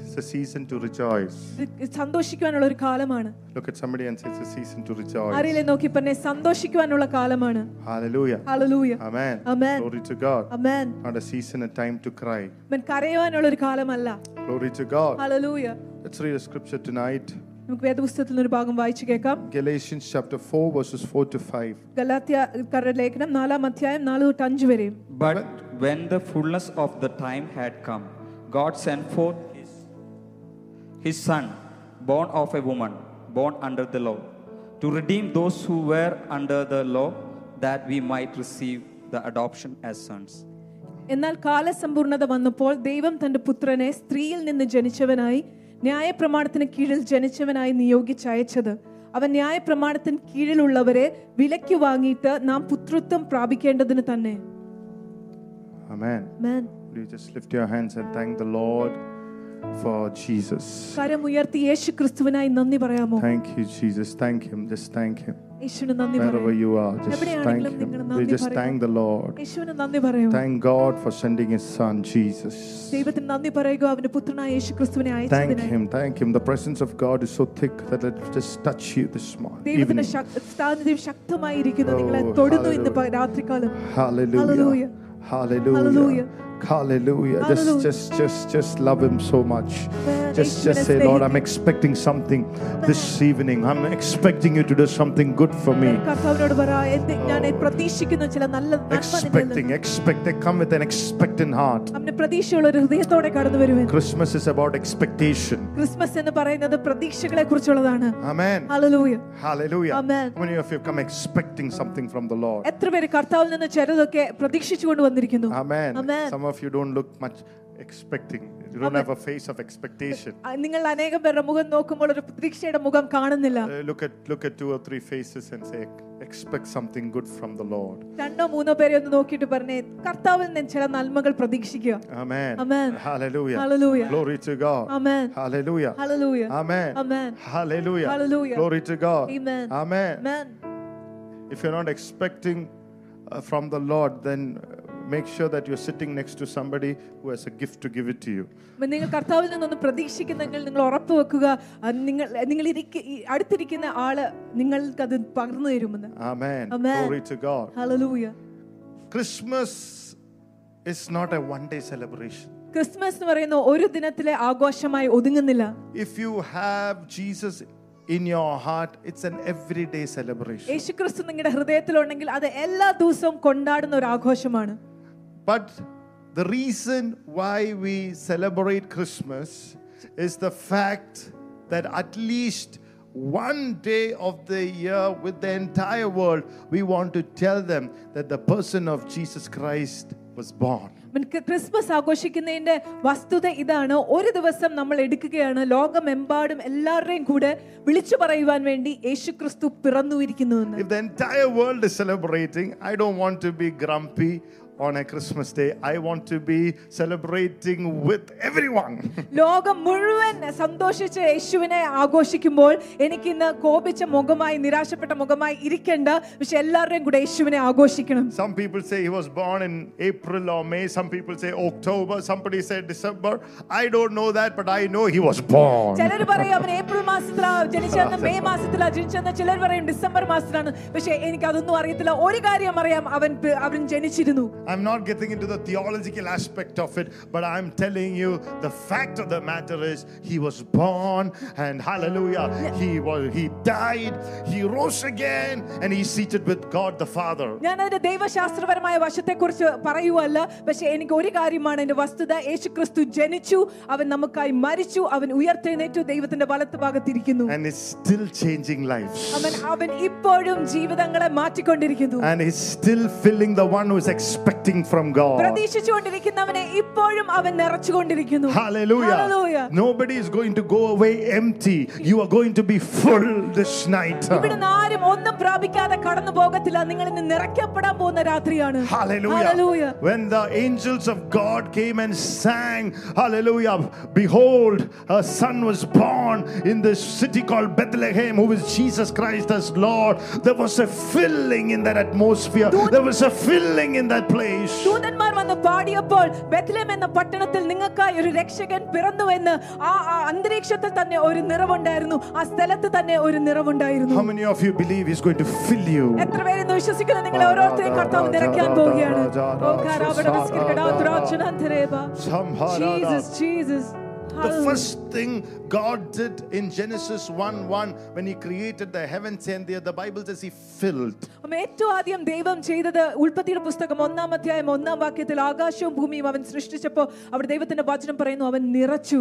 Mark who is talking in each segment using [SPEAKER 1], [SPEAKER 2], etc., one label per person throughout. [SPEAKER 1] It's a season to rejoice.
[SPEAKER 2] ഇത് സന്തോഷിക്കുവാനുള്ള ഒരു കാലമാണ്
[SPEAKER 1] Look at somebody and say, It's a season to rejoice.
[SPEAKER 2] ആരെയിലെ നോക്കി പറഞ്ഞേ സന്തോഷിക്കുവാനുള്ള കാലമാണ്
[SPEAKER 1] Hallelujah.
[SPEAKER 2] Hallelujah
[SPEAKER 1] Amen.
[SPEAKER 2] Amen.
[SPEAKER 1] Glory to God.
[SPEAKER 2] Amen
[SPEAKER 1] Not a season, a time to cry.
[SPEAKER 2] അവൻ കരയുവാനുള്ള ഒരു കാലമല്ല
[SPEAKER 1] Glory to God.
[SPEAKER 2] Hallelujah
[SPEAKER 1] Let's read a scripture tonight.
[SPEAKER 2] നമുക്ക് വേദപുസ്തകത്തിൽ നിന്ന് ഒരു ഭാഗം വായിച്ചു കേൾക്കാം
[SPEAKER 1] Galatians chapter 4, verses 4 to 5.
[SPEAKER 2] ഗലാത്യക്കാരുടെ ലേഖനം നാലാം അധ്യായം നാല് തൊട്ട് അഞ്ച് വരെയും
[SPEAKER 3] But when the fullness of the time had come, God sent forth his, his Son, born of a woman, born under the law, to redeem those who were under the law, that we might receive the adoption as sons.
[SPEAKER 2] എന്നാൽ കാലസമ്പൂർണത വന്നപ്പോൾ ദൈവം തന്റെ പുത്രനെ സ്ത്രീയിൽ നിന്ന് ജനിച്ചവനായി ന്യായപ്രമാണത്തിന് കീഴിൽ ജനിച്ചവനായി നിയോഗിച്ചയച്ചത് അവൻ ന്യായപ്രമാണത്തിന് കീഴിലുള്ളവരെ വിലയ്ക്ക് വാങ്ങിയിട്ട് നാം പുത്രത്വം പ്രാപിക്കേണ്ടതിന് തന്നെ
[SPEAKER 1] Amen.
[SPEAKER 2] Man
[SPEAKER 1] Will you just lift your hands and thank the Lord for Jesus?
[SPEAKER 2] കരമുയർത്തി യേശു ക്രിസ്തുവിനായി നന്ദി പറയാമോ
[SPEAKER 1] Thank you, Jesus. Thank Him. Just thank Him.
[SPEAKER 2] യേശുവിന് നന്ദി
[SPEAKER 1] Wherever
[SPEAKER 2] പറയാം
[SPEAKER 1] you are, just thank
[SPEAKER 2] എവിടെയാണെങ്കിലും നിങ്ങൾ
[SPEAKER 1] Him.
[SPEAKER 2] നന്ദി
[SPEAKER 1] We just
[SPEAKER 2] പറയുക.
[SPEAKER 1] thank the Lord.
[SPEAKER 2] യേശുവിന് നന്ദി പറയൂ
[SPEAKER 1] Thank God for sending His Son, Jesus.
[SPEAKER 2] ദൈവത്തിന് നന്ദി പറയുക അവന്റെ പുത്രനായ യേശു ക്രിസ്തുവിനെ
[SPEAKER 1] Thank
[SPEAKER 2] അയച്ചതിനായി
[SPEAKER 1] Him. Thank Him. The presence of God is so thick that it just touch you this morning.
[SPEAKER 2] ദൈവത്തിന്റെ
[SPEAKER 1] Evening.
[SPEAKER 2] ശക്- സാന്നിധ്യം ശക്തമായിരിക്കുന്നു നിങ്ങളെ
[SPEAKER 1] Oh,
[SPEAKER 2] തൊടുന്നു ഇന്ന് പ-
[SPEAKER 1] hallelujah.
[SPEAKER 2] രാത്രികാലം
[SPEAKER 1] Hallelujah. Hallelujah.
[SPEAKER 2] Hallelujah.
[SPEAKER 1] Hallelujah. Just
[SPEAKER 2] Hallelujah.
[SPEAKER 1] just just just love him so much.
[SPEAKER 2] Amen.
[SPEAKER 1] Just
[SPEAKER 2] യേശുവിനെ
[SPEAKER 1] just say, Lord, I'm
[SPEAKER 2] സ്നേഹിക്കുക.
[SPEAKER 1] expecting something this evening. I'm expecting you to do something good for me.
[SPEAKER 2] കർത്താവിനോട് പറ എന്ത് ഞാൻ പ്രതീക്ഷിക്കുന്ന ചില നല്ല നന്മ നിന്നിൽ
[SPEAKER 1] Oh. Expecting,
[SPEAKER 2] നിന്ന്.
[SPEAKER 1] expect. Come with an expectant heart.
[SPEAKER 2] അവന്റെ പ്രതീക്ഷയുള്ള ഒരു ഹൃദയത്തോടെ കടന്നു വരുവൻ
[SPEAKER 1] Christmas is about expectation.
[SPEAKER 2] Christmas എന്ന് പറയുന്നത് പ്രതീക്ഷകളെ കുറിച്ചുള്ളതാണ്
[SPEAKER 1] Amen.
[SPEAKER 2] Hallelujah
[SPEAKER 1] Hallelujah.
[SPEAKER 2] Amen.
[SPEAKER 1] How many of you have come expecting something from the Lord?
[SPEAKER 2] എത്ര പേര് കർത്താവിൽ നിന്ന് ചിലതൊക്കെ പ്രതീക്ഷിച്ചുകൊണ്ട് വന്നിരിക്കുന്നു
[SPEAKER 1] Amen.
[SPEAKER 2] Amen.
[SPEAKER 1] Some of you don't look much expecting. You don't have a face of expectation.
[SPEAKER 2] ആ, നിങ്ങൾ അനേകം പേരുടെ മുഖം നോക്കുമ്പോൾ ഒരു പ്രതീക്ഷയുടെ മുഖം കാണുന്നില്ല
[SPEAKER 1] Uh, look at look at two or three faces and say expect something good from the lord
[SPEAKER 2] രണ്ടോ മൂന്നോ പേരെ ഒന്ന് നോക്കിയിട്ട് പറഞ്ഞേ കർത്താവിൽ നിന്ന് ചില നന്മകൾ പ്രതീക്ഷിക്കുക
[SPEAKER 1] amen
[SPEAKER 2] Amen.
[SPEAKER 1] hallelujah
[SPEAKER 2] Hallelujah.
[SPEAKER 1] glory to god
[SPEAKER 2] Amen.
[SPEAKER 1] hallelujah
[SPEAKER 2] hallelujah
[SPEAKER 1] amen
[SPEAKER 2] Amen.
[SPEAKER 1] hallelujah
[SPEAKER 2] Hallelujah.
[SPEAKER 1] glory to god
[SPEAKER 2] Amen.
[SPEAKER 1] amen
[SPEAKER 2] Amen.
[SPEAKER 1] if you're not expecting uh, from the lord then uh, make sure that you're sitting next to somebody who has a gift to give it to you
[SPEAKER 2] അപ്പോൾ നിങ്ങൾ കർത്താവിൽ നിന്നൊന്ന് പ്രതീക്ഷിക്കുന്നെങ്കിൽ നിങ്ങൾ ഉറപ്പ് വെക്കുക അത് നിങ്ങൾ നിങ്ങൾ ഇരിക്ക- ഈ അടുത്തിരിക്കുന്ന ആള് നിങ്ങൾക്ക് അത് പകർന്നു തരുമെന്ന്
[SPEAKER 1] amen
[SPEAKER 2] Amen.
[SPEAKER 1] glory to god
[SPEAKER 2] hallelujah
[SPEAKER 1] christmas is not a one day celebration
[SPEAKER 2] Christmas എന്ന് പറയുന്ന ഒരു ദിനത്തിലെ ആഘോഷമായി ഒതുങ്ങുന്നില്ല
[SPEAKER 1] If you have Jesus in your heart, it's an everyday celebration.
[SPEAKER 2] യേശു ക്രിസ്തു നിങ്ങളുടെ ഹൃദയത്തിലുണ്ടെങ്കിൽ അത് എല്ലാ ദിവസവും കൊണ്ടാടുന്ന ഒരു ആഘോഷമാണ്
[SPEAKER 1] But the reason why we celebrate Christmas is the fact that at least one day of the year with the entire world, we want to tell them that the person of Jesus Christ was born.
[SPEAKER 2] അവൻ ക്രി- Christmas ആഘോഷിക്കുന്നതിന്റെ വസ്തുത ഇതാണ് ഒരു ദിവസം നമ്മൾ എടുക്കുകയാണ് ലോകമെമ്പാടും എല്ലാവരുടെയും കൂടെ വിളിച്ചു പറയുവാൻ വേണ്ടി യേശു ക്രിസ്തു പിറന്നുയിരിക്കുന്നുവെന്ന്
[SPEAKER 1] If the entire world is celebrating, I don't want to be grumpy on a Christmas day. I want to be celebrating with everyone.
[SPEAKER 2] ലോകം മുഴുവൻ സന്തോഷിച്ച് യേശുവിനെ ആഘോഷിക്കുമ്പോൾ എനിക്കിന്ന് കോപിച്ച മുഖമായി നിരാശപ്പെട്ട മുഖമായി ഇരിക്കേണ്ട പക്ഷെ എല്ലാവരുടെയും കൂടെ യേശുവിനെ ആഘോഷിക്കണം
[SPEAKER 1] Some people say he was born in April or May. Some people say October. Somebody said December. I don't know that, but I know he was born.
[SPEAKER 2] ചിലർ പറയും അവൻ ഏപ്രിൽ മാസത്തിലാ ജനിച്ചതെന്ന് മെയ് മാസത്തിലാ ജനിച്ചതെന്ന് ചിലർ പറയും ഡിസംബർ മാസത്തിലാണ് പക്ഷെ എനിക്ക് അതൊന്നും അറിയത്തില്ല ഒരു കാര്യം അറിയാം അവൻ പി- അവൻ ജനിച്ചിരുന്നു
[SPEAKER 1] I'm not getting into the theological aspect of it, but I'm telling you the fact of the matter is he was born and hallelujah. He was he died, he rose again, and he's seated with God the Father.
[SPEAKER 2] ഞാൻ അതിന്റെ ദൈവശാസ്ത്രപരമായ വശത്തെക്കുറിച്ച് പറയുവല്ല പക്ഷെ എനിക്ക് ഒരു കാര്യമാണ് എന്റെ വസ്തുത യേശു ക്രിസ്തു ജനിച്ചു അവൻ നമുക്കായി മരിച്ചു അവൻ ഉയർത്തെഴുന്നേറ്റു ദൈവത്തിന്റെ വലത്ത് ഭാഗത്തിരിക്കുന്നു
[SPEAKER 1] And is still changing lives.
[SPEAKER 2] അവൻ അവൻ ഇപ്പോഴും ജീവിതങ്ങളെ മാറ്റിക്കൊണ്ടിരിക്കുന്നു
[SPEAKER 1] And he's still filling the one who's expecting from God.
[SPEAKER 2] പ്രതീക്ഷിച്ചുകൊണ്ടിരിക്കുന്നവനെ ഇപ്പോഴും അവൻ നിറച്ചുകൊണ്ടിരിക്കുന്നു
[SPEAKER 1] Hallelujah.
[SPEAKER 2] Hallelujah.
[SPEAKER 1] Nobody is going to go away empty. You are going to be full this night.
[SPEAKER 2] ഇവിടുന്ന് ആരും ഒന്നും പ്രാപിക്കാതെ കടന്നു പോകത്തില്ല നിങ്ങൾ ഇന്ന് നിറയ്ക്കപ്പെടാൻ പോകുന്ന രാത്രിയാണ്
[SPEAKER 1] Hallelujah.
[SPEAKER 2] Hallelujah.
[SPEAKER 1] When the angels of God came and sang, Hallelujah, behold, a son was born in this city called Bethlehem, who is Jesus Christ as Lord. There was a filling in that atmosphere, there was a filling in that place.
[SPEAKER 2] ദൂതന്മാർ വന്ന് പാടിയപ്പോൾ ബെത്ലം എന്ന പട്ടണത്തിൽ നിങ്ങൾക്കായി ഒരു രക്ഷകൻ പിറന്നുവെന്ന് ആ ആ അന്തരീക്ഷത്തിൽ തന്നെ ഒരു നിറവുണ്ടായിരുന്നു ആ സ്ഥലത്ത് തന്നെ ഒരു നിറവുണ്ടായിരുന്നു
[SPEAKER 1] How many of you believe He's going to fill you?
[SPEAKER 2] എത്ര പേരെന്ന് വിശ്വസിക്കുന്നു നിങ്ങൾ ഓരോരുത്തരെയും കർത്താവ് നിറയ്ക്കാൻ പോവുകയാണ് ഓ karavada വിസ്കിർക്കടാ ദ്രാക്ഷണാന്തരേബ. Jesus, Jesus.
[SPEAKER 1] The
[SPEAKER 2] Hallelujah.
[SPEAKER 1] first thing God did in Genesis 1 1 when He created the heavens and the earth, the Bible says He filled.
[SPEAKER 2] അപ്പം ഏറ്റവും ആദ്യം ദൈവം ചെയ്തത് ഉൽപ്പത്തിയുടെ പുസ്തകം ഒന്നാം അധ്യായം ഒന്നാം വാക്യത്തിൽ ആകാശവും ഭൂമിയും അവൻ സൃഷ്ടിച്ചപ്പോ അവിടെ ദൈവത്തിന്റെ വചനം പറയുന്നു അവൻ നിറച്ചു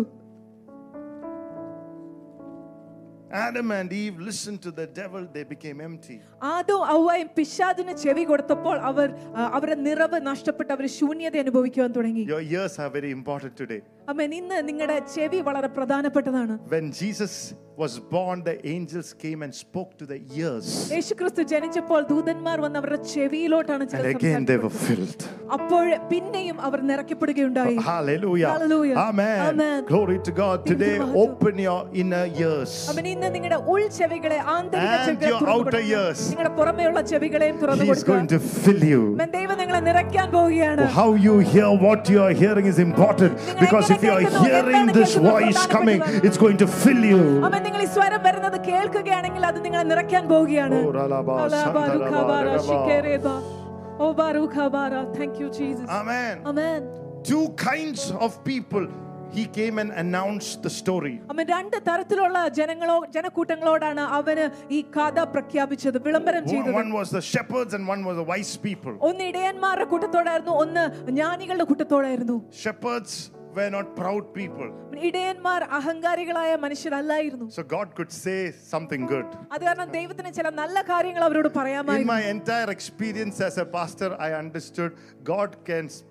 [SPEAKER 1] Adam and Eve listened to the devil, they became empty.
[SPEAKER 2] ആദോ ഔവയും പിശാദിന് ചെവി കൊടുത്തപ്പോൾ അവർ ആ, അവരുടെ നിറവ് നഷ്ടപ്പെട്ട് അവർ ശൂന്യത അനുഭവിക്കുവാൻ തുടങ്ങി
[SPEAKER 1] Your ears are very important today.
[SPEAKER 2] അമ്മൻ ഇന്ന് നിങ്ങളുടെ ചെവി വളരെ പ്രധാനപ്പെട്ടതാണ്
[SPEAKER 1] When Jesus was born, the angels came and spoke to the ears,
[SPEAKER 2] യേശുക്രിസ്തു ജനിച്ചപ്പോൾ ദൂതന്മാർ വന്ന് അവരുടെ ചെവിയിലോട്ടാണ് ചില
[SPEAKER 1] and again they
[SPEAKER 2] സംസാരിച്ചത്.
[SPEAKER 1] were filled.
[SPEAKER 2] അപ്പോൾ പിന്നെയും അവർ നിറയ്ക്കപ്പെടുകയുണ്ടായി
[SPEAKER 1] Hallelujah.
[SPEAKER 2] Hallelujah.
[SPEAKER 1] Amen.
[SPEAKER 2] Amen.
[SPEAKER 1] Glory to God.
[SPEAKER 2] Thank you,
[SPEAKER 1] Today,
[SPEAKER 2] Mahatma.
[SPEAKER 1] open your inner ears.
[SPEAKER 2] അവൻ ഇന്ന് നിങ്ങളുടെ ഉൾ ചെവികളെ ആന്തരിക
[SPEAKER 1] And
[SPEAKER 2] ചെവികളെ
[SPEAKER 1] your
[SPEAKER 2] തുറന്നു
[SPEAKER 1] outer
[SPEAKER 2] കൊടുക്കുക.
[SPEAKER 1] ears.
[SPEAKER 2] നിങ്ങളുടെ പുറമേയുള്ള ചെവികളെയും തുറന്നു
[SPEAKER 1] He is going
[SPEAKER 2] കൊടുക്കുക
[SPEAKER 1] to fill you.
[SPEAKER 2] അവൻ ദൈവം നിങ്ങളെ നിറയ്ക്കാൻ പോവുകയാണ്
[SPEAKER 1] How you hear what you are hearing is important because if you are hearing this voice coming, it's going to fill you.
[SPEAKER 2] അവൻ നിങ്ങൾ ഈ സ്വരം വരുന്നത് കേൾക്കുകയാണെങ്കിൽ അത് നിങ്ങളെ നിറയ്ക്കാൻ പോവുകയാണ്
[SPEAKER 1] ഓ, റലബാ,
[SPEAKER 2] അലാ,
[SPEAKER 1] ശന്തലബാ,
[SPEAKER 2] ബാരുഖാ, ബാരാ,
[SPEAKER 1] രബാ.
[SPEAKER 2] ശിക്കേരേബാ. ഓ ബാരുഖാ, Bara. Thank you, Jesus.
[SPEAKER 1] Amen.
[SPEAKER 2] Amen.
[SPEAKER 1] Two kinds of people, he came and announced the story.
[SPEAKER 2] അവൻ രണ്ട് തരത്തിലുള്ള ജനങ്ങളോ ജനക്കൂട്ടങ്ങളോടാണ് അവന് ഈ കഥ പ്രഖ്യാപിച്ചത് വിളംബരം
[SPEAKER 1] One
[SPEAKER 2] ചെയ്തത്
[SPEAKER 1] one was the shepherds and one was the wise people.
[SPEAKER 2] ഒന്ന് ഇടയന്മാരുടെ കൂട്ടത്തോടായിരുന്നു ഒന്ന് ജ്ഞാനികളുടെ കൂട്ടത്തോടായിരുന്നു
[SPEAKER 1] Shepherds were not proud people,
[SPEAKER 2] ഇടയന്മാർ അഹങ്കാരികളായ മനുഷ്യരല്ലായിരുന്നു
[SPEAKER 1] so God could say something good.
[SPEAKER 2] അത് കാരണം ദൈവത്തിന് ചില നല്ല കാര്യങ്ങൾ അവരോട്
[SPEAKER 1] In
[SPEAKER 2] പറയാമായിരുന്നു
[SPEAKER 1] my entire experience as a pastor, I understood God can s-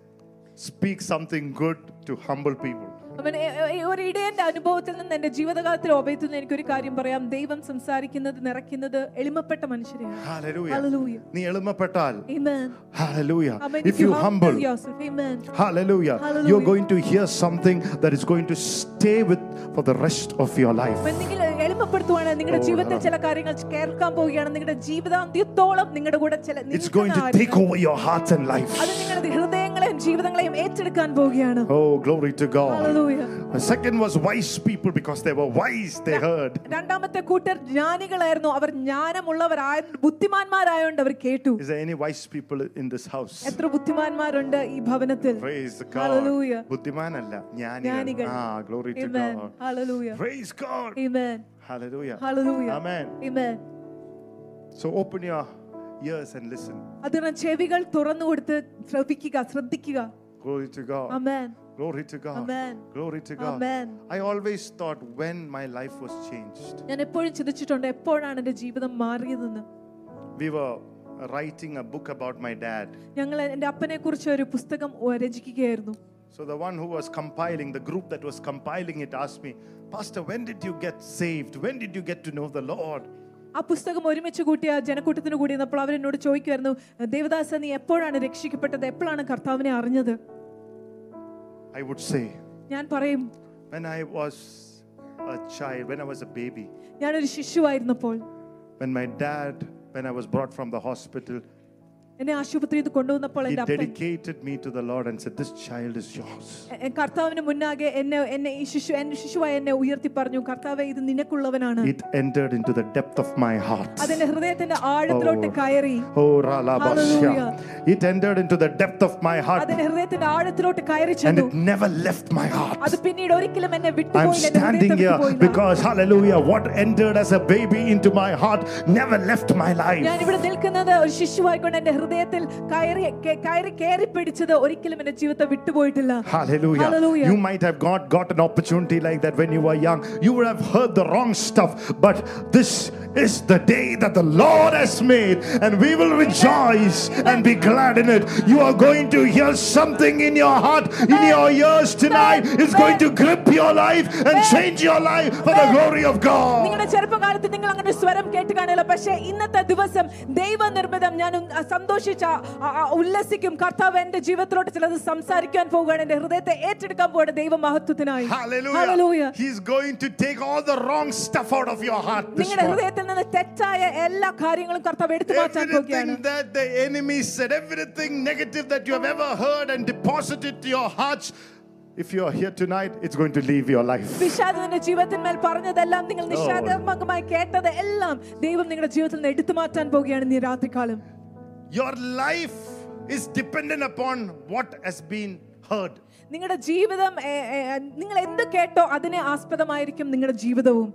[SPEAKER 1] speak something good to humble people.
[SPEAKER 2] അവൻ എ- എ- ഒരു ഇടയന്റെ അനുഭവത്തിൽ നിന്ന് എന്റെ ജീവിതകാലത്തിൽ ഓപയത്തുനിന്ന് എനിക്കൊരു കാര്യം പറയാം ദൈവം സംസാരിക്കുന്നത് നിറയ്ക്കുന്നത് എളിമപ്പെട്ട മനുഷ്യരെയാണ്
[SPEAKER 1] Hallelujah.
[SPEAKER 2] Hallelujah.
[SPEAKER 1] നീ എളിമപ്പെട്ടാൽ
[SPEAKER 2] Amen.
[SPEAKER 1] Hallelujah.
[SPEAKER 2] Amen.
[SPEAKER 1] If you humble,
[SPEAKER 2] yourself, amen.
[SPEAKER 1] hallelujah,
[SPEAKER 2] Hallelujah.
[SPEAKER 1] you're going to hear something that is going to stay with for the rest of your life.
[SPEAKER 2] അവൻ നിങ്ങൾ എളിമപ്പെടുത്തുവാണ് നിങ്ങളുടെ
[SPEAKER 1] Oh,
[SPEAKER 2] ജീവിതത്തിൽ
[SPEAKER 1] Lord.
[SPEAKER 2] ചില കാര്യങ്ങൾ കേൾക്കാൻ പോവുകയാണ് നിങ്ങളുടെ ജീവിതാന്ത്യത്തോളം നിങ്ങളുടെ കൂടെ ചില
[SPEAKER 1] It's
[SPEAKER 2] നിൽക്കുന്ന
[SPEAKER 1] going to
[SPEAKER 2] ആരെങ്കിലും-
[SPEAKER 1] take over your heart and life.
[SPEAKER 2] അത് നിങ്ങളുടെ ഹൃദയങ്ങളെയും ജീവിതങ്ങളെയും ഏറ്റെടുക്കാൻ പോവുകയാണ്
[SPEAKER 1] Oh, glory to God.
[SPEAKER 2] Hallelujah.
[SPEAKER 1] The second was wise people because they were wise, they heard.
[SPEAKER 2] രണ്ടാമത്തെ കൂട്ടർ ജ്ഞാനികളായിരുന്നു അവർ ജ്ഞാനമുള്ളവരായ ബുദ്ധിമാന്മാരായോണ്ട് അവർ കേട്ടു
[SPEAKER 1] Is there any wise people in this house?
[SPEAKER 2] എത്ര ബുദ്ധിമാന്മാരുണ്ട് ഈ ഭവനത്തിൽ
[SPEAKER 1] Praise the God.
[SPEAKER 2] Hallelujah.
[SPEAKER 1] ബുദ്ധിമാനല്ല
[SPEAKER 2] ജ്ഞാനികൾ
[SPEAKER 1] ജ്ഞാനികൾ Ah, glory to
[SPEAKER 2] Amen.
[SPEAKER 1] God.
[SPEAKER 2] Hallelujah.
[SPEAKER 1] Praise God.
[SPEAKER 2] Amen.
[SPEAKER 1] Hallelujah.
[SPEAKER 2] Hallelujah.
[SPEAKER 1] Amen.
[SPEAKER 2] Amen.
[SPEAKER 1] So open your ears and listen.
[SPEAKER 2] അതിന് ചെവികൾ തുറന്നു കൊടുത്ത് ശ്രവിക്കുക ശ്രദ്ധിക്കുക
[SPEAKER 1] Glory to God.
[SPEAKER 2] Amen
[SPEAKER 1] Glory to God.
[SPEAKER 2] Amen.
[SPEAKER 1] Glory to God.
[SPEAKER 2] Amen.
[SPEAKER 1] I always thought when my life was changed.
[SPEAKER 2] ഞാൻ എപ്പോഴും ചിന്തിച്ചിട്ടുണ്ട് എപ്പോഴാണ് എൻ്റെ ജീവിതം മാറിയതെന്ന്
[SPEAKER 1] We were writing a book about my dad.
[SPEAKER 2] ഞങ്ങൾ എൻ്റെ അപ്പനെ കുറിച്ച് ഒരു പുസ്തകം ഒ- രചിക്കുകയായിരുന്നു
[SPEAKER 1] So the one who was compiling, the group that was compiling it asked me, Pastor, when did you get saved? When did you get to know the Lord?
[SPEAKER 2] ആ പുസ്തകം ഒരുമിച്ച് കൂട്ടിയ ജനക്കൂട്ടത്തിന് കൂടി എന്നപ്പോൾ അവരെന്നോട് ചോദിക്കുമായിരുന്നു ദേവദാസ നീ എപ്പോഴാണ് രക്ഷിക്കപ്പെട്ടത് എപ്പോഴാണ് കർത്താവിനെ അറിഞ്ഞത്
[SPEAKER 1] I would say,
[SPEAKER 2] ഞാൻ പറയും
[SPEAKER 1] when I was a child, when I was a baby,
[SPEAKER 2] ഞാനൊരു ശിശുവായിരുന്നപ്പോൾ
[SPEAKER 1] when my dad, when I was brought from the hospital,
[SPEAKER 2] എന്നെ ആശുപത്രിയിൽ നിന്ന് കൊണ്ടുവന്നപ്പോൾ
[SPEAKER 1] he
[SPEAKER 2] എൻ്റെ അപ്പൻ
[SPEAKER 1] dedicated me to the Lord and said, This child is yours.
[SPEAKER 2] എ- കർത്താവിന് മുന്നാകെ എന്നെ എന്നെ ഈ ശിശു എന്നെ ശിശുവായി എന്നെ ഉയർത്തി പറഞ്ഞു കർത്താവെ ഇത് നിനക്കുള്ളവനാണ്
[SPEAKER 1] It entered into the depth of my heart.
[SPEAKER 2] അതിന്റെ ഹൃദയത്തിന്റെ ആഴത്തിലോട്ട്
[SPEAKER 1] Oh.
[SPEAKER 2] കയറി
[SPEAKER 1] Oh, Ralabasya.
[SPEAKER 2] Hallelujah.
[SPEAKER 1] It entered into the depth of my heart
[SPEAKER 2] അതിന്റെ ഹൃദയത്തിന്റെ ആഴത്തിലോട്ട് കയറി
[SPEAKER 1] and
[SPEAKER 2] ചെന്നു
[SPEAKER 1] it never left my heart.
[SPEAKER 2] അത് പിന്നീട് ഒരിക്കലും എന്നെ
[SPEAKER 1] I'm
[SPEAKER 2] വിട്ടുപോയില്ല എന്റെ
[SPEAKER 1] standing
[SPEAKER 2] ഹൃദയത്തെ
[SPEAKER 1] here
[SPEAKER 2] വിട്ടുപോയില്ല
[SPEAKER 1] because, hallelujah, what entered as a baby into my heart never left my
[SPEAKER 2] ഞാൻ
[SPEAKER 1] life.
[SPEAKER 2] ഇവിടെ നിൽക്കുന്നത് ഒരു ശിശുവായിക്കൊണ്ട് എന്റെ ഹൃദയത്തിൽ കയറി കെ- കയറി കയറി പിടിച്ചത് ഒരിക്കലും എന്റെ ജീവിതത്തെ വിട്ടുപോയിട്ടില്ല
[SPEAKER 1] Hallelujah.
[SPEAKER 2] Hallelujah.
[SPEAKER 1] You might have got, got an opportunity like that when you were young. You would have heard the wrong stuff, but this is the day that the Lord has made, and we will rejoice and be glad in it. You are going to hear something in your heart, in your ears tonight. It's going to grip your life and change your life for the glory of God.
[SPEAKER 2] നിങ്ങളുടെ ചെറുപ്പകാലത്ത് നിങ്ങൾ അങ്ങനെ ഒരു സ്വരം കേട്ട് കാണില്ല പക്ഷേ ഇന്നത്തെ ദിവസം ദൈവനിർമ്മിതം ഞാൻ സന്തോഷത്തോടെ സന്തോഷിച്ച് ആ- ആ- ആ ഉല്ലസിക്കും കർത്താവ് എന്റെ ജീവിതത്തിലോട്ട് ചിലത് സംസാരിക്കാൻ പോവുകയാണ് എന്റെ ഹൃദയത്തെ ഏറ്റെടുക്കാൻ പോവുകയാണ് ദൈവ മഹത്വത്തിനായി
[SPEAKER 1] Hallelujah.
[SPEAKER 2] Hallelujah.
[SPEAKER 1] He's going to take all the wrong stuff out of your heart this
[SPEAKER 2] നിങ്ങളുടെ
[SPEAKER 1] morning.
[SPEAKER 2] ഹൃദയത്തിൽ നിന്ന് തെറ്റായ എല്ലാ കാര്യങ്ങളും കർത്താവ് എടുത്തു മാറ്റാൻ പോവുകയാണ്
[SPEAKER 1] Everything that the enemy said, everything negative that you have ever heard and deposited to your hearts, if you are here tonight, it's going to leave your life.
[SPEAKER 2] വിഷാദത്തിന്റെ ജീവിതത്തിന്മേൽ പറഞ്ഞതെല്ലാം നിങ്ങൾ നിഷാദാത്മകമായി കേട്ടത് എല്ലാം ദൈവം നിങ്ങളുടെ ജീവിതത്തിൽ നിന്ന് എടുത്തു മാറ്റാൻ പോവുകയാണ് ഈ രാത്രികാലം
[SPEAKER 1] Your life is dependent upon what has been heard.
[SPEAKER 2] നിങ്ങളുടെ ജീവിതം ഏ, ഏ, നിങ്ങൾ എന്ത് കേട്ടോ അതിനെ ആസ്പദമായിരിക്കും നിങ്ങളുടെ ജീവിതവും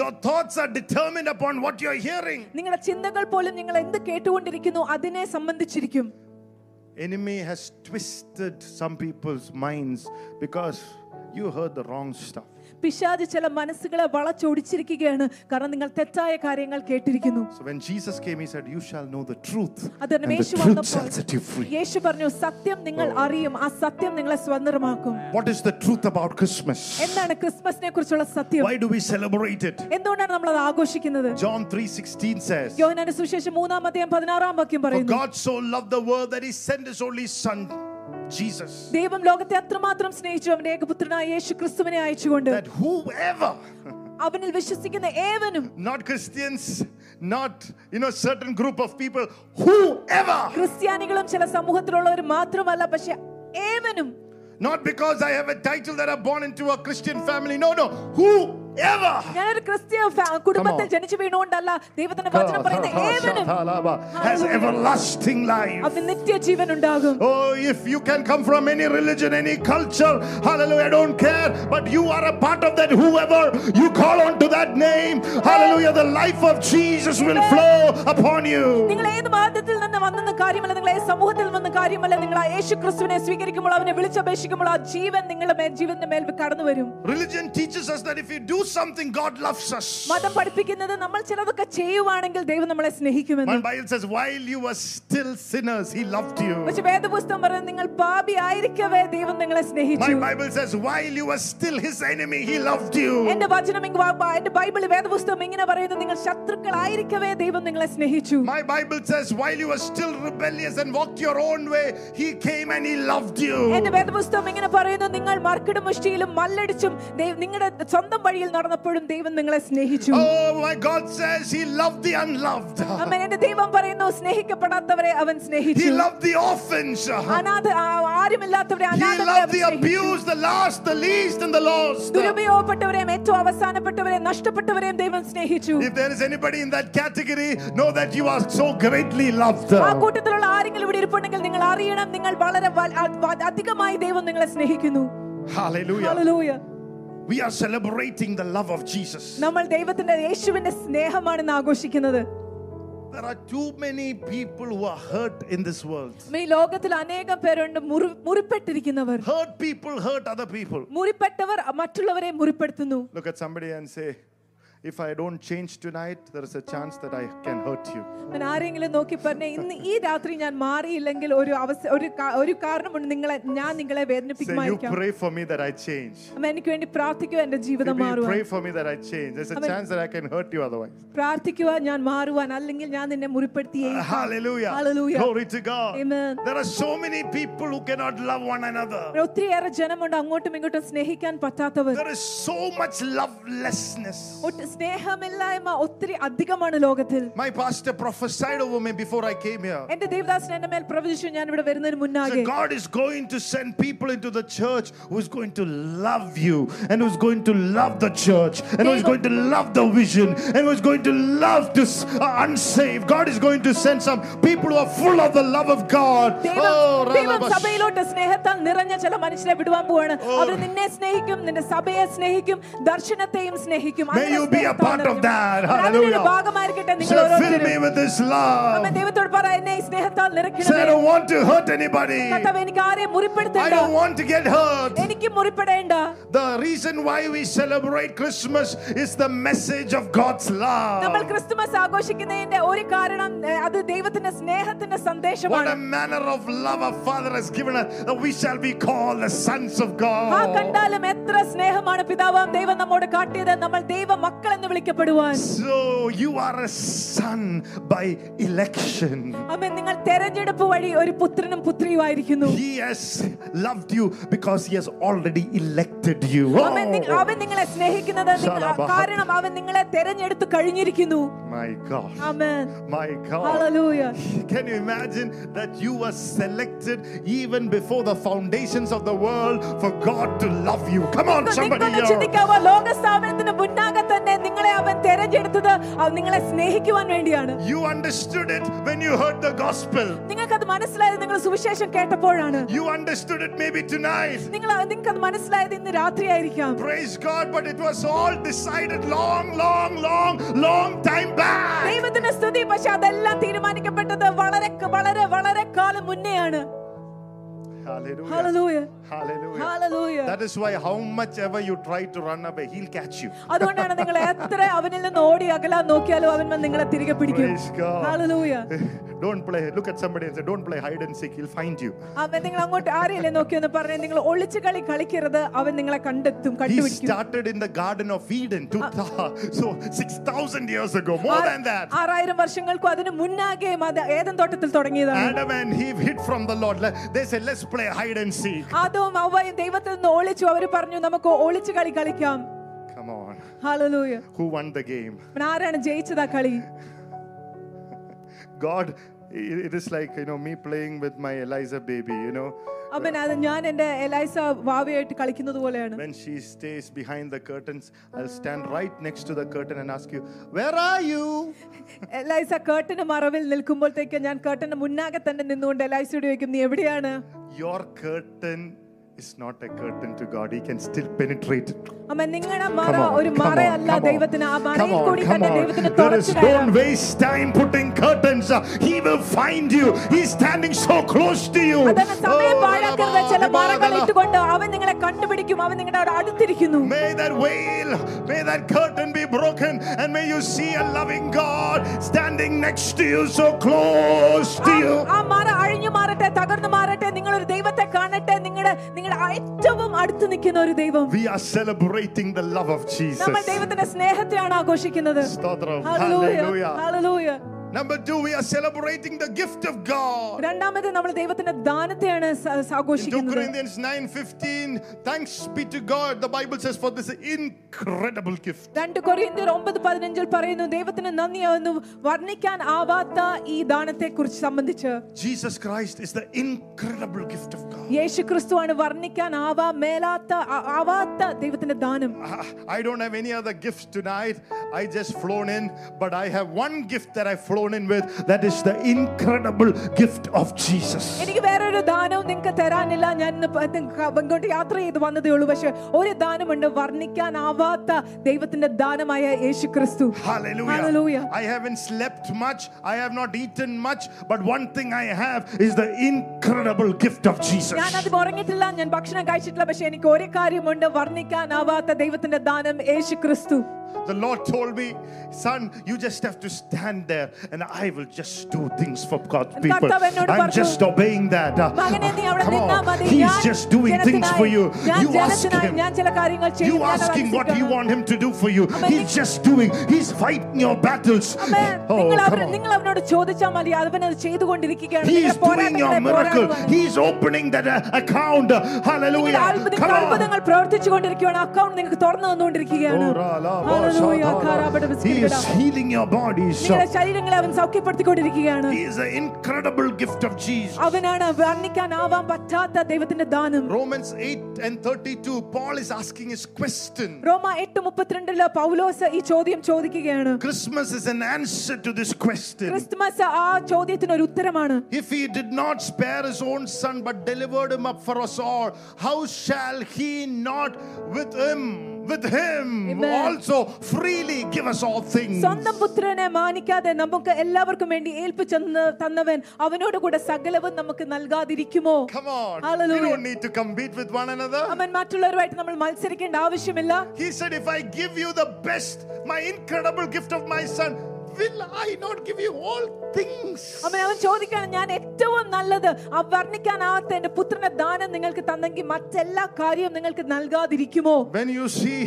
[SPEAKER 1] Your thoughts are determined upon what you're hearing.
[SPEAKER 2] നിങ്ങളുടെ ചിന്തകൾ പോലും നിങ്ങൾ എന്ത് കേട്ടുകൊണ്ടിരിക്കുന്നു അതിനെ സംബന്ധിച്ചിരിക്കും
[SPEAKER 1] Enemy has twisted some people's minds because you heard the wrong stuff.
[SPEAKER 2] പിശാജ് ചില മനസ്സുകളെ വളച്ചൊടിച്ചിരിക്കുകയാണ് കാരണം നിങ്ങൾ തെറ്റായ കാര്യങ്ങൾ കേട്ടിരിക്കുന്നു
[SPEAKER 1] So when Jesus came, he said, You shall know the truth.
[SPEAKER 2] അതുകൊണ്ട്
[SPEAKER 1] And the
[SPEAKER 2] യേശു
[SPEAKER 1] truth
[SPEAKER 2] വന്നപ്പോൾ
[SPEAKER 1] shall set you free. Oh.
[SPEAKER 2] യേശു പറഞ്ഞു സത്യം നിങ്ങൾ അറിയും ആ സത്യം നിങ്ങളെ സ്വതന്ത്രമാക്കും
[SPEAKER 1] What is the truth about Christmas?
[SPEAKER 2] എന്താണ് ക്രിസ്മസിനെ കുറിച്ചുള്ള സത്യം
[SPEAKER 1] Why do we celebrate it?
[SPEAKER 2] എന്തുകൊണ്ടാണ് നമ്മൾ അത് ആഘോഷിക്കുന്നത്
[SPEAKER 1] John 3:16 says,
[SPEAKER 2] യോഹനാന്റെ സുവിശേഷം മൂന്നാം അധ്യായം പതിനാറാം വാക്യം
[SPEAKER 1] For
[SPEAKER 2] പറയുന്നു
[SPEAKER 1] God so loved the world that he sent his only son, Jesus,
[SPEAKER 2] ദൈവം ലോകത്തെ അത്രമാത്രം സ്നേഹിച്ചു അവന്റെ ഏകപുത്രനായ യേശു ക്രിസ്തുവിനെ അയച്ചുകൊണ്ട്
[SPEAKER 1] that whoever,
[SPEAKER 2] അവനിൽ വിശ്വസിക്കുന്ന ഏവനും
[SPEAKER 1] not Christians, not you know certain group of people, whoever,
[SPEAKER 2] ക്രിസ്ത്യാനികളും ചില സമൂഹത്തിലുള്ളവർ മാത്രമല്ല പക്ഷെ ഏവനും
[SPEAKER 1] not because I have a title that I'm born into a Christian family, no, no, whoever
[SPEAKER 2] ഞാനൊരു ക്രിസ്ത്യ ഫാ- കുടുംബത്തിൽ
[SPEAKER 1] Come on.
[SPEAKER 2] ജനിച്ചു വീണുകൊണ്ടല്ല ദൈവത്തിന്റെ വചനം പറയുന്ന ഏവനും
[SPEAKER 1] has everlasting life.
[SPEAKER 2] അവന് നിത്യജീവൻ ഉണ്ടാകും
[SPEAKER 1] Oh, if you can come from any religion, any culture, hallelujah, I don't care. But you are a part of that. Whoever you call on to that name, hallelujah, the life of Jesus will flow upon you.
[SPEAKER 2] നിങ്ങൾ ഏത് മതത്തിൽ നിന്ന് വന്നെന്ന് കാര്യമല്ല നിങ്ങൾ ഏത് സമൂഹത്തിൽ നിന്ന് കാര്യമല്ല നിങ്ങൾ ആ യേശു ക്രിസ്തുവിനെ സ്വീകരിക്കുമ്പോൾ അവനെ വിളിച്ചപേക്ഷിക്കുമ്പോൾ ആ ജീവൻ നിങ്ങളുടെ മേൽ ജീവന്റെ മേൽ കടന്നു വരും
[SPEAKER 1] Religion teaches us that if you do something, God loves us.
[SPEAKER 2] മതം പഠിപ്പിക്കുന്നത് നമ്മൾ ചിലതൊക്കെ ചെയ്യുവാണെങ്കിൽ ദൈവം നമ്മളെ സ്നേഹിക്കുമെന്ന്
[SPEAKER 1] One Bible says, while you were still sinners, He loved you.
[SPEAKER 2] പക്ഷെ വേദപുസ്തകം പറയുന്നത് നിങ്ങൾ പാപി ആയിരിക്കവേ ദൈവം നിങ്ങളെ
[SPEAKER 1] My
[SPEAKER 2] സ്നേഹിച്ചു
[SPEAKER 1] Bible says, while you were still His enemy, He loved you.
[SPEAKER 2] എന്റെ വചനം ഇങ്ങ് വാ- വാ- എന്റെ ബൈബിൾ വേദപുസ്തകം ഇങ്ങനെ പറയുന്നു നിങ്ങൾ ശത്രുക്കളായിരിക്കവേ ദൈവം നിങ്ങളെ സ്നേഹിച്ചു
[SPEAKER 1] My Bible says, while you were still rebellious and walked your own way, He came and He loved you.
[SPEAKER 2] എന്റെ വേദപുസ്തകം ഇങ്ങനെ പറയുന്നു നിങ്ങൾ മർക്കിടും മുഷ്ടിയിലും മല്ലടിച്ചും ദൈവം- നിങ്ങളുടെ സ്വന്തം വഴിയിൽ നടന്നപ്പോഴും ദൈവം നിങ്ങളെ സ്നേഹിച്ചു
[SPEAKER 1] Oh, my God says He loved the unloved.
[SPEAKER 2] അമ്മ എന്റെ ദൈവം പറയുന്നു സ്നേഹിക്കപ്പെടാത്തവരെ അവൻ
[SPEAKER 1] He
[SPEAKER 2] സ്നേഹിച്ചു
[SPEAKER 1] loved the orphans. He
[SPEAKER 2] അനാഥ ആ- ആരുമില്ലാത്തവരെ അനാഥരെ അവൻ
[SPEAKER 1] loved the
[SPEAKER 2] സ്നേഹിച്ചു.
[SPEAKER 1] abused, the last, the least, and the lost.
[SPEAKER 2] ദുരുപയോഗപ്പെട്ടവരെയും ഏറ്റവും അവസാനപ്പെട്ടവരെയും നഷ്ടപ്പെട്ടവരെയും ദൈവം സ്നേഹിച്ചു
[SPEAKER 1] If there is anybody in that category, know that you are so greatly loved.
[SPEAKER 2] ആ കൂട്ടത്തിലുള്ള ആരെങ്കിലും ഇവിടെ ഇരിപ്പുണ്ടെങ്കിൽ നിങ്ങൾ അറിയണം നിങ്ങൾ വളരെ വൽ- അ- വ- അധികമായി ദൈവം നിങ്ങളെ സ്നേഹിക്കുന്നു
[SPEAKER 1] Hallelujah.
[SPEAKER 2] Hallelujah.
[SPEAKER 1] We are celebrating the love of Jesus.
[SPEAKER 2] നമ്മൾ ദൈവത്തിന്റെ യേശുവിന്റെ സ്നേഹമാണ് ഇന്ന് ആഘോഷിക്കുന്നത്
[SPEAKER 1] There are too many people who are hurt in this world.
[SPEAKER 2] ഈ ലോകത്തിൽ അനേകം പേരുണ്ട് മുറി- മുറിപ്പെട്ടിരിക്കുന്നവർ
[SPEAKER 1] Hurt people hurt other people.
[SPEAKER 2] മുറിപ്പെട്ടവർ മറ്റുള്ളവരെ മുറിപ്പെടുത്തുന്നു
[SPEAKER 1] Look at somebody and say, if I don't change tonight, there is a chance that I can hurt you.
[SPEAKER 2] ഞാൻ ആരെങ്കിലും നോക്കി പറഞ്ഞ ഇന്ന് ഈ രാത്രി ഞാൻ മാറിയില്ലെങ്കിൽ ഒരു അവസ ഒരു കാ- ഒരു കാരണമുണ്ട് നിങ്ങളെ ഞാൻ നിങ്ങളെ
[SPEAKER 1] Say, you
[SPEAKER 2] വേദനിപ്പിക്കുമായിരിക്കാം
[SPEAKER 1] pray for me that I change.
[SPEAKER 2] അമ്മ എനിക്ക് വേണ്ടി പ്രാർത്ഥിക്കുക എന്റെ ജീവിതം
[SPEAKER 1] Maybe you
[SPEAKER 2] മാറുവാൻ
[SPEAKER 1] pray for me that I change. There's a
[SPEAKER 2] Amen.
[SPEAKER 1] chance that I can hurt you otherwise.
[SPEAKER 2] പ്രാർത്ഥിക്കുക ഞാൻ മാറുവാൻ അല്ലെങ്കിൽ ഞാൻ നിന്നെ മുറിപ്പെടുത്തിയേ
[SPEAKER 1] Ah. Hallelujah.
[SPEAKER 2] Hallelujah.
[SPEAKER 1] Glory to God.
[SPEAKER 2] Amen.
[SPEAKER 1] There are so many people who cannot love one another.
[SPEAKER 2] ഒത്തിരിയേറെ ജനമുണ്ട് അങ്ങോട്ടും ഇങ്ങോട്ടും സ്നേഹിക്കാൻ പറ്റാത്തവർ
[SPEAKER 1] There is so much lovelessness.
[SPEAKER 2] ഒട്ട് സ്നേഹമില്ലായ്മ ഒത്തിരി അധികമാണ് ലോകത്തിൽ
[SPEAKER 1] My pastor prophesied over me before I came here.
[SPEAKER 2] എന്റെ ദേവദാസൻ എന്റെ മേൽ പ്രവചിച്ചു ഞാൻ ഇവിടെ വരുന്നതിന് മുന്നാകെ
[SPEAKER 1] So God is going to send people into the church who is going to love you and who is going to love the church and who is going to love the vision and who is going to love the s- uh, unsaved. God is going to send some people who are full of the love of God.
[SPEAKER 2] ദൈവം-
[SPEAKER 1] Oh,
[SPEAKER 2] ദൈവം
[SPEAKER 1] Ralabash.
[SPEAKER 2] സഭയിലോട്ട് സ്നേഹത്താൽ നിറഞ്ഞ ചില മനുഷ്യരെ വിടുവാൻ പോവാണ്
[SPEAKER 1] Oh.
[SPEAKER 2] അവർ നിന്നെ സ്നേഹിക്കും നിന്റെ സഭയെ സ്നേഹിക്കും ദർശനത്തെയും സ്നേഹിക്കും
[SPEAKER 1] May
[SPEAKER 2] അങ്ങനെ
[SPEAKER 1] you be a
[SPEAKER 2] സ്നേഹത്താൽ
[SPEAKER 1] part of
[SPEAKER 2] നിറഞ്ഞു.
[SPEAKER 1] that.
[SPEAKER 2] അങ്ങനെ അതിനൊരു
[SPEAKER 1] Hallelujah.
[SPEAKER 2] ഭാഗമായിരിക്കട്ടെ നിങ്ങൾ
[SPEAKER 1] Say, fill me
[SPEAKER 2] ഓരോരുത്തരും
[SPEAKER 1] with this
[SPEAKER 2] അമ്മ
[SPEAKER 1] love.
[SPEAKER 2] ദൈവത്തോട് പറ എന്നെ ഈ സ്നേഹത്താൽ
[SPEAKER 1] Say, I
[SPEAKER 2] നിറയ്ക്കണമേ
[SPEAKER 1] don't want to hurt anybody.
[SPEAKER 2] കർത്താവ് എനിക്ക് ആരെയും
[SPEAKER 1] oh, I
[SPEAKER 2] മുറിപ്പെടുത്തണ്ട
[SPEAKER 1] don't want to get hurt.
[SPEAKER 2] എനിക്ക് മുറിപ്പെടേണ്ട
[SPEAKER 1] The reason why we celebrate Christmas is the message of God's
[SPEAKER 2] നമ്മൾ
[SPEAKER 1] love.
[SPEAKER 2] ക്രിസ്തുമസ് ആഘോഷിക്കുന്നതിന്റെ ഒരു കാരണം ഏ, അത് ദൈവത്തിന്റെ സ്നേഹത്തിന്റെ
[SPEAKER 1] What
[SPEAKER 2] സന്ദേശമാണ്
[SPEAKER 1] a manner of love our Father has given us that we shall be called the sons of
[SPEAKER 2] ആ
[SPEAKER 1] God.
[SPEAKER 2] കണ്ടാലും എത്ര സ്നേഹമാണ് പിതാവാം ദൈവം നമ്മോട് കാട്ടിയത് നമ്മൾ ദൈവ മക്കൾ എന്ന് വിളിക്കപ്പെടുവാൻ
[SPEAKER 1] So you are a son by election.
[SPEAKER 2] അമ്മ നിങ്ങൾ തെരഞ്ഞെടുപ്പ് വഴി ഒരു പുത്രനും പുത്രിയുമായിരിക്കുന്നു
[SPEAKER 1] He has loved you because he has already elected you.
[SPEAKER 2] അവൻ നിങ്ങ-
[SPEAKER 1] Oh,
[SPEAKER 2] അവൻ നിങ്ങളെ സ്നേഹിക്കുന്നത് നിങ്ങൾ-
[SPEAKER 1] ശാലാബഹ.
[SPEAKER 2] കാരണം അവൻ നിങ്ങളെ തെരഞ്ഞെടുത്ത് കഴിഞ്ഞിരിക്കുന്നു
[SPEAKER 1] my God.
[SPEAKER 2] Amen
[SPEAKER 1] My God.
[SPEAKER 2] Hallelujah
[SPEAKER 1] Can you imagine that you were selected even before the foundations of the world for God to love you? Come on, somebody
[SPEAKER 2] നിങ്ങളെ
[SPEAKER 1] here.
[SPEAKER 2] ചിന്തിക്കാവോ ലോക സ്ഥാപനത്തിന് മുന്നാകെ തന്നെ നിങ്ങളെ അവൻ തെരഞ്ഞെടുത്തത് അവൻ നിങ്ങളെ സ്നേഹിക്കുവാൻ വേണ്ടിയാണ്
[SPEAKER 1] You understood it when you heard the gospel.
[SPEAKER 2] നിങ്ങൾക്കത് മനസ്സിലായത് നിങ്ങൾ സുവിശേഷം കേട്ടപ്പോഴാണ്
[SPEAKER 1] You understood it maybe tonight.
[SPEAKER 2] നിങ്ങൾ നിങ്ങൾക്കത് മനസ്സിലായത് ഇന്ന് രാത്രിയായിരിക്കാം
[SPEAKER 1] Praise God, but it was all decided long, long, long, long time back.
[SPEAKER 2] ദൈവത്തിന്റെ സ്തുതി പക്ഷെ അതെല്ലാം തീരുമാനിക്കപ്പെട്ടത് വളരെ വളരെ വളരെ കാലം മുന്നെയാണ്
[SPEAKER 1] Hallelujah.
[SPEAKER 2] Hallelujah
[SPEAKER 1] Hallelujah.
[SPEAKER 2] ഹല്ലേലൂah
[SPEAKER 1] That is why, how much ever you try to run away, he'll catch you.
[SPEAKER 2] അതുകൊണ്ടാണ് നിങ്ങൾ എത്ര അവനിൽ നിന്ന് ഓടി അകലാൻ നോക്കിയാലും അവൻ വന്ന് നിങ്ങളെ തിരികെ പിടിക്കും
[SPEAKER 1] Praise God.
[SPEAKER 2] Hallelujah.
[SPEAKER 1] Don't play. Look at somebody and say, Don't play hide and seek. He'll find you.
[SPEAKER 2] അവൻ നിങ്ങൾ അങ്ങോട്ട് ആരെയല്ലേ നോക്കിയെന്ന് പറഞ്ഞ് നിങ്ങൾ ഒളിച്ചു കളി കളിക്കരുത് അവൻ നിങ്ങളെ കണ്ടെത്തും
[SPEAKER 1] He
[SPEAKER 2] കണ്ടുപിടിക്കും
[SPEAKER 1] started in the Garden of Eden, two thou- so 6,000 years ago, more
[SPEAKER 2] ആ-
[SPEAKER 1] than that.
[SPEAKER 2] ആറായിരം വർഷങ്ങൾക്കും അതിന് മുന്നാകെയും അത് ഏതൻ തോട്ടത്തിൽ തുടങ്ങിയതാണ്
[SPEAKER 1] Adam and Eve hid from the Lord. Le- They said, Let's play hide and seek.
[SPEAKER 2] അതും അവയും ദൈവത്തിൽ നിന്ന് ഒളിച്ചു അവർ പറഞ്ഞു നമുക്ക് ഒളിച്ചു കളി കളിക്കാം
[SPEAKER 1] Come on.
[SPEAKER 2] Hallelujah
[SPEAKER 1] Who won the game?
[SPEAKER 2] അവൻ ആരാണ് ജയിച്ചത് ആ കളി
[SPEAKER 1] God, i- it is like, you know, me playing with my Eliza baby, you know.
[SPEAKER 2] അവൻ അത് ഞാൻ എന്റെ എലൈസ വാവയായിട്ട് കളിക്കുന്നത് പോലെയാണ്
[SPEAKER 1] When she stays behind the curtains, I'll stand right next to the curtain and ask you, Where are you?
[SPEAKER 2] ELISA കേട്ടന് മറവിൽ നിൽക്കുമ്പോഴത്തേക്ക് ഞാൻ കേട്ടന്റെ മുന്നാകെ തന്നെ നിന്നുകൊണ്ട് എലൈസയോട് ചോദിക്കും നീ എവിടെയാണ്
[SPEAKER 1] Your curtain is not a curtain to God. He can still penetrate it.
[SPEAKER 2] അമ്മ നിങ്ങളുടെ മറ
[SPEAKER 1] Come on,
[SPEAKER 2] ഒരു
[SPEAKER 1] come on,
[SPEAKER 2] മറയല്ല
[SPEAKER 1] come on.
[SPEAKER 2] ദൈവത്തിന് ആ
[SPEAKER 1] Come
[SPEAKER 2] മറയിൽ
[SPEAKER 1] on,
[SPEAKER 2] കൂടി
[SPEAKER 1] come
[SPEAKER 2] തന്നെ
[SPEAKER 1] on.
[SPEAKER 2] ദൈവത്തിന്
[SPEAKER 1] There is
[SPEAKER 2] തുറച്ചു
[SPEAKER 1] don't
[SPEAKER 2] കയറാം
[SPEAKER 1] waste time putting curtains. up. He will find you. He's standing so close to you.
[SPEAKER 2] അതന്നെ സമയം
[SPEAKER 1] Oh,
[SPEAKER 2] പാഴാക്കരുത് ചില
[SPEAKER 1] Rabba,
[SPEAKER 2] മറകൾ
[SPEAKER 1] Rabba.
[SPEAKER 2] ഇട്ടുകൊണ്ട് അവൻ നിങ്ങളെ കണ്ടുപിടിക്കും അവൻ നിങ്ങളുടെ അവിടെ അടുത്തിരിക്കുന്നു
[SPEAKER 1] May that veil, may that curtain be broken, and may you see a loving God standing next to you, so close to
[SPEAKER 2] ആ-
[SPEAKER 1] you.
[SPEAKER 2] ആ മറ അഴിഞ്ഞു മാറട്ടെ തകർന്നു മാറട്ടെ നിങ്ങൾ ഒരു ദൈവത്തെ കാണട്ടെ നിങ്ങളുടെ നിങ്ങളുടെ ഏറ്റവും അടുത്ത് നിൽക്കുന്ന ഒരു ദൈവം
[SPEAKER 1] We are celebrating the love of Jesus.
[SPEAKER 2] നമ്മൾ ദൈവത്തിന്റെ സ്നേഹത്തെയാണ് ആഘോഷിക്കുന്നത്
[SPEAKER 1] Stotram.
[SPEAKER 2] Hallelujah
[SPEAKER 1] Hallelujah.
[SPEAKER 2] Hallelujah
[SPEAKER 1] Number two, we are celebrating the gift of God.
[SPEAKER 2] രണ്ടാമത് നമ്മൾ ദൈവത്തിന്റെ ദാനത്തെയാണ് സ- സ-
[SPEAKER 1] In 2
[SPEAKER 2] ആഘോഷിക്കുന്നത്
[SPEAKER 1] Corinthians 9:15, thanks be to God. The Bible says for this incredible gift.
[SPEAKER 2] രണ്ട് കൊറിയന്തിയർ ഒമ്പത് പതിനഞ്ചിൽ പറയുന്നു ദൈവത്തിന് നന്ദിയാവുന്നു വർണ്ണിക്കാൻ ആവാത്ത ഈ ദാനത്തെ കുറിച്ച് സംബന്ധിച്ച്
[SPEAKER 1] Jesus Christ is the incredible gift of God.
[SPEAKER 2] യേശു ക്രിസ്തുവാണ് വർണ്ണിക്കാൻ ആവാ മേലാത്ത ആ- ആവാത്ത ദൈവത്തിന്റെ ദാനം
[SPEAKER 1] I- I don't have any other gifts tonight. I just flown in, but I have one gift that I've flown in with. That is the incredible gift of Jesus.
[SPEAKER 2] എനിക്ക് വേറൊരു ദാനവും നിങ്ങൾക്ക് തരാനില്ല ഞാൻ ഇന്ന് പ- നിങ്ങ- ഇങ്ങോട്ട് യാത്ര ചെയ്ത് വന്നതേ ഉള്ളൂ പക്ഷെ ഒരു ദാനമുണ്ട് വർണ്ണിക്കാനാവാത്ത ദൈവത്തിന്റെ ദാനമായ യേശു ക്രിസ്തു
[SPEAKER 1] Hallelujah.
[SPEAKER 2] Hallelujah.
[SPEAKER 1] I haven't slept much. I have not eaten much. But one thing I have is the incredible gift of Jesus.
[SPEAKER 2] ഞാൻ അത് ഉറങ്ങിയിട്ടില്ല ഞാൻ ഭക്ഷണം കഴിച്ചിട്ടില്ല പക്ഷെ എനിക്ക് ഒരു കാര്യമുണ്ട് വർണ്ണിക്കാനാവാത്ത ദൈവത്തിന്റെ ദാനം യേശു ക്രിസ്തു
[SPEAKER 1] The Lord told me, son, you just have to stand there and I will just do things for God's people.
[SPEAKER 2] കർത്താവ് എന്നോട്
[SPEAKER 1] I'm
[SPEAKER 2] പറഞ്ഞു,
[SPEAKER 1] just obeying that. Uh,
[SPEAKER 2] മകനെ നീ അവിടെ
[SPEAKER 1] come
[SPEAKER 2] നിന്നാ
[SPEAKER 1] on.
[SPEAKER 2] മതി
[SPEAKER 1] He's
[SPEAKER 2] ഞാൻ
[SPEAKER 1] just doing things for
[SPEAKER 2] ജനത്തിനായി
[SPEAKER 1] you.
[SPEAKER 2] ഞാൻ
[SPEAKER 1] You ask
[SPEAKER 2] ജനത്തിനായി
[SPEAKER 1] him.
[SPEAKER 2] ഞാൻ ചില കാര്യങ്ങൾ ചെയ്യും
[SPEAKER 1] You
[SPEAKER 2] ഞാൻ
[SPEAKER 1] ask him what you
[SPEAKER 2] അനുസരിക്കണം.
[SPEAKER 1] want him to do for you.
[SPEAKER 2] അമ്മേ,
[SPEAKER 1] He's
[SPEAKER 2] നി-
[SPEAKER 1] just doing. He's fighting your battles.
[SPEAKER 2] അമ്മേ,
[SPEAKER 1] Oh,
[SPEAKER 2] നിങ്ങൾ
[SPEAKER 1] come
[SPEAKER 2] അവന്-
[SPEAKER 1] on.
[SPEAKER 2] നിങ്ങൾ അവനോട് ചോദിച്ചാൽ മതി അവൻ അത് ചെയ്തുകൊണ്ടിരിക്കുകയാണ്
[SPEAKER 1] He's
[SPEAKER 2] നിങ്ങളുടെ
[SPEAKER 1] doing your
[SPEAKER 2] പോരാട്ടങ്ങളെ
[SPEAKER 1] miracle.
[SPEAKER 2] പോരാടുവാൻ.
[SPEAKER 1] He's opening that uh, account.
[SPEAKER 2] നിങ്ങളുടെ
[SPEAKER 1] Hallelujah.
[SPEAKER 2] അത്ഭുത-
[SPEAKER 1] Come on.
[SPEAKER 2] അത്ഭുതങ്ങൾ പ്രവർത്തിച്ചുകൊണ്ടിരിക്കുകയാണ് അക്കൗണ്ട് നിങ്ങൾക്ക് തുറന്നു തന്നുകൊണ്ടിരിക്കുകയാണ്
[SPEAKER 1] Ora Oh, la
[SPEAKER 2] hallelujah,
[SPEAKER 1] basha
[SPEAKER 2] കാരാപട
[SPEAKER 1] dala. He
[SPEAKER 2] ബിസ്കിറ്റിടാ.
[SPEAKER 1] is healing your bodies.
[SPEAKER 2] നിങ്ങളുടെ ശരീരങ്ങളെ അവൻ സൗഖ്യപ്പെടുത്തിക്കൊണ്ടിരിക്കുകയാണ്
[SPEAKER 1] He is an incredible gift of Jesus.
[SPEAKER 2] അവനാണ് വർണ്ണിക്കാനാവാൻ പറ്റാത്ത ദൈവത്തിന്റെ ദാനം
[SPEAKER 1] Romans 8 and 32, Paul is asking his question.
[SPEAKER 2] റോമ എട്ട് മുപ്പത്തിരണ്ടില് പൗലോസ് ഈ ചോദ്യം ചോദിക്കുകയാണ്
[SPEAKER 1] Christmas is an answer to this question.
[SPEAKER 2] Christmas ആ ചോദ്യത്തിന് ഒരു ഉത്തരമാണ്
[SPEAKER 1] If he did not spare his own son but delivered him up for us all, how shall he not with him, with him
[SPEAKER 2] Amen.
[SPEAKER 1] also freely give us all things?
[SPEAKER 2] സ്വന്തം പുത്രനെ മാനിക്കാതെ നമുക്ക് എല്ലാവർക്കും വേണ്ടി ഏൽപ്പിച്ചെന്ന് തന്നവൻ അവനോട് കൂടെ സകലവും നമുക്ക് നൽകാതിരിക്കുമോ
[SPEAKER 1] Come on.
[SPEAKER 2] Hallelujah.
[SPEAKER 1] You don't need to compete with one another.
[SPEAKER 2] അവൻ മറ്റുള്ളവരുമായിട്ട് നമ്മൾ മത്സരിക്കേണ്ട ആവശ്യമില്ല
[SPEAKER 1] He said, If I give you the best, my incredible gift of my son, will I not give you all things?
[SPEAKER 2] അവൻ അവൻ ചോദിക്കണം ഞാൻ ഏറ്റവും നല്ലത് ആ വർണ്ണിക്കാനാവാത്ത എന്റെ പുത്രന്റെ ദാനം നിങ്ങൾക്ക് തന്നെങ്കിൽ മറ്റെല്ലാ കാര്യവും നിങ്ങൾക്ക് നൽകാതിരിക്കുമോ
[SPEAKER 1] When you see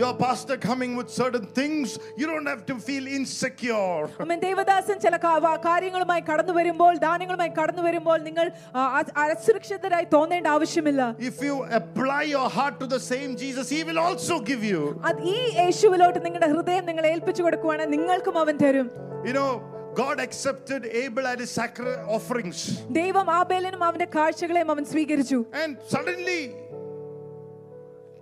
[SPEAKER 1] your pastor coming with certain things, you don't have to feel insecure.
[SPEAKER 2] അമ്മ ദേവദാസൻ ചില കാ- വാ- കാര്യങ്ങളുമായി കടന്നു വരുമ്പോൾ ദാനങ്ങളുമായി കടന്നു വരുമ്പോൾ നിങ്ങൾ ആ, അ- അസുരക്ഷിതരായി തോന്നേണ്ട ആവശ്യമില്ല
[SPEAKER 1] If you apply your heart to the same Jesus, He will also give you.
[SPEAKER 2] അത് ഈ യേശുവിലോട്ട് നിങ്ങളുടെ ഹൃദയം നിങ്ങൾ ഏൽപ്പിച്ചു കൊടുക്കുവാണെങ്കിൽ നിങ്ങൾക്കും അവൻ തരും
[SPEAKER 1] You know, God accepted Abel and his sacri- offerings,
[SPEAKER 2] ദൈവം ആബേലിനും അവന്റെ കാഴ്ചകളെയും അവൻ സ്വീകരിച്ചു
[SPEAKER 1] and suddenly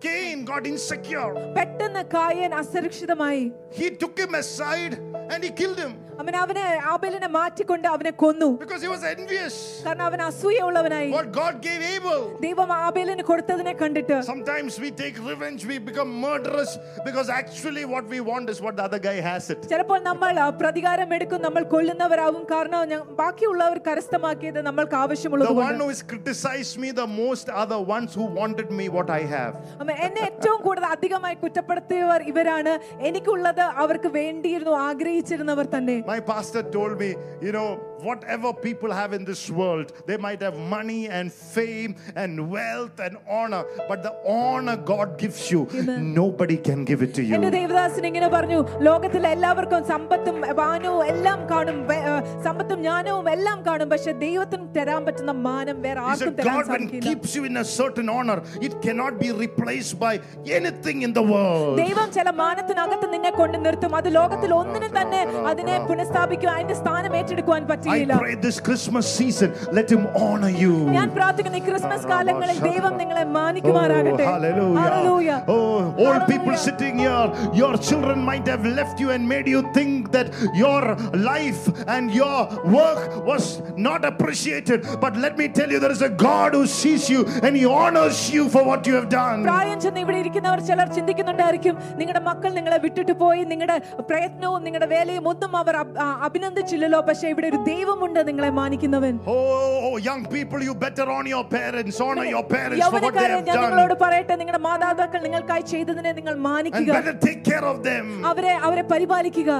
[SPEAKER 1] Cain got insecure.
[SPEAKER 2] പെട്ടെന്ന് കായൻ അസുരക്ഷിതമായി
[SPEAKER 1] He took him aside and he killed him
[SPEAKER 2] അവൻ അവനെ ആബേലിനെ മാറ്റിക്കൊണ്ട് അവനെ കൊന്നു
[SPEAKER 1] because he was envious.
[SPEAKER 2] കാരണം അവൻ അസൂയുള്ളവനായി
[SPEAKER 1] What God gave Abel.
[SPEAKER 2] ദൈവം ആബേലിന് കൊടുത്തതിനെ കണ്ടിട്ട്
[SPEAKER 1] Sometimes we take revenge, we become murderous because actually what we want is what the other guy has it.
[SPEAKER 2] ചിലപ്പോൾ നമ്മൾ ആ, പ്രതികാരം എടുക്കും നമ്മൾ കൊല്ലുന്നവരാകും കാരണം ഞ- ബാക്കിയുള്ളവർ കരസ്ഥമാക്കിയത് നമ്മൾക്ക്
[SPEAKER 1] The one
[SPEAKER 2] ആവശ്യമുള്ളതുകൊണ്ട്
[SPEAKER 1] who has criticized me the most are the ones who wanted me what I have.
[SPEAKER 2] അമ്മ എന്നെ ഏറ്റവും കൂടുതൽ അധികമായി കുറ്റപ്പെടുത്തിയവർ ഇവരാണ് എനിക്കുള്ളത് അവർക്ക് വേണ്ടിയിരുന്നു ആഗ്രഹിച്ചിരുന്നവർ തന്നെ
[SPEAKER 1] My pastor told me, you know, whatever people have in this world, they might have money and fame and wealth and honor, but the honor God gives you, nobody can give it to
[SPEAKER 2] എന്റെ
[SPEAKER 1] you.
[SPEAKER 2] Devadasan ഇങ്ങനെ പറഞ്ഞു ലോകത്തിലെ എല്ലാവർക്കും സമ്പത്തും മാനവും എല്ലാം കാണും വെ- ആ, സമ്പത്തും ജ്ഞാനവും എല്ലാം കാണും പക്ഷെ ദൈവത്തിന് തരാൻ പറ്റുന്ന മാനം വേറെ
[SPEAKER 1] He
[SPEAKER 2] ആർക്കും
[SPEAKER 1] said,
[SPEAKER 2] തരാൻ
[SPEAKER 1] God, when
[SPEAKER 2] സാധിക്കില്ല
[SPEAKER 1] keeps you in a certain honor, it cannot be replaced by anything in the world.
[SPEAKER 2] ദൈവം ചില മാനത്തിനകത്ത് നിന്നെ കൊണ്ട് നിർത്തും അത് ലോകത്തിൽ ഒന്നിനും തന്നെ അതിനെ പുനഃസ്ഥാപിക്കുക അതിന്റെ സ്ഥാനം ഏറ്റെടുക്കുവാൻ
[SPEAKER 1] I
[SPEAKER 2] പറ്റുകയില്ല
[SPEAKER 1] pray this Christmas season, let Him honor
[SPEAKER 2] ഞാൻ
[SPEAKER 1] you.
[SPEAKER 2] പ്രാർത്ഥിക്കുന്ന ഈ ക്രിസ്മസ് കാലങ്ങളിൽ ദൈവം നിങ്ങളെ
[SPEAKER 1] Oh,
[SPEAKER 2] മാനിക്കുമാറാകട്ടെ
[SPEAKER 1] hallelujah.
[SPEAKER 2] Hallelujah.
[SPEAKER 1] Oh, old people
[SPEAKER 2] Hallelujah.
[SPEAKER 1] sitting here, your children might have left you and made you think that your life and your work was not appreciated. But let me tell you, there is a God who sees you and He honors you for what you have done.
[SPEAKER 2] പ്രായം ചെന്ന് ഇവിടെ ഇരിക്കുന്നവർ ചിലർ ചിന്തിക്കുന്നുണ്ടായിരിക്കും നിങ്ങളുടെ മക്കൾ നിങ്ങളെ വിട്ടിട്ട് പോയി നിങ്ങളുടെ പ്രയത്നവും നിങ്ങളുടെ വേലയും ഒന്നും അവർ അഭ- ആ, അഭിനന്ദിച്ചില്ലല്ലോ പക്ഷെ ഇവിടെ ഒരു ദൈവമുണ്ട് നിങ്ങളെ മാനിക്കുന്നവൻ
[SPEAKER 1] Oh, young people, you better honor your parents, honor your parents for what they
[SPEAKER 2] യൗവനക്കാരെ
[SPEAKER 1] have
[SPEAKER 2] ഞാൻ നിങ്ങളോട്
[SPEAKER 1] done,
[SPEAKER 2] പറയട്ടെ നിങ്ങളുടെ മാതാപിതാക്കൾ നിങ്ങൾക്കായി ചെയ്തതിനെ നിങ്ങൾ
[SPEAKER 1] and
[SPEAKER 2] മാനിക്കുക
[SPEAKER 1] better take care of them.
[SPEAKER 2] അവരെ അവരെ പരിപാലിക്കുക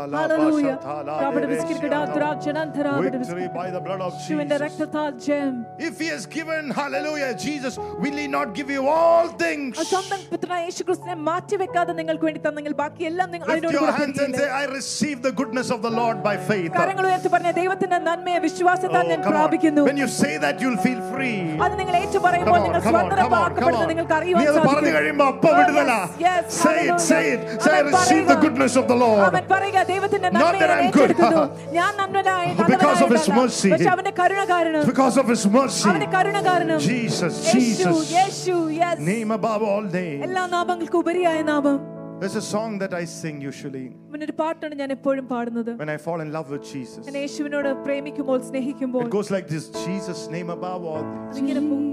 [SPEAKER 2] Hallelujah. രാവിലെ വിസ്കിരിക്കടാ, ദുരാജനന്ധരാ, രാവിലെ
[SPEAKER 1] Victory by the blood of
[SPEAKER 2] യേശുവിന്റെ
[SPEAKER 1] Jesus.
[SPEAKER 2] രക്തത്താൽ ജയം
[SPEAKER 1] If he has given, hallelujah, Jesus, will he not give you all things?
[SPEAKER 2] ആ സ്വന്തം പുത്രനായ യേശുക്രിസ്തുവിനെ മാറ്റിവെക്കാതെ നിങ്ങൾക്ക് വേണ്ടി തന്നെങ്കിൽ ബാക്കി എല്ലാം നിങ്ങൾ
[SPEAKER 1] Lift
[SPEAKER 2] അതിനോട്
[SPEAKER 1] your
[SPEAKER 2] കൂടെ
[SPEAKER 1] hands and say,
[SPEAKER 2] കൊടുക്കില്ലേ?
[SPEAKER 1] I receive the goodness of the Lord by faith.
[SPEAKER 2] കരങ്ങൾ ഉയർത്തി പറഞ്ഞ ദൈവത്തിന്റെ നന്മയെ വിശ്വാസത്താൽ
[SPEAKER 1] Oh,
[SPEAKER 2] ഞാൻ
[SPEAKER 1] come on.
[SPEAKER 2] പ്രാപിക്കുന്നു
[SPEAKER 1] When you say that, you'll feel free.
[SPEAKER 2] അത് നിങ്ങൾ ഏറ്റു
[SPEAKER 1] Come
[SPEAKER 2] പറയുമ്പോൾ
[SPEAKER 1] on,
[SPEAKER 2] നിങ്ങൾ
[SPEAKER 1] come on, come on, come
[SPEAKER 2] സ്വതന്ത്രമാക്കപ്പെടുന്നത്
[SPEAKER 1] on.
[SPEAKER 2] നിങ്ങൾക്ക്
[SPEAKER 1] നീ
[SPEAKER 2] അറിയുവാൻ
[SPEAKER 1] അത് പറഞ്ഞു
[SPEAKER 2] സാധിക്കും.
[SPEAKER 1] കഴിയുമ്പോൾ അപ്പം
[SPEAKER 2] Oh,
[SPEAKER 1] വിടുതലാ.
[SPEAKER 2] yes, yes,
[SPEAKER 1] Say it, say it.
[SPEAKER 2] hallelujah.
[SPEAKER 1] Say, I
[SPEAKER 2] അവൻ
[SPEAKER 1] receive the
[SPEAKER 2] പറയുക,
[SPEAKER 1] goodness of the Lord.
[SPEAKER 2] അവൻ പറയുക ദൈവത്തിന്റെ
[SPEAKER 1] Not
[SPEAKER 2] നന്മയെ
[SPEAKER 1] that
[SPEAKER 2] ഞാൻ
[SPEAKER 1] I'm good.
[SPEAKER 2] ഏറ്റെടുക്കുന്നു ഞാൻ നന്മനായി
[SPEAKER 1] Because of his mercy.
[SPEAKER 2] നല്ലവനായിട്ടല്ല, പക്ഷേ അവന്റെ കരുണ കാരണം
[SPEAKER 1] Because of his mercy.
[SPEAKER 2] അവന്റെ കരുണ കാരണം
[SPEAKER 1] Jesus,
[SPEAKER 2] യേശു
[SPEAKER 1] Jesus.
[SPEAKER 2] യേശു yes.
[SPEAKER 1] Name above all names.
[SPEAKER 2] എല്ലാ നാമങ്ങൾക്കും ഉപരിയായ നാമം
[SPEAKER 1] There's a song that I sing usually
[SPEAKER 2] പിന്നെ ഒരു പാട്ടാണ് ഞാൻ എപ്പോഴും പാടുന്നത്
[SPEAKER 1] when I fall in love with Jesus.
[SPEAKER 2] ഞാൻ യേശുവിനോട് പ്രേമിക്കുമ്പോൾ സ്നേഹിക്കുമ്പോൾ
[SPEAKER 1] It goes like this Jesus, name above all names.
[SPEAKER 2] അതിങ്ങനെ പോകും.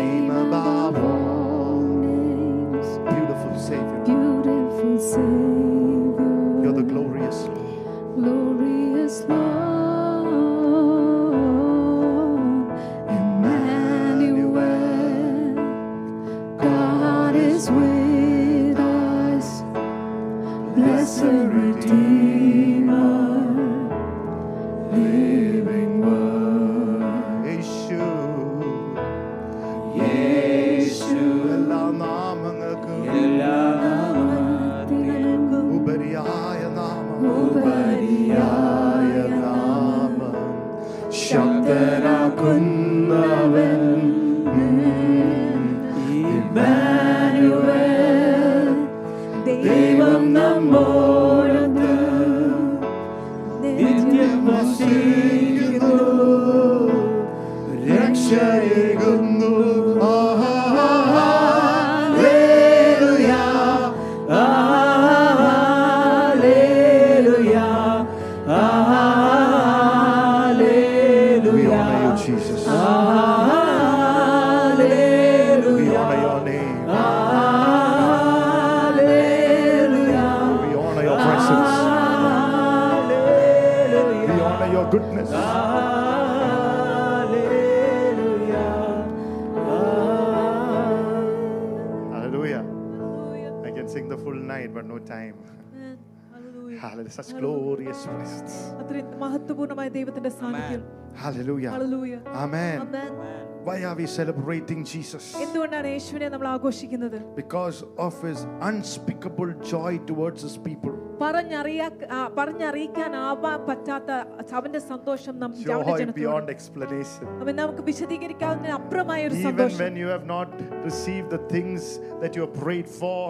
[SPEAKER 1] Name above all names. Beautiful Savior.
[SPEAKER 4] Beautiful Savior,
[SPEAKER 1] You're the glorious Lord.
[SPEAKER 4] glorious Lord, Emmanuel, God is with us. Blessed Redeemer, living Word,
[SPEAKER 1] യേശു യേശു എല്ലാ നാമങ്ങൾക്കും ഉപരിയായ നാമം ഉപരിയായ നാമം ശബ്ദനാക്കുന്നവൻ
[SPEAKER 2] ദൈവം നമ്മോടൊത്ത് നിത്യം
[SPEAKER 1] രക്ഷയേകുന്നു We honor you, Jesus. We honor your name. We honor your presence. We honor your goodness. Hallelujah. I can sing the full night, but no time. Hallelujah. Such glorious presence.
[SPEAKER 2] അത്രയും മഹത്വപൂർണമായ ദൈവത്തിന്റെ സാന്നിധ്യം
[SPEAKER 1] Hallelujah.
[SPEAKER 2] Hallelujah.
[SPEAKER 1] Amen.
[SPEAKER 2] Amen.
[SPEAKER 1] Why are we celebrating Jesus?
[SPEAKER 2] എന്തുകൊണ്ടാണ് യേശുവിനെ നമ്മൾ ആഘോഷിക്കുന്നത്
[SPEAKER 1] Because of his unspeakable joy towards his people.
[SPEAKER 2] പറഞ്ഞറിയാ ആ, പറഞ്ഞറിയിക്കാൻ ആവാൻ പറ്റാത്ത അവന്റെ സന്തോഷം നം- അവന്റെ
[SPEAKER 1] Joy
[SPEAKER 2] ജനത്തോട്
[SPEAKER 1] beyond explanation.
[SPEAKER 2] അവൻ നമുക്ക് വിശദീകരിക്കാവുന്ന അപ്പുറമായ ഒരു
[SPEAKER 1] Even
[SPEAKER 2] സന്തോഷം
[SPEAKER 1] when you have not received the things that you have prayed for,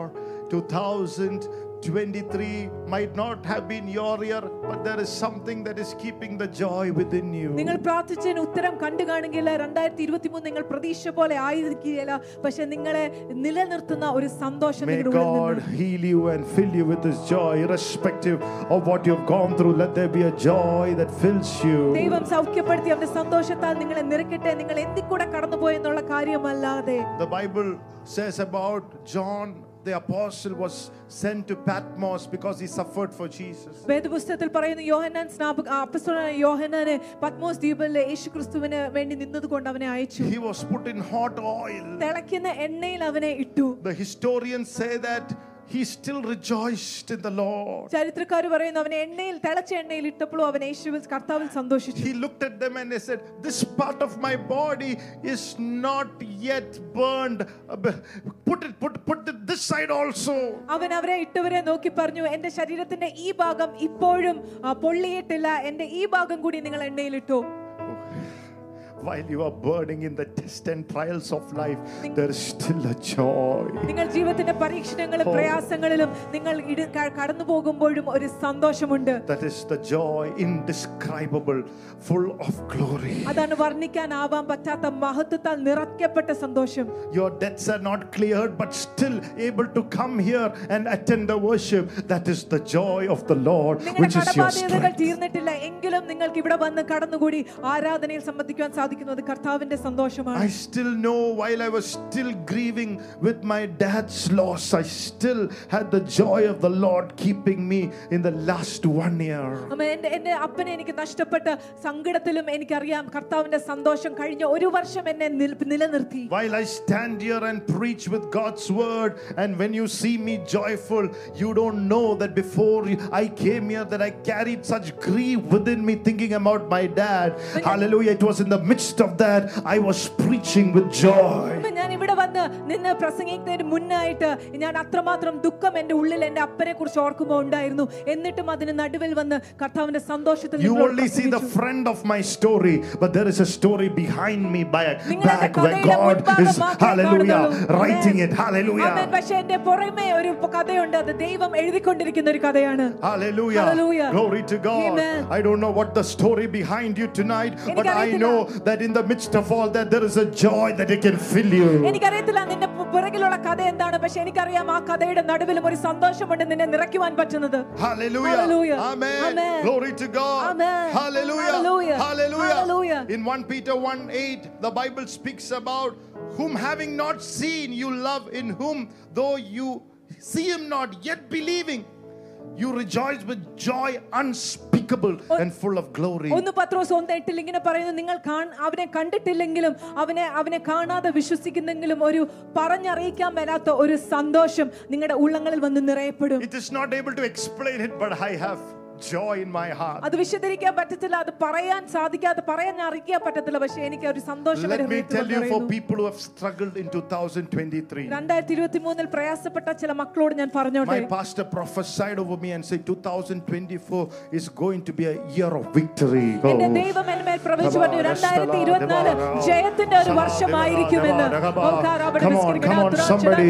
[SPEAKER 1] 2023 might not have been your year, but there is something that is keeping the joy within you.
[SPEAKER 2] നിങ്ങൾ പ്രാർത്ഥിച്ചതിന് ഉത്തരം കണ്ടു കാണിക്കില്ല രണ്ടായിരത്തി ഇരുപത്തി മൂന്ന് നിങ്ങൾ പ്രതീക്ഷ പോലെ ആയിരിക്കുകയില്ല പക്ഷെ നിങ്ങളെ നിലനിർത്തുന്ന ഒരു സന്തോഷം
[SPEAKER 1] May
[SPEAKER 2] നിങ്ങളുടെ ഉള്ളിൽ
[SPEAKER 1] God
[SPEAKER 2] നിന്ന്
[SPEAKER 1] heal you and fill you with His joy, irrespective of what you've gone through. Let there be a joy that fills you.
[SPEAKER 2] ദൈവം സൗഖ്യപ്പെടുത്തി അവന്റെ സന്തോഷത്താൽ നിങ്ങളെ നിറക്കട്ടെ നിങ്ങൾ എന്തിൽ കൂടെ കടന്നുപോയെന്നുള്ള കാര്യമല്ലാതെ
[SPEAKER 1] The Bible says about John the apostle was sent to Patmos because he suffered for Jesus.
[SPEAKER 2] വേദപുസ്തകത്തിൽ പറയുന്നു യോഹന്നാൻ സ്നാപക അപ്പസ്തലനായ യോഹന്നാന് പത്മോസ് ദ്വീപിലെ യേശുക്രിസ്തുവിന് വേണ്ടി നിന്നതുകൊണ്ട് അവനെ അയച്ചു
[SPEAKER 1] He was put in hot oil.
[SPEAKER 2] തിളയ്ക്കുന്ന എണ്ണയിൽ അവനെ ഇട്ടു
[SPEAKER 1] The historians say that he still rejoiced in the Lord.
[SPEAKER 2] ചരിത്രക്കാർ പറയുന്നു അവനെ എണ്ണയിൽ തിളച്ച എണ്ണയിൽ ഇട്ടപ്പോഴും അവൻ യേശുവിൽ കർത്താവിൽ സന്തോഷിച്ചു
[SPEAKER 1] He looked at them and he said, This part of my body is not yet burned. Uh, b- Put it, put, put it this side also.
[SPEAKER 2] അവൻ അവരെ ഇട്ടവരെ നോക്കി പറഞ്ഞു എന്റെ ശരീരത്തിന്റെ ഈ ഭാഗം ഇപ്പോഴും ആ, പൊള്ളിയിട്ടില്ല എന്റെ ഈ ഭാഗം കൂടി നിങ്ങൾ എണ്ണയിലിട്ടു
[SPEAKER 1] While you are burning in the test and trials of life, there is still a joy.
[SPEAKER 2] നിങ്ങൾ ജീവിതത്തിന്റെ പരീക്ഷണങ്ങളും
[SPEAKER 1] Oh.
[SPEAKER 2] പ്രയാസങ്ങളിലും നിങ്ങൾ ഇട കടന്നു പോകുമ്പോഴും ഒരു സന്തോഷമുണ്ട്
[SPEAKER 1] That is the joy indescribable, full of glory.
[SPEAKER 2] അതാണ് വർണ്ണിക്കാനാവാൻ പറ്റാത്ത മഹത്വത്താൽ നിറയ്ക്കപ്പെട്ട സന്തോഷം
[SPEAKER 1] Your debts are not cleared, but still able to come here and attend the worship. That is the joy of the Lord,
[SPEAKER 2] നിങ്ങളുടെ
[SPEAKER 1] which is your
[SPEAKER 2] കടബാധ്യതകൾ
[SPEAKER 1] strength.
[SPEAKER 2] തീർന്നിട്ടില്ല എങ്കിലും നിങ്ങൾക്ക് ഇവിടെ വന്ന് കടന്നുകൂടി ആരാധനയിൽ സംബന്ധിക്കുവാൻ സാധിക്കുന്നത് കർത്താവിന്റെ സന്തോഷമാണ്
[SPEAKER 1] I still know while I was still grieving with my dad's loss, I still had the joy of the Lord keeping me in the last one year.
[SPEAKER 2] അമ്മ, എന്റെ എന്റെ അപ്പനെ എനിക്ക് നഷ്ടപ്പെട്ട സങ്കടത്തിലും എനിക്കറിയാം കർത്താവിന്റെ സന്തോഷം കഴിഞ്ഞ ഒരു വർഷം എന്നെ നിൽ- നിലനിർത്തി
[SPEAKER 1] While I stand here and preach with God's word, and when you see me joyful, you don't know that before I came here that I carried such grief within me thinking about my dad. Hallelujah. It was in the midst of that I was preaching with joy.
[SPEAKER 2] അമ്മ, ഞാൻ ഇവിടെ വന്ന് നിന്ന് പ്രസംഗിക്കുന്നതിന് മുന്നായിട്ട് ഞാൻ അത്രമാത്രം ദുഃഖം എന്റെ ഉള്ളിൽ എന്റെ അപ്പനെ കുറിച്ച് ഓർക്കുമ്പോൾ ഉണ്ടായിരുന്നു എന്നിട്ടും അതിന് നടുവിൽ വന്ന് കർത്താവിന്റെ സന്തോഷത്തിൽ
[SPEAKER 1] You
[SPEAKER 2] നിങ്ങളോട്
[SPEAKER 1] only see the
[SPEAKER 2] പ്രസംഗിച്ചു.
[SPEAKER 1] friend of my story, but there is a story behind me by
[SPEAKER 2] നിങ്ങളെന്റെ
[SPEAKER 1] back where
[SPEAKER 2] കഥയുടെ
[SPEAKER 1] God
[SPEAKER 2] മുൻഭാഗം
[SPEAKER 1] is
[SPEAKER 2] മാത്രമേ
[SPEAKER 1] hallelujah
[SPEAKER 2] കാണുന്നുള്ളൂ.
[SPEAKER 1] writing it.
[SPEAKER 2] ആമേൻ.
[SPEAKER 1] Hallelujah.
[SPEAKER 2] പക്ഷേ എന്റെ പുറമേ ഒരു കഥയുണ്ട് അത് ദൈവം എഴുതിക്കൊണ്ടിരിക്കുന്ന ഒരു കഥയാണ്
[SPEAKER 1] Hallelujah.
[SPEAKER 2] Hallelujah.
[SPEAKER 1] Glory to God.
[SPEAKER 2] Amen.
[SPEAKER 1] I don't know what the story behind you tonight, but I
[SPEAKER 2] എനിക്കറിയത്തില്ല.
[SPEAKER 1] know that in the midst of all that, there is a joy that it can fill you.
[SPEAKER 2] എനിക്കറിയത്തില്ല നിന്റെ പു- പുറകിലുള്ള കഥ എന്താണ് പക്ഷെ എനിക്കറിയാം ആ കഥയുടെ നടുവിലും ഒരു സന്തോഷമുണ്ട് നിന്നെ നിറയ്ക്കുവാൻ പറ്റുന്നത്
[SPEAKER 1] Hallelujah.
[SPEAKER 2] Hallelujah.
[SPEAKER 1] Amen.
[SPEAKER 2] Amen.
[SPEAKER 1] Glory to God.
[SPEAKER 2] Amen.
[SPEAKER 1] Hallelujah.
[SPEAKER 2] Hallelujah.
[SPEAKER 1] Hallelujah.
[SPEAKER 2] Hallelujah.
[SPEAKER 1] In 1 Peter 1 8, the Bible speaks about whom having not seen you love, in whom though you see him not, yet believing, you rejoice with joy unspeakable and full of glory.
[SPEAKER 2] ഒന്ന് പത്രോസ് ഒന്ന് എട്ടിൽ ഇങ്ങനെ പറയുന്നു നിങ്ങൾ കാൺ- അവനെ കണ്ടിട്ടില്ലെങ്കിലും അവനെ അവനെ കാണാതെ വിശ്വസിക്കുന്നെങ്കിലും ഒരു പറഞ്ഞറിയിക്കാൻ വരാത്ത ഒരു സന്തോഷം നിങ്ങളുടെ ഉള്ളങ്ങളിൽ വന്ന് നിറയപ്പെടും
[SPEAKER 1] It is not able to explain it, but I have joy in my heart.
[SPEAKER 2] അത് വിശദീകരിക്കാൻ പറ്റത്തില്ല അത് പറയാൻ സാധിക്കാതെ പറയാൻ അറിയിക്കാൻ പറ്റത്തില്ല പക്ഷെ എനിക്ക് ഒരു സന്തോഷം എൻ്റെ
[SPEAKER 1] Let me
[SPEAKER 2] ഹൃദയത്തിൽ
[SPEAKER 1] tell you for
[SPEAKER 2] നിറയുന്നു.
[SPEAKER 1] people who have struggled in 2023.
[SPEAKER 2] രണ്ടായിരത്തി ഇരുപത്തി മൂന്നിൽ പ്രയാസപ്പെട്ട ചില മക്കളോട് ഞാൻ പറഞ്ഞോട്ടെ
[SPEAKER 1] My pastor prophesied over me and said 2024 is going to be a year of victory. Oh.
[SPEAKER 2] എന്റെ ദൈവം എന്മേൽ പ്രവചിച്ചു പറഞ്ഞു
[SPEAKER 1] Come on,
[SPEAKER 2] രണ്ടായിരത്തി ഇരുപത്തിനാല്
[SPEAKER 1] come on,
[SPEAKER 2] ജയത്തിന്റെ ഒരു
[SPEAKER 1] come on,
[SPEAKER 2] വർഷമായിരിക്കുമെന്ന്
[SPEAKER 1] come on, come on. Come on, come on, somebody.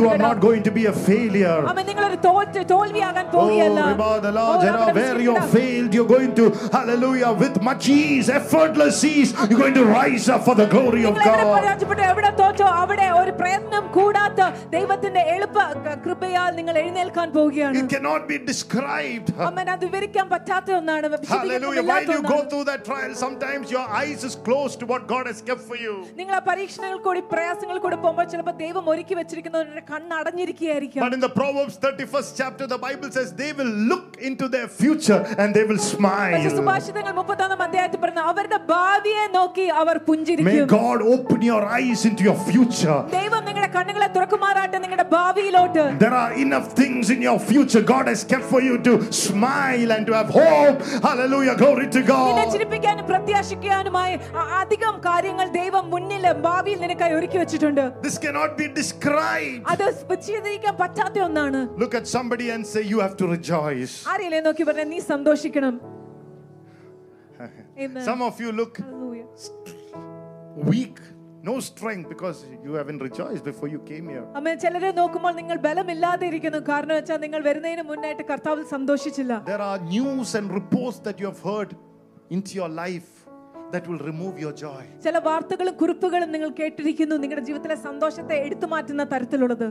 [SPEAKER 1] You are not going to be a failure.
[SPEAKER 2] അമ്മ നിങ്ങളൊരു തോറ്റ് തോൽവിയാകാൻ പോകുകയല്ല
[SPEAKER 1] Oh, Ribada La
[SPEAKER 2] ഓ,
[SPEAKER 1] Jera,
[SPEAKER 2] രാവിലെ
[SPEAKER 1] where you
[SPEAKER 2] വിശ്വസിക്കണ്ട.
[SPEAKER 1] failed, you're going to, hallelujah, with much ease, effortless ease, you're going to rise up for the glory of
[SPEAKER 2] നിങ്ങൾ എവിടെ
[SPEAKER 1] God.
[SPEAKER 2] പരാജയപ്പെട്ടു എവിടെ തോറ്റോ അവിടെ ഒരു പ്രയത്നം കൂടാത്ത ദൈവത്തിന്റെ എളുപ്പ ക- കൃപയാൽ നിങ്ങൾ എഴുന്നേൽക്കാൻ പോവുകയാണ്
[SPEAKER 1] It cannot be described.
[SPEAKER 2] അമ്മൻ അത് വിവരിക്കാൻ പറ്റാത്ത ഒന്നാണ്
[SPEAKER 1] Hallelujah. While
[SPEAKER 2] വിശദീകരിക്കാനില്ലാത്ത
[SPEAKER 1] you go
[SPEAKER 2] ഒന്നാണ്.
[SPEAKER 1] through that trial, sometimes your eyes is closed to what God has kept for you.
[SPEAKER 2] നിങ്ങൾ ആ പരീക്ഷണങ്ങൾ കൂടി പ്രയാസങ്ങൾ കൂടി പോകുമ്പോൾ ചിലപ്പോൾ ദൈവം ഒരുക്കി വെച്ചിരിക്കുന്നവരുടെ കണ്ണ് അടഞ്ഞിരിക്കുകയായിരിക്കാം
[SPEAKER 1] But in the Proverbs 31st chapter, the Bible says they will look into their their future and they will
[SPEAKER 2] പക്ഷെ
[SPEAKER 1] smile.
[SPEAKER 2] സുഭാഷിതങ്ങൾ മുപ്പത്തൊന്നാം അധ്യായത്തിൽ പറഞ്ഞ അവരുടെ ഭാവിയെ നോക്കി അവർ
[SPEAKER 1] May
[SPEAKER 2] പുഞ്ചിരിക്കും
[SPEAKER 1] God open your eyes into your future.
[SPEAKER 2] ദൈവം നിങ്ങളുടെ കണ്ണുകളെ തുറക്കുമാറാട്ടെ നിങ്ങളുടെ ഭാവിയിലോട്ട്
[SPEAKER 1] There are enough things in your future God has kept for you to smile and to have hope. Hallelujah. Glory to
[SPEAKER 2] നിന്നെ
[SPEAKER 1] God.
[SPEAKER 2] ചിരിപ്പിക്കാനും പ്രത്യാശിക്കാനുമായി അ- അധികം കാര്യങ്ങൾ ദൈവം മുന്നിൽ ഭാവിയിൽ നിനക്കായി ഒരുക്കി വെച്ചിട്ടുണ്ട്
[SPEAKER 1] This cannot be described.
[SPEAKER 2] അത് വിച്ഛേദിക്കാൻ പറ്റാത്ത ഒന്നാണ്
[SPEAKER 1] Look at somebody and say, You have to rejoice.
[SPEAKER 2] ആരെയല്ലേ നോക്കി പറഞ്ഞ നീ സന്തോഷിക്കണം Amen.
[SPEAKER 1] Some of you look
[SPEAKER 2] Hallelujah.
[SPEAKER 1] weak, no strength because you haven't rejoiced before you came here.
[SPEAKER 2] അമ്മേ ചിലരെ നോക്കുമ്പോൾ നിങ്ങൾ ബലമില്ലാതെ ഇരിക്കുന്നു കാരണം വെച്ചാൽ നിങ്ങൾ വരുന്നതിന് മുന്നായിട്ട് കർത്താവിൽ സന്തോഷിച്ചില്ല
[SPEAKER 1] There are news and reports that you have heard into your life that will remove your joy.
[SPEAKER 2] ചില വാർത്തകളും കുറിപ്പുകളും നിങ്ങൾ കേട്ടിരിക്കുന്നു നിങ്ങളുടെ ജീവിതത്തിലെ സന്തോഷത്തെ എടുത്തു മാറ്റുന്ന തരത്തിലുള്ളത്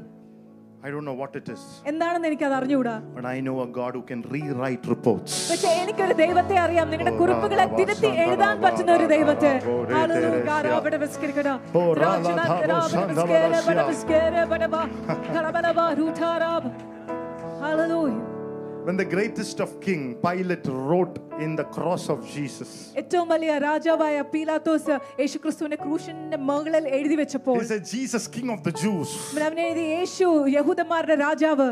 [SPEAKER 1] I don't know what it is,
[SPEAKER 2] എന്താണെന്ന് എനിക്ക് അത് അറിഞ്ഞുകൂടാ
[SPEAKER 1] but I know a God who can rewrite reports.
[SPEAKER 2] പക്ഷെ എനിക്കൊരു ദൈവത്തെ അറിയാം നിങ്ങളുടെ കുറിപ്പുകളെ തിരുത്തി എഴുതാൻ പറ്റുന്ന ഒരു ദൈവത്തെ ഹല്ലേലൂയ. അവിടെ വിസ്കരിക്കടാ. ദ്രാക്ഷനാക്കരാ, അവിടെ വിസ്കേര, അവിടെ വിസ്കേര, അവിടെ വാ. കലബലവാ, രൂഢാരാ. Hallelujah.
[SPEAKER 1] When the greatest of king, Pilate, wrote in the cross of Jesus,
[SPEAKER 2] ഏറ്റവും വലിയ രാജാവായ പീലാത്തോസ് യേശുക്രിസ്തുവിനെ ക്രൂശിന്റെ മുകളിൽ എഴുതി വെച്ചപ്പോൾ
[SPEAKER 1] he said, Jesus, King of the Jews.
[SPEAKER 2] അവൻ എഴുതി യേശു യഹൂദന്മാരുടെ രാജാവ്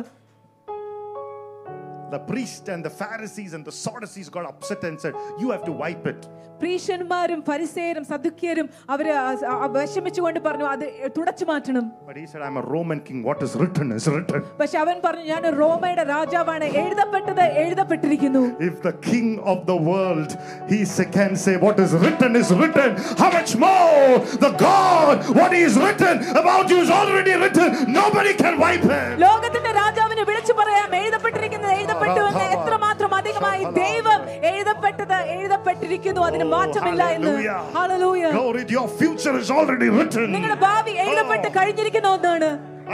[SPEAKER 1] The priest and the Pharisees and the Sadducees got upset and said, You have to wipe it.
[SPEAKER 2] പ്രീഷന്മാരും ഫരിസേരും സദുക്കിയരും അവര് ആ- ആ വിഷമിച്ചുകൊണ്ട് പറഞ്ഞു അത് തുടച്ചു മാറ്റണം
[SPEAKER 1] But he said, I'm a Roman king. What is written is written.
[SPEAKER 2] പക്ഷെ അവൻ പറഞ്ഞു ഞാൻ റോമയുടെ രാജാവാണ് എഴുതപ്പെട്ടത് എഴുതപ്പെട്ടിരിക്കുന്നു
[SPEAKER 1] If the king of the world, he sa- can say, What is written is written, how much more the God, what is written about you is already written. Nobody can wipe it.
[SPEAKER 2] ലോകത്തിന്റെ രാജാവിനെ വിളിച്ചു പറയാം എഴുതപ്പെട്ടിരിക്കുന്നത് എഴുതപ്പെട്ടു എന്ന് എത്രമാത്രം അധികമായി ദൈവം എഴുതപ്പെട്ടത് എഴുതപ്പെട്ടിരിക്കുന്നു അതിന് മാറ്റമില്ല എന്ന്
[SPEAKER 1] hallelujah.
[SPEAKER 2] Hallelujah
[SPEAKER 1] Glory, your future is already written.
[SPEAKER 2] നിങ്ങളുടെ ഭാവി എഴുതപ്പെട്ട് കഴിഞ്ഞിരിക്കുന്ന ഒന്നാണ്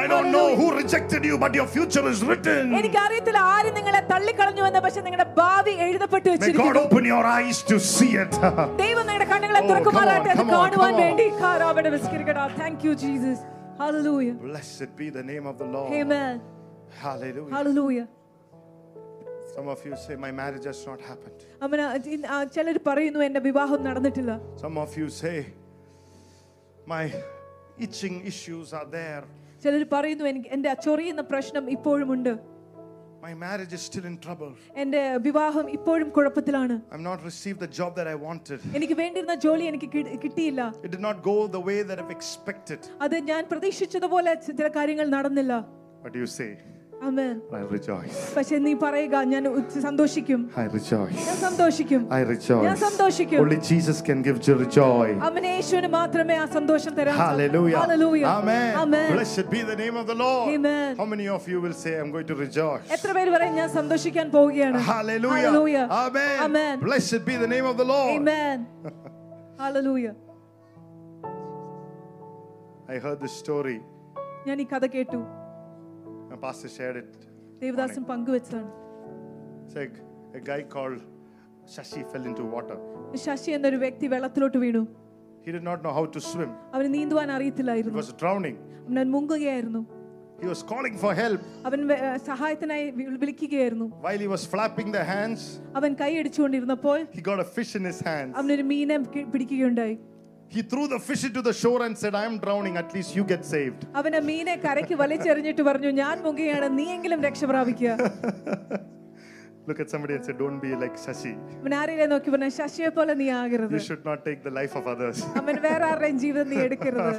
[SPEAKER 1] I don't know who rejected you, but your future is written.
[SPEAKER 2] എനിക്കറിയത്തില്ല ആര് നിങ്ങളെ തള്ളിക്കളഞ്ഞു എന്ന് പക്ഷെ നിങ്ങളുടെ ഭാവി എഴുതപ്പെട്ട്
[SPEAKER 1] May God
[SPEAKER 2] വെച്ചിരിക്കുന്നു
[SPEAKER 1] open your eyes to see it.
[SPEAKER 2] ദൈവം നിങ്ങളുടെ കണ്ണുകളെ
[SPEAKER 1] Oh,
[SPEAKER 2] തുറക്കുമാറാട്ടെ അത്
[SPEAKER 1] come on, come on,
[SPEAKER 2] കാണുവാൻ
[SPEAKER 1] come on.
[SPEAKER 2] വേണ്ടി കാരാവിടെ വിസ്കരിക്കടാ thank you Jesus hallelujah
[SPEAKER 1] Blessed be the name of the Lord.
[SPEAKER 2] Amen
[SPEAKER 1] Hallelujah.
[SPEAKER 2] Hallelujah
[SPEAKER 1] Some of you say, My marriage has not happened.
[SPEAKER 2] അമ്മന ചിലർ പറയുന്നു എന്റെ വിവാഹം നടന്നിട്ടില്ല
[SPEAKER 1] Some of you say, My itching issues are there.
[SPEAKER 2] ചിലർ പറയുന്നു എനിക്ക് എന്റെ ചൊറിയുന്ന പ്രശ്നം ഇപ്പോഴുമുണ്ട്
[SPEAKER 1] My marriage is still in trouble.
[SPEAKER 2] എന്റെ വിവാഹം ഇപ്പോഴും കുഴപ്പത്തിലാണ്
[SPEAKER 1] I've not received the job that I wanted.
[SPEAKER 2] എനിക്ക് വേണ്ടിയിരുന്ന ജോലി എനിക്ക് കിട്ടി- കിട്ടിയില്ല
[SPEAKER 1] It did not go the way that I've expected.
[SPEAKER 2] അത് ഞാൻ പ്രതീക്ഷിച്ചതുപോലെ ചി- ചില കാര്യങ്ങൾ നടന്നില്ല
[SPEAKER 1] What do you say?
[SPEAKER 2] Amen
[SPEAKER 1] I rejoice.
[SPEAKER 2] പക്ഷെ നീ പറയുക ഞാൻ ഉച്ച- സന്തോഷിക്കും
[SPEAKER 1] I rejoice.
[SPEAKER 2] ഞാൻ സന്തോഷിക്കും
[SPEAKER 1] I
[SPEAKER 2] ഞാൻ
[SPEAKER 1] rejoice.
[SPEAKER 2] സന്തോഷിക്കും.
[SPEAKER 1] Only Jesus can give you joy.
[SPEAKER 2] അവന് യേശുവിന് മാത്രമേ ആ സന്തോഷം തരാൻ സാ-
[SPEAKER 1] Hallelujah.
[SPEAKER 2] Hallelujah.
[SPEAKER 1] Amen.
[SPEAKER 2] Amen.
[SPEAKER 1] Blessed be the name of the Lord.
[SPEAKER 2] Amen.
[SPEAKER 1] How many of you will say, I'm going to rejoice?
[SPEAKER 2] എത്ര പേര് പറയും ഞാൻ സന്തോഷിക്കാൻ പോവുകയാണ്
[SPEAKER 1] Hallelujah.
[SPEAKER 2] Hallelujah.
[SPEAKER 1] Amen.
[SPEAKER 2] Amen.
[SPEAKER 1] Blessed be the name of the Lord.
[SPEAKER 2] Amen. Hallelujah.
[SPEAKER 1] I heard this story.
[SPEAKER 2] ഞാൻ ഈ കഥ കേട്ടു
[SPEAKER 1] My pastor shared it.
[SPEAKER 2] Devadasan പങ്കുവെച്ചതാണ്
[SPEAKER 1] It's like a guy called Shashi fell into water.
[SPEAKER 2] Sasi എന്നൊരു വ്യക്തി വെള്ളത്തിലോട്ട് വീണു
[SPEAKER 1] He did not know how to swim.
[SPEAKER 2] അവന് നീന്തുവാൻ
[SPEAKER 1] He
[SPEAKER 2] അറിയത്തില്ലായിരുന്നു
[SPEAKER 1] was drowning.
[SPEAKER 2] അവൻ മുങ്ങുകയായിരുന്നു
[SPEAKER 1] He was calling for help
[SPEAKER 2] അവൻ വെ- ഏഹ് സഹായത്തിനായി വി- വിളിക്കുകയായിരുന്നു
[SPEAKER 1] while he was flapping the hands.
[SPEAKER 2] അവൻ കൈയടിച്ചുകൊണ്ടിരുന്നപ്പോൾ
[SPEAKER 1] He got a fish in his hands.
[SPEAKER 2] അവനൊരു മീനെ കി- പിടിക്കുകയുണ്ടായി
[SPEAKER 1] He threw the fish into the shore and said, I'm drowning. At least you get saved.
[SPEAKER 2] അവൻ ആ മീനെ കരയ്ക്ക് വലിച്ചെറിഞ്ഞിട്ട് പറഞ്ഞു ഞാൻ മുങ്ങുകയാണ് നീയെങ്കിലും രക്ഷപ്രാപിക്കുക
[SPEAKER 1] Look at somebody and say, Don't be like Shashi.
[SPEAKER 2] അവൻ ആരെയും നോക്കി പറഞ്ഞു ശശിയെ പോലെ നീ ആകരുത്
[SPEAKER 1] You should not take the life of others.
[SPEAKER 2] അവൻ വേറെ ആരുടെയും ജീവിതം നീ എടുക്കരുത്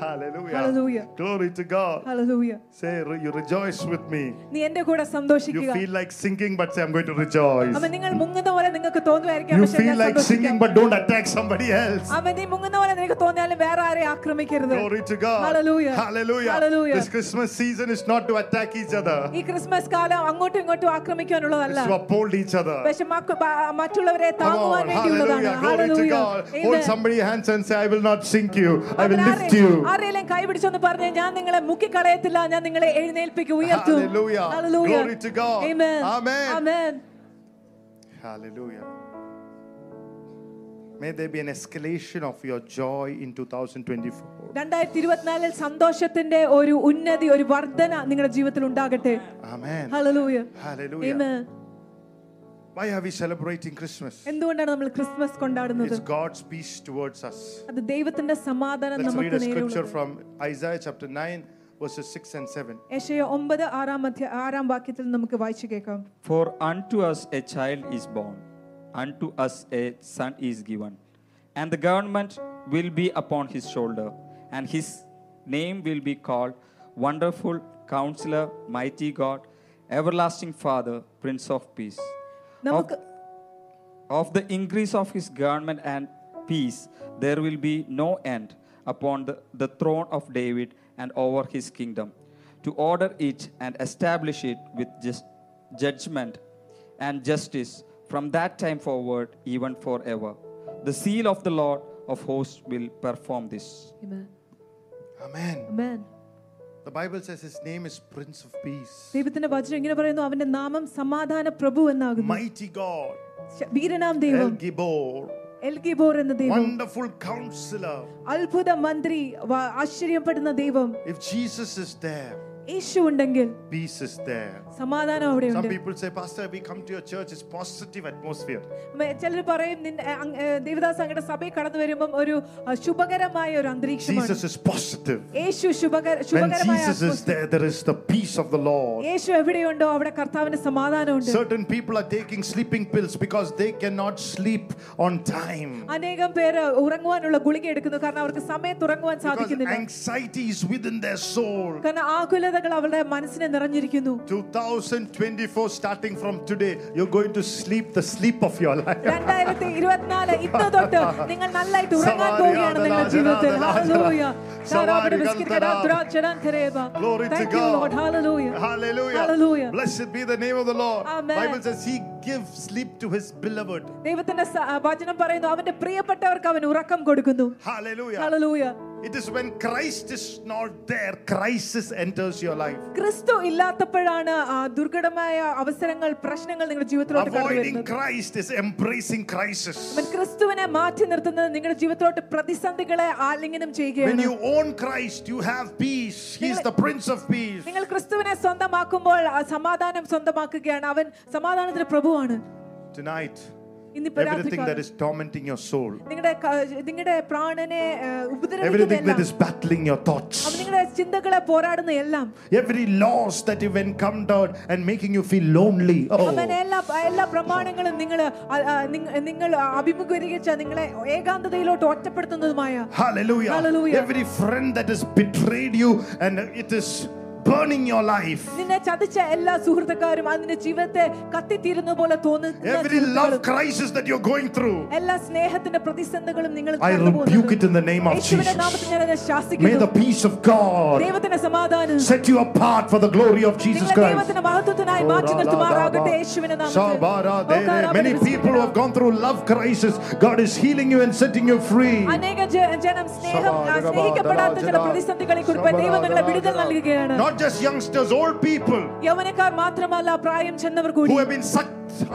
[SPEAKER 1] Hallelujah.
[SPEAKER 2] Hallelujah.
[SPEAKER 1] Glory to God.
[SPEAKER 2] Hallelujah
[SPEAKER 1] Say, "Re- You rejoice with me.
[SPEAKER 2] നീ എന്റെ കൂടെ
[SPEAKER 1] You
[SPEAKER 2] സന്തോഷിക്കുക
[SPEAKER 1] feel like singing, but say, I'm going to rejoice.
[SPEAKER 2] അവൻ നിങ്ങൾ മുങ്ങുന്ന പോലെ നിങ്ങൾക്ക് തോന്നുമായിരിക്കാം
[SPEAKER 1] You
[SPEAKER 2] പക്ഷേ ഞാൻ
[SPEAKER 1] feel like
[SPEAKER 2] സന്തോഷിക്കാം.
[SPEAKER 1] singing, but don't attack somebody else.
[SPEAKER 2] അവൻ നീ മുങ്ങുന്ന പോലെ നിനക്ക് തോന്നിയാലും വേറെ ആരെയും ആക്രമിക്കരുത്
[SPEAKER 1] Glory to God.
[SPEAKER 2] Hallelujah.
[SPEAKER 1] Hallelujah.
[SPEAKER 2] Hallelujah.
[SPEAKER 1] This Christmas season is not to attack each other,
[SPEAKER 2] ഈ ക്രിസ്മസ് കാലം അങ്ങോട്ടും ഇങ്ങോട്ടും ആക്രമിക്കാനുള്ളതല്ല
[SPEAKER 1] it's to uphold each other.
[SPEAKER 2] പക്ഷെ മക്ക- ബ- മറ്റുള്ളവരെ
[SPEAKER 1] Come
[SPEAKER 2] താങ്ങുവാൻ
[SPEAKER 1] on.
[SPEAKER 2] വേണ്ടിയുള്ളതാണ്
[SPEAKER 1] Hallelujah. Glory to
[SPEAKER 2] Hallelujah.
[SPEAKER 1] God.
[SPEAKER 2] Amen.
[SPEAKER 1] Hold someboody hands and say, I will not sink you. I will
[SPEAKER 2] അവൻ
[SPEAKER 1] lift
[SPEAKER 2] ആരെ-
[SPEAKER 1] you.
[SPEAKER 2] ആരെയെല്ലാം കൈ പിടിച്ചൊന്ന് പറഞ്ഞ് ഞാൻ നിങ്ങളെ മുക്കിക്കളയത്തില്ല ഞാൻ നിങ്ങളെ എഴുന്നേൽപ്പിക്കും ഉയർത്തും
[SPEAKER 1] Hallelujah.
[SPEAKER 2] Hallelujah.
[SPEAKER 1] Glory to God.
[SPEAKER 2] Amen.
[SPEAKER 1] Amen.
[SPEAKER 2] Amen.
[SPEAKER 1] Hallelujah. May there be an escalation of your joy in 2024.
[SPEAKER 2] രണ്ടായിരത്തി ഇരുപത്തിനാലിൽ സന്തോഷത്തിന്റെ ഒരു ഉന്നതി ഒരു വർധന നിങ്ങളുടെ ജീവിതത്തിൽ ഉണ്ടാകട്ടെ
[SPEAKER 1] Amen.
[SPEAKER 2] Hallelujah
[SPEAKER 1] Hallelujah.
[SPEAKER 2] Amen.
[SPEAKER 1] Why are we celebrating Christmas?
[SPEAKER 2] എന്തുകൊണ്ടാണ് നമ്മൾ ക്രിസ്മസ് കൊണ്ടാടുന്നത്
[SPEAKER 1] It's God's peace towards us.
[SPEAKER 2] അത് ദൈവത്തിന്റെ സമാധാനം
[SPEAKER 1] Let's read
[SPEAKER 2] നമുക്ക്
[SPEAKER 1] a scripture
[SPEAKER 2] നേരെയുള്ളത്
[SPEAKER 1] from Isaiah chapter 9, verses 6 and 7.
[SPEAKER 2] യശയ ഒമ്പത് ആറാം അധ്യ ആറാം വാക്യത്തിൽ നമുക്ക് വായിച്ചു കേൾക്കാം
[SPEAKER 3] For unto us a child is born, unto us a son is given, and the government will be upon his shoulder, and his name will be called Wonderful Counselor, Mighty God, Everlasting Father, Prince of Peace. Of,
[SPEAKER 2] നമുക്ക്
[SPEAKER 3] of the increase of his government and peace, there will be no end upon the, the throne of David and over his kingdom, to order it and establish it with just judgment and justice from that time forward, even forever. The seal of the Lord of hosts will perform this.
[SPEAKER 1] Oh.
[SPEAKER 2] Amen.
[SPEAKER 1] Amen.
[SPEAKER 2] Amen.
[SPEAKER 1] The Bible says his name is Prince of Peace,
[SPEAKER 2] ദൈവത്തിന്റെ വചനം ഇങ്ങനെ പറയുന്നു അവന്റെ നാമം സമാധാന പ്രഭു എന്നാകുന്നു
[SPEAKER 1] Mighty God,
[SPEAKER 2] ശ- വീരനാം
[SPEAKER 1] El
[SPEAKER 2] ദൈവം
[SPEAKER 1] Gibor,
[SPEAKER 2] എൽ ഗിബോർ എന്ന ദൈവം
[SPEAKER 1] Wonderful Counselor.
[SPEAKER 2] അത്ഭുത മന്ത്രി വ- ആശ്ചര്യപ്പെടുന്ന ദൈവം
[SPEAKER 1] If Jesus is there,
[SPEAKER 2] യേശു ഉണ്ടെങ്കിൽ
[SPEAKER 1] peace is there.
[SPEAKER 2] സമാധാനം അവിടെയുണ്ട്
[SPEAKER 1] Some people say, Pastor, we come to your church, it's positive atmosphere.
[SPEAKER 2] ചിലർ പറയും നിൻ- ഏ, അങ്- ഏ, ദേവദാസ് അങ്ങയുടെ സഭയിൽ കടന്നു വരുമ്പം ഒരു ആ, ശുഭകരമായ ഒരു അന്തരീക്ഷമാണ്
[SPEAKER 1] Jesus is positive.
[SPEAKER 2] Yeshu ശുഭകര
[SPEAKER 1] When
[SPEAKER 2] ശുഭകരമായ
[SPEAKER 1] Jesus is
[SPEAKER 2] Atma-
[SPEAKER 1] there, there is the peace of the Lord.
[SPEAKER 2] യേശു എവിടെയുണ്ടോ അവിടെ കർത്താവിന്റെ സമാധാനമുണ്ട്
[SPEAKER 1] Certain people are taking sleeping pills because they cannot sleep on time.
[SPEAKER 2] അനേകം പേര് ഉറങ്ങുവാനുള്ള ഗുളിക എടുക്കുന്നു കാരണം അവർക്ക് സമയത്ത് ഉറങ്ങുവാൻ
[SPEAKER 1] Because
[SPEAKER 2] സാധിക്കുന്നില്ല
[SPEAKER 1] anxiety is within their soul.
[SPEAKER 2] കാരണം ആകുലതകൾ അവരുടെ മനസ്സിനെ നിറഞ്ഞിരിക്കുന്നു
[SPEAKER 1] 2024, starting from today, you're going to sleep the sleep of your life.
[SPEAKER 2] രണ്ടായിരത്തി ഇരുപത്തിനാല് ഇന്ന് തൊട്ട് നിങ്ങൾ നന്നായിട്ട് ഉറങ്ങാൻ
[SPEAKER 1] സവാരി
[SPEAKER 2] പോവുകയാണ് നിങ്ങളുടെ
[SPEAKER 1] ആദരാ,
[SPEAKER 2] ജീവിതത്തിൽ
[SPEAKER 1] ആദരാ,
[SPEAKER 2] ഹല്ലേലൂയ
[SPEAKER 1] ആദരാ.
[SPEAKER 2] ശാരാപടി
[SPEAKER 1] സവാരി
[SPEAKER 2] വിസ്കിരിക്കടാ,
[SPEAKER 1] കർത്തരാ.
[SPEAKER 2] ദ്രാക്ഷടാ, തെരേബ.
[SPEAKER 1] Glory to
[SPEAKER 2] Thank you,
[SPEAKER 1] God.
[SPEAKER 2] Lord. Hallelujah.
[SPEAKER 1] Hallelujah.
[SPEAKER 2] Hallelujah.
[SPEAKER 1] Blessed be the name of the Lord.
[SPEAKER 2] Amen.
[SPEAKER 1] Bible says he gives sleep to his beloved.
[SPEAKER 2] ദൈവത്തിന്റെ സ- ആ, വചനം പറയുന്നു അവന്റെ പ്രിയപ്പെട്ടവർക്ക് അവൻ ഉറക്കം കൊടുക്കുന്നു
[SPEAKER 1] Hallelujah.
[SPEAKER 2] Hallelujah
[SPEAKER 1] It is when Christ is not there, crisis enters your life.
[SPEAKER 2] ക്രിസ്തു ഇല്ലാത്തപ്പോഴാണ് ആ ദുർഘടമായ അവസരങ്ങൾ പ്രശ്നങ്ങൾ നിങ്ങളുടെ ജീവിതത്തിലോട്ട് കടന്നു
[SPEAKER 1] Avoiding
[SPEAKER 2] വരുന്നത്
[SPEAKER 1] Christ is embracing crisis.
[SPEAKER 2] അവൻ ക്രിസ്തുവിനെ മാറ്റി നിർത്തുന്നത് നിങ്ങളുടെ ജീവിതത്തിലോട്ട് പ്രതിസന്ധികളെ ആലിംഗനം
[SPEAKER 1] When
[SPEAKER 2] ചെയ്യുകയാണ്
[SPEAKER 1] you own Christ, you have peace. He is the Prince of Peace.
[SPEAKER 2] നിങ്ങൾ ക്രിസ്തുവിനെ സ്വന്തമാക്കുമ്പോൾ ആ സമാധാനം സ്വന്തമാക്കുകയാണ് അവൻ സമാധാനത്തിന്റെ പ്രഭുവാണ്
[SPEAKER 1] Tonight,
[SPEAKER 2] ഇന്നിപ്പോ
[SPEAKER 1] everything that
[SPEAKER 2] രാത്രികാലം
[SPEAKER 1] is tormenting your soul,
[SPEAKER 2] നിങ്ങളുടെ ക- നിങ്ങളുടെ പ്രാണനെ ഏഹ്, ഉപദ്രവിക്കുന്ന
[SPEAKER 1] everything
[SPEAKER 2] എല്ലാം,
[SPEAKER 1] that is battling your
[SPEAKER 2] അവൻ
[SPEAKER 1] thoughts,
[SPEAKER 2] നിങ്ങളുടെ ചിന്തകളെ പോരാടുന്ന എല്ലാം
[SPEAKER 1] every loss that you've encountered and making you feel lonely.
[SPEAKER 2] അവൻ
[SPEAKER 1] Oh,
[SPEAKER 2] എല്ലാ എല്ലാ പ്രമാണങ്ങളും നിങ്ങൾ നിങ്ങൾ അഭിമുഖീകരിച്ച നിങ്ങളെ ഏകാന്തതയിലോട്ട് ഒറ്റപ്പെടുത്തുന്നതുമായ
[SPEAKER 1] hallelujah.
[SPEAKER 2] Hallelujah.
[SPEAKER 1] Every friend that has betrayed you and it is burning your life.
[SPEAKER 2] നിന്നെ ചതിച്ച എല്ലാ സുഹൃത്തുക്കാരും അതിന്റെ ജീവിതത്തെ കത്തിത്തീരുന്ന പോലെ തോന്നുന്ന
[SPEAKER 1] Every love
[SPEAKER 2] സുഹൃത്തുക്കളും,
[SPEAKER 1] crisis that you're going through,
[SPEAKER 2] എല്ലാ സ്നേഹത്തിന്റെ പ്രതിസന്ധികളും നിങ്ങൾ
[SPEAKER 1] I rebuke it in the name of Jesus.
[SPEAKER 2] നാമത്തിൽ ഞാൻ
[SPEAKER 1] May
[SPEAKER 2] അതിനെ
[SPEAKER 1] the
[SPEAKER 2] ശാസിക്കുന്നു
[SPEAKER 1] peace of God
[SPEAKER 2] ദൈവത്തിന്റെ സമാധാനം
[SPEAKER 1] set you apart for the glory of Jesus
[SPEAKER 2] നിങ്ങളെ
[SPEAKER 1] Christ. Oh,
[SPEAKER 2] ദൈവത്തിന്റെ മഹത്വത്തിനായി മാറ്റി നിർത്തുമാറാകട്ടെ യേശുവിന്റെ നാമത്തിൽ Oh,
[SPEAKER 1] Sabarade. ah, Many people who have gone through love crisis, God is healing you and setting you free.
[SPEAKER 2] അനേക ജ- ജനം സ്നേഹം ആ, സ്നേഹിക്കപ്പെടാത്ത ചില പ്രതിസന്ധികളെ കുറിച്ച് ദൈവം നിങ്ങളെ വിടുതൽ നൽകുകയാണ്
[SPEAKER 1] Not just youngsters, old people
[SPEAKER 2] യൗവനക്കാർ മാത്രമല്ല പ്രായം ചെന്നവർ കൂടി
[SPEAKER 1] who have been sucked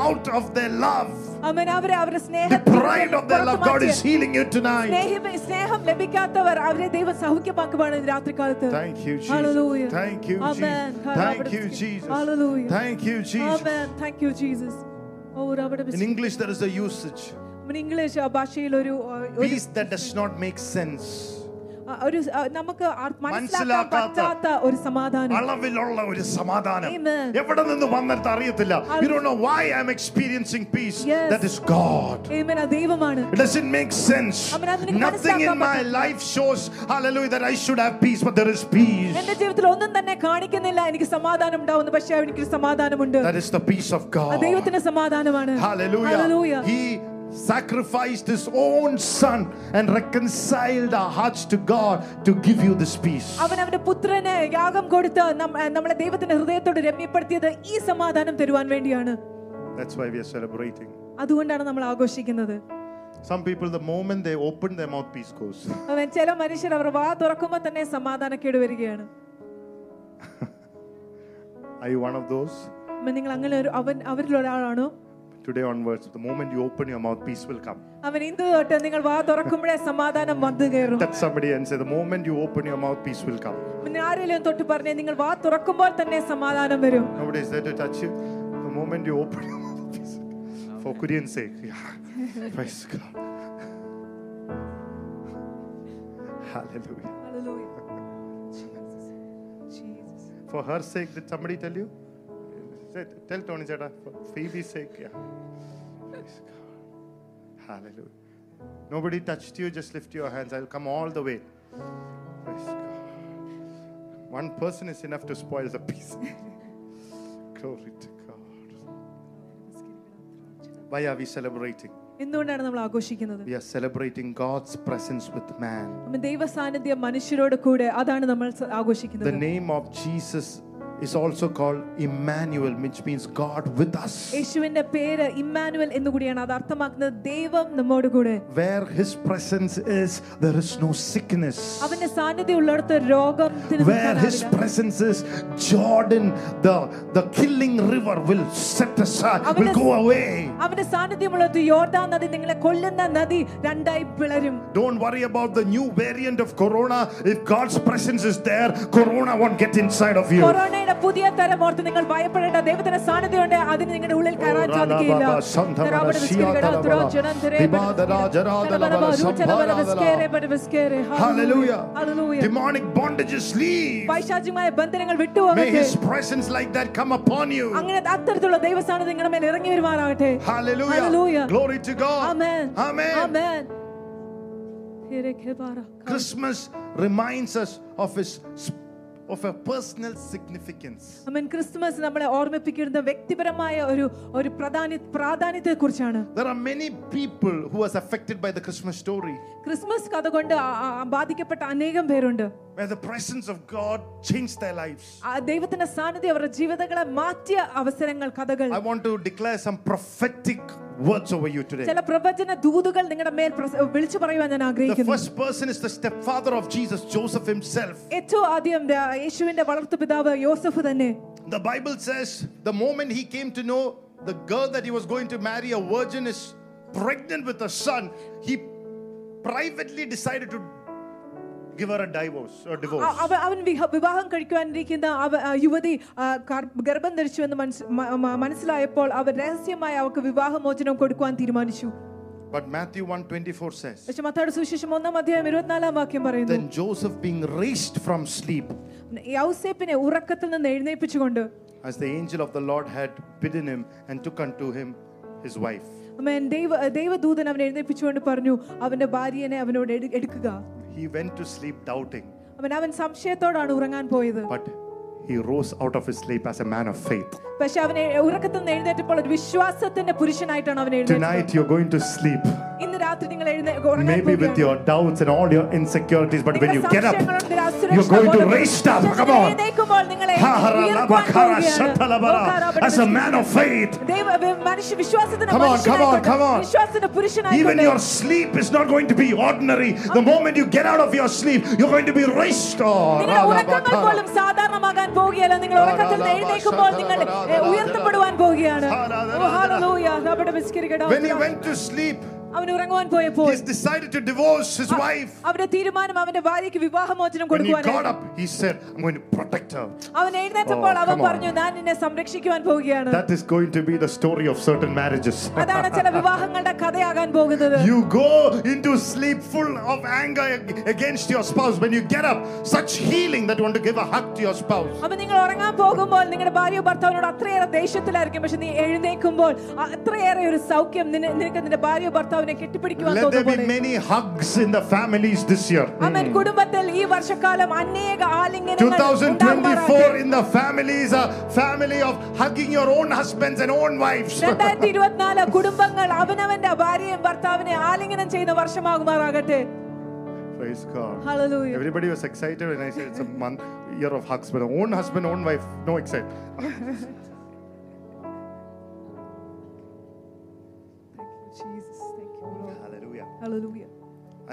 [SPEAKER 1] out of their love,
[SPEAKER 2] അവൻ അവരെ അവരുടെ സ്നേഹം
[SPEAKER 1] deprived of their love. God is healing you tonight.
[SPEAKER 2] സ്നേഹം സ്നേഹം ലഭിക്കാത്തവർ അവരെ ദൈവം സൗഖ്യമാക്കുവാണ് ഇന്ന് രാത്രികാലത്ത്
[SPEAKER 1] Thank you, Jesus.
[SPEAKER 2] Hallelujah.
[SPEAKER 1] Thank you, Jesus.
[SPEAKER 2] Amen.
[SPEAKER 1] Thank you, Jesus.
[SPEAKER 2] Hallelujah.
[SPEAKER 1] Thank you, Jesus.
[SPEAKER 2] Amen. Thank you, Jesus. ഓ, അവിടെ
[SPEAKER 1] In English, there is a usage.
[SPEAKER 2] English ഭാഷയിൽ ഒരു ആ, ഒരു-
[SPEAKER 1] Peace that does not make sense.
[SPEAKER 2] ആ, ഒരു ആ, നമുക്ക് ആ- മനസ്സിലാക്കാൻ
[SPEAKER 1] മനസ്സിലാക്കാത്ത-
[SPEAKER 2] പറ്റാത്ത ഒരു സമാധാനം
[SPEAKER 1] അളവിലുള്ള ഒരു സമാധാനം
[SPEAKER 2] Amen.
[SPEAKER 1] എവിടെ നിന്ന് വന്നിട്ട് അറിയത്തില്ല
[SPEAKER 2] അത്
[SPEAKER 1] you don't know why i'm experiencing peace
[SPEAKER 2] Yes.
[SPEAKER 1] that is god
[SPEAKER 2] Amen. ആ ദൈവമാണ്
[SPEAKER 1] It doesn't make sense.
[SPEAKER 2] അവന് അതിനെ
[SPEAKER 1] Nothing in
[SPEAKER 2] മനസ്സിലാക്കാൻ
[SPEAKER 1] my
[SPEAKER 2] പറ്റില്ല.
[SPEAKER 1] life shows, hallelujah, that I should have peace, but there is peace.
[SPEAKER 2] എന്റെ ജീവിതത്തിൽ ഒന്നും തന്നെ കാണിക്കുന്നില്ല എനിക്ക് സമാധാനം ഉണ്ടാവുന്നു പക്ഷേ എനിക്ക് സമാധാനമുണ്ട്
[SPEAKER 1] That is the peace of
[SPEAKER 2] ആ
[SPEAKER 1] God.
[SPEAKER 2] ദൈവത്തിന്റെ സമാധാനമാണ്
[SPEAKER 1] Hallelujah.
[SPEAKER 2] Hallelujah.
[SPEAKER 1] He sacrificed his own son and reconciled our hearts to God to give you this peace.
[SPEAKER 2] അവൻ അവന്റെ പുത്രനെ യാഗം കൊടുത്ത് നമ്മ- നമ്മളെ ദൈവത്തിന്റെ ഹൃദയത്തോട് രമ്യപ്പെടുത്തിയത് ഈ സമാധാനം തരുവാൻ വേണ്ടിയാണ്
[SPEAKER 1] That's why we are celebrating.
[SPEAKER 2] അതുകൊണ്ടാണ് നമ്മൾ ആഘോഷിക്കുന്നത്
[SPEAKER 1] Some people, the moment they open their mouth, peace goes.
[SPEAKER 2] അവൻ ചില മനുഷ്യർ അവർ വാ തുറക്കുമ്പോൾ തന്നെ സമാധാനക്കേട് വരികയാണ്
[SPEAKER 1] Are you one of those?
[SPEAKER 2] അവൻ നിങ്ങൾ അങ്ങനെ ഒരു അവൻ അവരിൽ ഒരാളാണോ
[SPEAKER 1] today onwards, the moment you open your mouth, peace will come.
[SPEAKER 2] അവൻ ഇന്ന് തൊട്ട് നിങ്ങൾ വാ തുറക്കുമ്പോഴേ സമാധാനം വന്നു കയറും
[SPEAKER 1] Touch somebody and say, the moment you open your mouth, peace will come.
[SPEAKER 2] പിന്നെ ആരെങ്കിലും തൊട്ട് പറഞ്ഞേ നിങ്ങൾ വാ തുറക്കുമ്പോൾ തന്നെ സമാധാനം വരും
[SPEAKER 1] Nobody is there to touch you. The moment you open your mouth, peace will come. For Korean's sake, yeah. Praise God. Hallelujah. For her sake, did somebody tell you? Say- Tell Tony Zeta, for Phoebe's sake, yeah. Praise God. Hallelujah. Nobody touched you, just lift your hands. I'll come all the way. Praise God. One person is enough to spoil the peace. Glory to God. Why are we celebrating?
[SPEAKER 2] എന്തുകൊണ്ടാണ് നമ്മൾ ആഘോഷിക്കുന്നത്
[SPEAKER 1] We are celebrating God's presence with man.
[SPEAKER 2] അപ്പം ദൈവ സാന്നിധ്യം മനുഷ്യരോട് കൂടെ അതാണ് നമ്മൾ സ-
[SPEAKER 1] The
[SPEAKER 2] ആഘോഷിക്കുന്നത്
[SPEAKER 1] name of Jesus is also called Emmanuel, which means God with us.
[SPEAKER 2] യേശുവിന്റെ പേര് ഇമ്മാനുവൽ എന്നുകൂടിയാണ് അത് അർത്ഥമാക്കുന്നത് ദൈവം നമ്മോട് കൂടെ
[SPEAKER 1] Where His presence is, there is no sickness.
[SPEAKER 2] അവന്റെ സാന്നിധ്യം ഉള്ളിടത്ത് രോഗം
[SPEAKER 1] Where His presence is, Jordan, the, the killing river, will set
[SPEAKER 2] Oh,
[SPEAKER 1] aside, will go away.
[SPEAKER 2] അവന്റെ സാന്നിധ്യമുള്ളത് യോർദാൻ നദി നിങ്ങളെ കൊല്ലുന്ന നദി രണ്ടായി പിളരും
[SPEAKER 1] Don't worry about the new variant of Corona. If God's presence is there, Corona won't get inside of you.
[SPEAKER 2] കൊറോണയുടെ പുതിയ തരം ഓർത്ത് നിങ്ങൾ ഭയപ്പെടേണ്ട ദൈവത്തിന്റെ സാന്നിധ്യം ഉണ്ട് അതിന് നിങ്ങളുടെ ഉള്ളിൽ കയറാൻ സാധിക്കില്ല തരാപട വിസ്കീരകട, ദ്രോജനം, തിരേപട, തരപട, രൂപചരപട, വിസ്കേരെ, പട വിസ്കേരെ.
[SPEAKER 1] Hallelujah.
[SPEAKER 2] Hallelujah.
[SPEAKER 1] Demonic bondages leave.
[SPEAKER 2] പൈശാചികമായ ബന്ധനങ്ങൾ
[SPEAKER 1] May
[SPEAKER 2] വിട്ടുപോകട്ടെ
[SPEAKER 1] His presence like that come upon you.
[SPEAKER 2] അങ്ങനെ അത്തരത്തിലുള്ള ദൈവസ്ഥാനം നിങ്ങളുടെ മേൽ ഇറങ്ങി വരുമാറാകട്ടെ
[SPEAKER 1] Hallelujah.
[SPEAKER 2] Hallelujah.
[SPEAKER 1] Glory to God.
[SPEAKER 2] Amen.
[SPEAKER 1] Amen.
[SPEAKER 2] Amen. Here, here, Bara.
[SPEAKER 1] Christmas reminds us of his sp- of a personal significance.
[SPEAKER 2] Amen. Christmas നമ്മളെ ഓർമ്മിപ്പിക്കുന്ന വ്യക്തിപരമായ ഒരു ഒരു പ്രധാന പ്രാധാന്യത്തെ കുറിച്ചാണ്
[SPEAKER 1] There are many people who was affected by the Christmas story
[SPEAKER 2] Christmas കഥ കൊണ്ട് ആ- ആ- ആ ബാധിക്കപ്പെട്ട അനേകം പേരുണ്ട്
[SPEAKER 1] where the presence of God changed their lives.
[SPEAKER 2] ആ ദൈവത്തിന്റെ സാന്നിധ്യം അവരുടെ ജീവിതങ്ങളെ മാറ്റിയ അവസരങ്ങൾ കഥകൾ
[SPEAKER 1] I want to declare some prophetic words over you today.
[SPEAKER 2] ചില പ്രവചന ദൂതുകൾ നിങ്ങളുടെ മേൽ പ്രസ- വിളിച്ചു പറയുവാൻ ഞാൻ
[SPEAKER 1] The
[SPEAKER 2] ആഗ്രഹിക്കുന്നു
[SPEAKER 1] first person is the stepfather of Jesus, Joseph himself.
[SPEAKER 2] ഏറ്റവും ആദ്യം ദ- യേശുവിന്റെ വളർത്തു പിതാവ് യോസഫ് തന്നെ
[SPEAKER 1] The Bible says the moment he came to know the girl that he was going to marry, a virgin, is pregnant with a son, he privately decided to give her a divorce or
[SPEAKER 2] uh-
[SPEAKER 1] divorce.
[SPEAKER 2] അവ അവൻ വിഹ- വിവാഹം കഴിക്കുവാനിരിക്കുന്ന അവ- ആ യുവതി ആ, ഗർ- ഗർഭം ധരിച്ചുവെന്ന് മനസ്സ്- മ- മ- മനസ്സിലായപ്പോൾ അവർ രഹസ്യമായി അവർക്ക് വിവാഹമോചനം കൊടുക്കുവാൻ തീരുമാനിച്ചു
[SPEAKER 1] But Matthew 1:24 says,
[SPEAKER 2] പക്ഷെ മത്തായുടെ സുവിശേഷം ഒന്നാം അധ്യായം ഇരുപത്തിനാലാം വാക്യം പറയുന്നു
[SPEAKER 1] Then Joseph, being raised from sleep,
[SPEAKER 2] യൗസേപ്പിനെ ഉറക്കത്തിൽ നിന്ന് എഴുന്നേൽപ്പിച്ചുകൊണ്ട്
[SPEAKER 1] as the angel of the Lord had bidden him, and took unto him his wife.
[SPEAKER 2] അവൻ ദൈവ ദൈവദൂതൻ അവനെ എഴുന്നേൽപ്പിച്ചുകൊണ്ട് പറഞ്ഞു അവന്റെ ഭാര്യനെ അവനോട് എടു- എടുക്കുക
[SPEAKER 1] He went to sleep doubting,
[SPEAKER 2] അവൻ അവൻ സംശയത്തോടാണ് ഉറങ്ങാൻ പോയത്
[SPEAKER 1] but he rose out of his sleep as a man of faith.
[SPEAKER 2] പക്ഷെ അവനെ ഉറക്കത്തിൽ നിന്ന് എഴുന്നേറ്റപ്പോൾ ഒരു വിശ്വാസത്തിന്റെ പുരുഷനായിട്ടാണ് അവൻ എഴുന്നേറ്റത്
[SPEAKER 1] Tonight you're going to sleep.
[SPEAKER 2] ഇന്ന് രാത്രി നിങ്ങൾ എഴുന്നേ ഉറങ്ങാൻ
[SPEAKER 1] Maybe with
[SPEAKER 2] പോവുകയാണ്.
[SPEAKER 1] your doubts and all your insecurities, but when you get up,
[SPEAKER 2] you're going to raise
[SPEAKER 1] raise
[SPEAKER 2] up.
[SPEAKER 1] up.
[SPEAKER 2] Come
[SPEAKER 1] Come
[SPEAKER 2] on.
[SPEAKER 1] on. Haharalabakara shatalabara.
[SPEAKER 2] As a man of faith.
[SPEAKER 1] faith,
[SPEAKER 2] Come on, come on, come on.
[SPEAKER 1] even
[SPEAKER 2] Even your
[SPEAKER 1] your sleep is not going to be ordinary. The moment you get out of your sleep, you're going to be raised. Oh,
[SPEAKER 2] നിങ്ങളുടെ ഉറക്കങ്ങൾ പോലും സാധാരണമാകാൻ പോകുകയല്ല നിങ്ങൾ ഉറക്കത്തിൽ നിന്ന് എഴുന്നേൽക്കുമ്പോൾ നിങ്ങൾ ഏ, ഉയർത്തപ്പെടുവാൻ പോകുകയാണ് ഓ, hallelujah. റബ്ബിടെ മിസ്കിരിക്കട്ടെ.
[SPEAKER 1] When he went to sleep,
[SPEAKER 2] അവൻ ഉറങ്ങുവാൻ പോയപ്പോൾ
[SPEAKER 1] he decided to divorce
[SPEAKER 2] Ah,
[SPEAKER 1] his wife.
[SPEAKER 2] അവരുടെ തീരുമാനം അവന്റെ ഭാര്യയ്ക്ക് വിവാഹമോചനം
[SPEAKER 1] When he
[SPEAKER 2] കൊടുക്കുവാനാണ്
[SPEAKER 1] got up, he said, I'm going to protect her.
[SPEAKER 2] അവൻ എഴുന്നേറ്റപ്പോൾ
[SPEAKER 1] Oh,
[SPEAKER 2] അവൻ
[SPEAKER 1] come on.
[SPEAKER 2] പറഞ്ഞു ഞാൻ നിന്നെ സംരക്ഷിക്കുവാൻ പോവുകയാണ്
[SPEAKER 1] That is going to be the story of certain marriages.
[SPEAKER 2] അതാണ് ചില വിവാഹങ്ങളുടെ കഥയാകാൻ പോകുന്നത്
[SPEAKER 1] You go into sleep full of anger ag- against your spouse. When you get up, such healing that you want to give a hug to your spouse.
[SPEAKER 2] അപ്പൊ നിങ്ങൾ ഉറങ്ങാൻ പോകുമ്പോൾ നിങ്ങളുടെ ഭാര്യയോ ഭർത്താവിനോട് അത്രയേറെ ദേഷ്യത്തിലായിരിക്കും പക്ഷെ നീ എഴുന്നേൽക്കുമ്പോൾ അ- അത്രയേറെ ഒരു സൗഖ്യം നിന- നിനക്ക് നിന്റെ ഭാര്യയോ ഭർത്താവിനെ കെട്ടിപ്പിടിക്കുവാൻ
[SPEAKER 1] Let there be
[SPEAKER 2] തോന്നുമ്പോൾ
[SPEAKER 1] many hugs in the families this year.
[SPEAKER 2] അവൻ കുടുംബത്തിൽ ഈ വർഷക്കാലം അനേക ആലിംഗനങ്ങൾ ഉണ്ടാകുമാറാകട്ടെ.
[SPEAKER 1] 2024 in the families, a family of hugging your own husbands and own wives.
[SPEAKER 2] രണ്ടായിരത്തി ഇരുപത്തിനാല് കുടുംബങ്ങൾ അവനവന്റെ ഭാര്യയും ഭർത്താവിനെ ആലിംഗനം ചെയ്യുന്ന വർഷമാകുമാറാകട്ടെ
[SPEAKER 1] Praise God.
[SPEAKER 2] Hallelujah.
[SPEAKER 1] Everybody was excited when I said it's a month, year of hugs, but own husband, own wife, no excitement.
[SPEAKER 2] Thank you, Jesus. Thank you, Lord.
[SPEAKER 1] Hallelujah.
[SPEAKER 2] Hallelujah.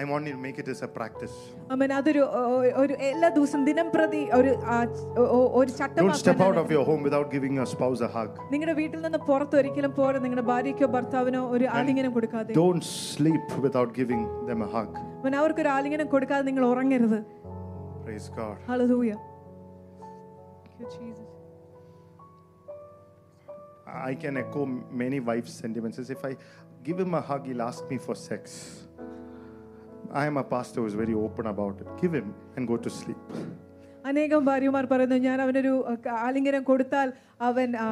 [SPEAKER 1] I want you to make it as a practice.
[SPEAKER 2] അമ്മൻ അതൊരു O- ഒരു എല്ലാ ദിവസം ദിനം പ്രതി ഒരു ആ, O- O- ഒരു
[SPEAKER 1] Don't step out
[SPEAKER 2] ചട്ടം
[SPEAKER 1] of your home without giving your spouse a hug.
[SPEAKER 2] നിങ്ങളുടെ വീട്ടിൽ നിന്ന് പുറത്ത് ഒരിക്കലും പോരെ നിങ്ങളുടെ ഭാര്യയ്ക്കോ ഭർത്താവിനോ ഒരു ആലിംഗനം കൊടുക്കാതെ
[SPEAKER 1] Don't sleep without giving them a hug.
[SPEAKER 2] അവൻ അവർക്കൊരു ആലിംഗനം കൊടുക്കാതെ നിങ്ങൾ ഉറങ്ങരുത്
[SPEAKER 1] Praise God.
[SPEAKER 2] ഹലൂയ
[SPEAKER 1] I can echo many wives' sentiments. As if I give him a hug, he'll ask me for sex. I am a pastor who is very open about it. Give him and go to sleep.
[SPEAKER 2] അനേകം ഭാര്യമാർ പറയുന്നു ഞാൻ അവനൊരു അഹ്, ആലിംഗനം കൊടുത്താൽ അവൻ ആ,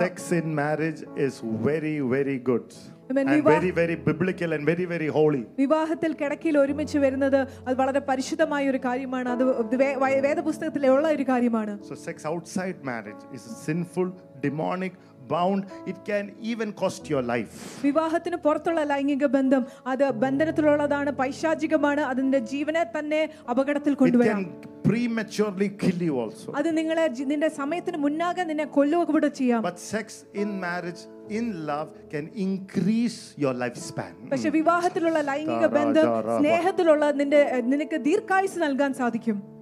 [SPEAKER 1] Sex in marriage is very, very good.
[SPEAKER 2] Amen.
[SPEAKER 1] And
[SPEAKER 2] Viva-
[SPEAKER 1] very, very biblical and very, very holy.
[SPEAKER 2] വിവാഹത്തിൽ കിടക്കയിൽ ഒരുമിച്ച് വരുന്നത് അത് വളരെ പരിശുദ്ധമായ ഒരു കാര്യമാണ് അത് വേ- വേ- വേദപുസ്തകത്തിലുള്ള ഒരു കാര്യമാണ്
[SPEAKER 1] So, sex outside marriage is sinful, demonic, bound. It can even cost your life.
[SPEAKER 2] വിവാഹത്തിന് പുറത്തുള്ള ലൈംഗിക ബന്ധം അത് ബന്ധനത്തിലുള്ളതാണ് പൈശാചികമാണ് അതിന്റെ ജീവനെ തന്നെ അപകടത്തിൽ
[SPEAKER 1] It
[SPEAKER 2] കൊണ്ടുവരാം
[SPEAKER 1] can prematurely kill you also.
[SPEAKER 2] അത് നിങ്ങളെ ജി- നിന്റെ സമയത്തിന് മുന്നാകെ നിന്നെ കൊല്ലുക കൂടെ ചെയ്യാം
[SPEAKER 1] But sex in marriage, in love, can increase your lifespan.
[SPEAKER 2] പക്ഷെ വിവാഹത്തിലുള്ള ലൈംഗിക
[SPEAKER 1] ധാരാ-
[SPEAKER 2] ബന്ധം
[SPEAKER 1] ധാരാളം.
[SPEAKER 2] സ്നേഹത്തിലുള്ള നിന്റെ എഹ്, നിനക്ക് ദീർഘായുസ് നൽകാൻ സാധിക്കും
[SPEAKER 1] Hmm.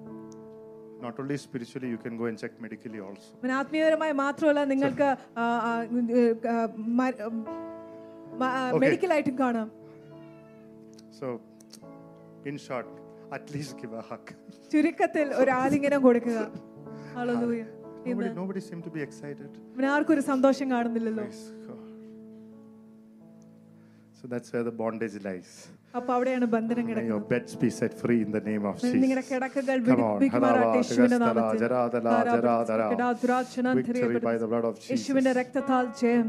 [SPEAKER 1] Not only spiritually, you can go and check medically also.
[SPEAKER 2] പിന്നെ ആത്മീയപരമായി മാത്രമല്ല നിങ്ങൾക്ക് ആ, ആ, ആ, മ- മ- ആ,
[SPEAKER 1] Okay.
[SPEAKER 2] മെഡിക്കലായിട്ടും കാണാം
[SPEAKER 1] So, in short, at least give a hug.
[SPEAKER 2] ചുരുക്കത്തിൽ ഒരു ആലിംഗനം കൊടുക്കുക Hallelujah.
[SPEAKER 1] Nobody,
[SPEAKER 2] Amen.
[SPEAKER 1] nobody seemed to be excited.
[SPEAKER 2] പിന്നെ ആർക്കും ഒരു സന്തോഷം കാണുന്നില്ലല്ലോ
[SPEAKER 1] Praise God. So that's where the bondage lies.
[SPEAKER 2] അപ്പൊ അവിടെയാണ് ബന്ധനം
[SPEAKER 1] May your
[SPEAKER 2] കിടക്കുന്നത്
[SPEAKER 1] beds be set free in the name of
[SPEAKER 2] നിങ്ങളുടെ
[SPEAKER 1] Jesus.
[SPEAKER 2] കിടക്കകൾ
[SPEAKER 1] Come on.
[SPEAKER 2] വിടുവിക്കുമാറാകട്ടെ യേശുവിന്റെ
[SPEAKER 1] Harava,
[SPEAKER 2] നാമത്തിൽ.
[SPEAKER 1] Jara, Jara,
[SPEAKER 2] Dharapuram,
[SPEAKER 1] Jara, Jara.
[SPEAKER 2] കിടാ, ദുരാക്ഷണം,
[SPEAKER 1] Victory
[SPEAKER 2] ധൈര്യപ്പെടും.
[SPEAKER 1] by the blood of Jesus.
[SPEAKER 2] യേശുവിന്റെ രക്തത്താൽ ജയം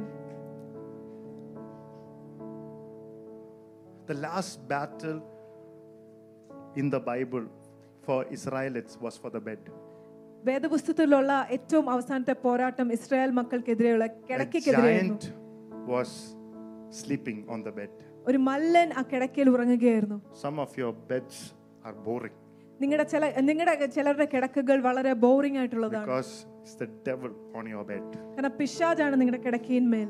[SPEAKER 1] The last battle in the Bible for Israelites was for the bed.
[SPEAKER 2] വേദപുസ്തകത്തിലുള്ള ഏറ്റവും അവസാനത്തെ പോരാട്ടം ഇസ്രായേൽ മക്കൾക്കെതിരെയുള്ള
[SPEAKER 1] A
[SPEAKER 2] കിടക്കയ്ക്കെതിരെയായിരുന്നു
[SPEAKER 1] giant was sleeping on the bed.
[SPEAKER 2] ഒരു മല്ലൻ ആ കിടക്കയിൽ ഉറങ്ങുകയായിരുന്നു
[SPEAKER 1] Some of your beds are boring
[SPEAKER 2] നിങ്ങളുടെ ചില നിങ്ങളുടെ ചിലരുടെ കിടക്കകൾ വളരെ ബോറിംഗ് ആയിട്ടുള്ളതാണ്
[SPEAKER 1] because it's the devil on your bed.
[SPEAKER 2] കാരണം പിശാജാണ് നിങ്ങളുടെ കിടക്കയിന്മേൽ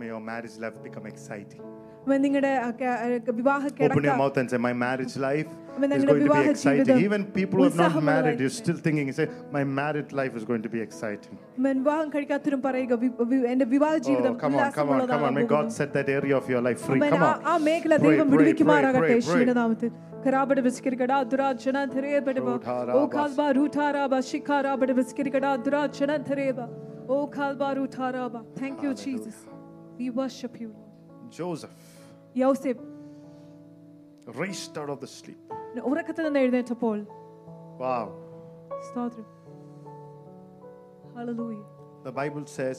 [SPEAKER 1] May your marriage life become exciting.
[SPEAKER 2] അവൻ നിങ്ങളുടെ ആ ക- ആ വിവാഹ
[SPEAKER 1] Open your
[SPEAKER 2] കിടക്ക
[SPEAKER 1] mouth and say, My marriage life
[SPEAKER 2] അവൻ
[SPEAKER 1] is
[SPEAKER 2] നിങ്ങളുടെ
[SPEAKER 1] going to
[SPEAKER 2] വിവാഹ
[SPEAKER 1] be exciting.
[SPEAKER 2] ജീവിതം
[SPEAKER 1] Even people who are not
[SPEAKER 2] ഉത്സാഹമുള്ളതായിരിക്കും.
[SPEAKER 1] married, you're still thinking, say, My married life is going to be exciting.
[SPEAKER 2] അവൻ വിവാഹം കഴിക്കാത്തവരും പറയുക V- V- എന്റെ വിവാഹ ജീവിതം
[SPEAKER 1] Oh, come on, come on, come on. May God set that area of your life free.
[SPEAKER 2] അവൻ
[SPEAKER 1] Come
[SPEAKER 2] ആ- ആ
[SPEAKER 1] on.
[SPEAKER 2] മേഖല
[SPEAKER 1] Pray,
[SPEAKER 2] ദൈവം
[SPEAKER 1] pray,
[SPEAKER 2] വിടുവിക്കുമാറാകട്ടെ
[SPEAKER 1] pray,
[SPEAKER 2] യേശുവിന്റെ
[SPEAKER 1] pray.
[SPEAKER 2] നാമത്തിൽ കരാപട വിസ്കരിക്കടാ ദുരാജന ധരേപടവ
[SPEAKER 1] Rudharabas.
[SPEAKER 2] ഓ കാൽബ രൂഠാരാബ ശിഖാരാപട വിസ്കരിക്കടാ ദുരാജന ധരേബ ഓ കാൽബ രൂഠാരാബ thank you Jesus we worship you
[SPEAKER 1] Joseph
[SPEAKER 2] യോസേഫ്
[SPEAKER 1] raised out of the sleep.
[SPEAKER 2] ഉറക്കത്തിൽ നിന്ന് എഴുന്നേറ്റപ്പോൾ
[SPEAKER 1] Wow.
[SPEAKER 2] സ്തോത്രം hallelujah
[SPEAKER 1] The Bible says,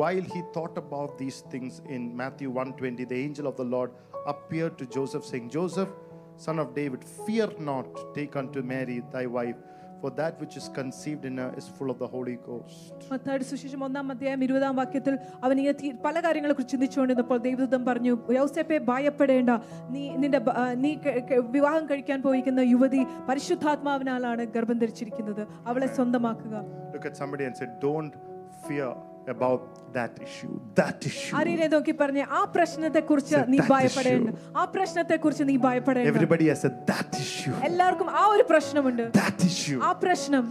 [SPEAKER 1] while he thought about these things in Matthew 1:20, the angel of the Lord appeared to Joseph, saying, Joseph, son of David, fear not, take unto Mary thy wife, for that which is conceived in her is full of the Holy Ghost.
[SPEAKER 2] മത്തായിയുടെ സുശേഷം ഒന്നാം അധ്യായം ഇരുപതാം വാക്യത്തിൽ അവൻ ഇങ്ങനെ തീ- പല കാര്യങ്ങളെ കുറിച്ച് ചിന്തിച്ചുകൊണ്ടിരുന്നപ്പോൾ ദൈവദൂതൻ പറഞ്ഞു യൗസേപ്പെ ഭയപ്പെടേണ്ട നീ നിന്റെ ഭ- ആ, നീ ക- ക- വിവാഹം കഴിക്കാൻ പോയിരിക്കുന്ന യുവതി പരിശുദ്ധാത്മാവിനാലാണ് ഗർഭം ധരിച്ചിരിക്കുന്നത് അവളെ സ്വന്തമാക്കുക
[SPEAKER 1] Look at somebody and say, Don't fear about that issue. That issue.
[SPEAKER 2] ആരെയെ നോക്കി പറഞ്ഞ ആ പ്രശ്നത്തെ കുറിച്ച്
[SPEAKER 1] That
[SPEAKER 2] നീ
[SPEAKER 1] issue.
[SPEAKER 2] ഭയപ്പെടേണ്ട ആ പ്രശ്നത്തെ കുറിച്ച് നീ ഭയപ്പെടേണ്ട
[SPEAKER 1] Everybody has said that issue.
[SPEAKER 2] എല്ലാവർക്കും ആ ഒരു പ്രശ്നമുണ്ട്
[SPEAKER 1] That issue.
[SPEAKER 2] ആ പ്രശ്നം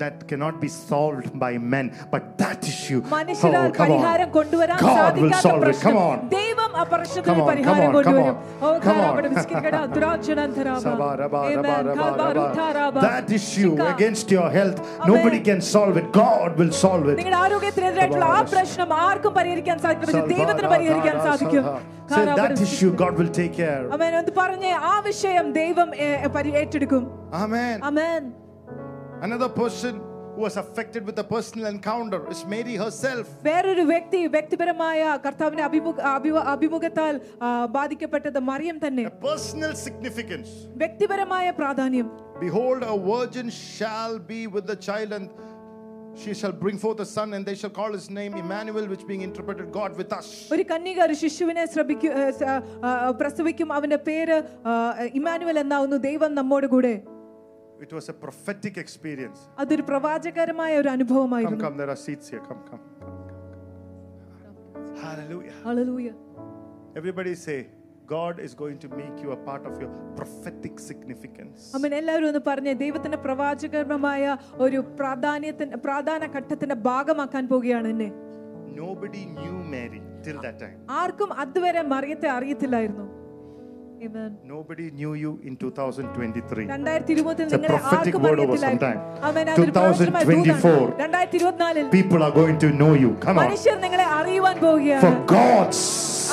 [SPEAKER 1] That cannot be solved by men, but that issue.
[SPEAKER 2] മനുഷ്യരാൽ
[SPEAKER 1] Oh, come
[SPEAKER 2] പരിഹാരം
[SPEAKER 1] on.
[SPEAKER 2] കൊണ്ടുവരാൻ
[SPEAKER 1] God will
[SPEAKER 2] സാധിക്കാത്ത
[SPEAKER 1] solve it. Come
[SPEAKER 2] പ്രശ്നം
[SPEAKER 1] on.
[SPEAKER 2] ദൈവം ആ
[SPEAKER 1] Come
[SPEAKER 2] പ്രശ്നത്തിന്
[SPEAKER 1] on,
[SPEAKER 2] പരിഹാരം
[SPEAKER 1] come on, come
[SPEAKER 2] കൊണ്ടുവരും
[SPEAKER 1] on.
[SPEAKER 2] Oh
[SPEAKER 1] Come on.
[SPEAKER 2] കാരാപടം വിസ്കിരിക്കട ദുരാചനന്തരാമ.
[SPEAKER 1] Sabha, rabha, rabha,
[SPEAKER 2] Amen.
[SPEAKER 1] rabha,
[SPEAKER 2] കാൽവാ
[SPEAKER 1] rabha.
[SPEAKER 2] രുദ്ധാരാമ.
[SPEAKER 1] That issue
[SPEAKER 2] Shikha.
[SPEAKER 1] against your health, nobody can solve it. God will solve it.
[SPEAKER 2] നിങ്ങളുടെ ആരോഗ്യത്തിനെതിരായിട്ടുള്ള ആ പ്രശ്നം ആർക്കും പരിഹരിക്കാൻ സാധിക്കും പക്ഷേ
[SPEAKER 1] Salva,
[SPEAKER 2] ദൈവത്തിന്
[SPEAKER 1] ra,
[SPEAKER 2] പരിഹരിക്കാൻ
[SPEAKER 1] ra, ra,
[SPEAKER 2] സാധിക്കും
[SPEAKER 1] salva. Say
[SPEAKER 2] കാരാപടം
[SPEAKER 1] that issue,
[SPEAKER 2] വിസ്കിരിക്കട.
[SPEAKER 1] God will take care.
[SPEAKER 2] അവൻ ഒന്ന് പറഞ്ഞേ ആ വിഷയം ദൈവം ഏ, ഏ, പരി- ഏറ്റെടുക്കും
[SPEAKER 1] Amen.
[SPEAKER 2] Amen
[SPEAKER 1] Another person who was affected with a personal encounter is Mary herself.
[SPEAKER 2] വേറൊരു വ്യക്തി വ്യക്തിപരമായ കർത്താവിന്റെ അഭിമുഖ അഭിവ- അഭിമുഖത്താൽ ആ, ബാധിക്കപ്പെട്ടത് മറിയം തന്നെ
[SPEAKER 1] A personal significance.
[SPEAKER 2] വ്യക്തിപരമായ പ്രാധാന്യം
[SPEAKER 1] Behold, a virgin shall be with the child, and she shall bring forth a son, and they shall call his name Emmanuel, which being interpreted God with us.
[SPEAKER 2] ഒരു കന്യക ഒരു ശിശുവിനെ ശ്രമിക്കും ഏ, സ- ആ, പ്രസവിക്കും അവന്റെ പേര് ആ, ഇമ്മാനുവൽ എന്നാവുന്നു ദൈവം നമ്മോട് കൂടെ
[SPEAKER 1] It was a prophetic experience.
[SPEAKER 2] അതൊരു പ്രവാചകരമായ ഒരു
[SPEAKER 1] Come,
[SPEAKER 2] അനുഭവമായിരുന്നു
[SPEAKER 1] come, there are seats here. Come, come. come, come, come. Hallelujah.
[SPEAKER 2] Hallelujah
[SPEAKER 1] Everybody say, God is going to make you a part of your prophetic significance.
[SPEAKER 2] Amen എല്ലാവരും ഒന്ന് പറഞ്ഞ് ദൈവത്തിന്റെ പ്രവാചകരമായ ഒരു പ്രാധാന്യത്തിന് പ്രാധാന ഘട്ടത്തിന്റെ ഭാഗമാക്കാൻ പോവുകയാണ് എന്നെ
[SPEAKER 1] Nobody knew Mary till that time.
[SPEAKER 2] ആർക്കും അതുവരെ മറിയത്തെ അറിയത്തില്ലായിരുന്നു Amen.
[SPEAKER 1] Nobody knew you in 2023.
[SPEAKER 2] രണ്ടായിരത്തി ഇരുപതിൽ
[SPEAKER 1] It's a
[SPEAKER 2] നിങ്ങളെ
[SPEAKER 1] prophetic
[SPEAKER 2] ആർക്കും
[SPEAKER 1] word over sometime.
[SPEAKER 2] അറിയത്തില്ലായിരുന്നു അവൻ അതൊരു പ്രവചനമായ ദൂതാണ്.
[SPEAKER 1] 2024.
[SPEAKER 2] രണ്ടായിരത്തിയിരുപത്തിനാലിൽ
[SPEAKER 1] People are going to know you. Come on.
[SPEAKER 2] മനുഷ്യർ നിങ്ങളെ അറിയുവാൻ പോവുകയാണ്
[SPEAKER 1] For God's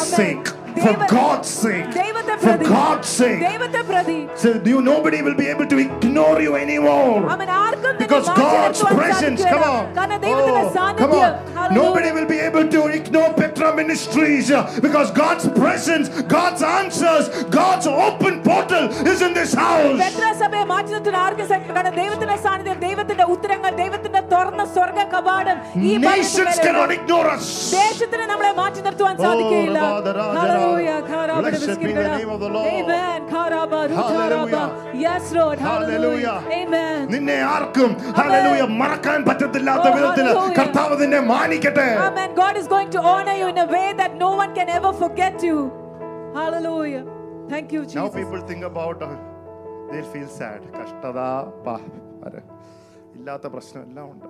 [SPEAKER 2] അമ്മേ,
[SPEAKER 1] sake. For
[SPEAKER 2] ദൈവ-
[SPEAKER 1] God's sake.
[SPEAKER 2] ദൈവത്തെ
[SPEAKER 1] For
[SPEAKER 2] പ്രതി
[SPEAKER 1] God's sake.
[SPEAKER 2] ദൈവത്തെ പ്രതി
[SPEAKER 1] So you nobody will be able to ignore you anymore.
[SPEAKER 2] അവൻ ആർക്കും നിന്നെ
[SPEAKER 1] Because
[SPEAKER 2] മാറ്റി
[SPEAKER 1] God's
[SPEAKER 2] നിർത്തുവാൻ
[SPEAKER 1] presence,
[SPEAKER 2] സാധിക്കുകയില്ല.
[SPEAKER 1] come on.
[SPEAKER 2] കാരണം ദൈവത്തിന്റെ
[SPEAKER 1] Oh, come
[SPEAKER 2] സാന്നിധ്യം
[SPEAKER 1] on.
[SPEAKER 2] Hallelujah.
[SPEAKER 1] Nobody will be able to ignore Petra Ministries uh, because God's presence, God's answers, God's open portal is in this house.
[SPEAKER 2] പെട്ര സഭയെ മാറ്റി നിർത്തുന്ന ആർക്കും സാധിക്കില്ല. കാരണം ദൈവത്തിന്റെ സാന്നിധ്യം ദൈവത്തിന്റെ ഉത്തരങ്ങൾ ദൈവത്തിന്റെ തുറന്ന സ്വർഗ കവാടം ഈ
[SPEAKER 1] Nations
[SPEAKER 2] ഭരണത്തിന്മേൽ
[SPEAKER 1] cannot
[SPEAKER 2] ഉണ്ട്.
[SPEAKER 1] ignore us.
[SPEAKER 2] ദേശത്തിന് നമ്മളെ മാറ്റി നിർത്തുവാൻ
[SPEAKER 1] Oh,
[SPEAKER 2] സാധിക്കുകയില്ല
[SPEAKER 1] Rabadara, Jara.
[SPEAKER 2] Hallelujah. Kharaba,
[SPEAKER 1] Blessed be the
[SPEAKER 2] Rabiskinda.
[SPEAKER 1] name of the Lord.
[SPEAKER 2] Amen. Kharaba, Rutaraba.
[SPEAKER 1] Hallelujah.
[SPEAKER 2] Yes, Lord. Hallelujah.
[SPEAKER 1] Hallelujah.
[SPEAKER 2] Amen.
[SPEAKER 1] നിന്നെ ആർക്കും ഹല്ലേലൂയ മറക്കാൻ പറ്റത്തില്ലാത്ത
[SPEAKER 2] Oh,
[SPEAKER 1] വിധത്തിൽ
[SPEAKER 2] hallelujah.
[SPEAKER 1] കർത്താവ് നിന്നെ മാനിക്കട്ടെ
[SPEAKER 2] Amen. God is going to honor you in a way that no one can ever forget you. Hallelujah. Thank you,
[SPEAKER 1] Now
[SPEAKER 2] Jesus.
[SPEAKER 1] people think about uh, they feel sad. കഷ്ടത പാ- അരെ. ഇല്ലാത്ത പ്രശ്നം എല്ലാം ഉണ്ട്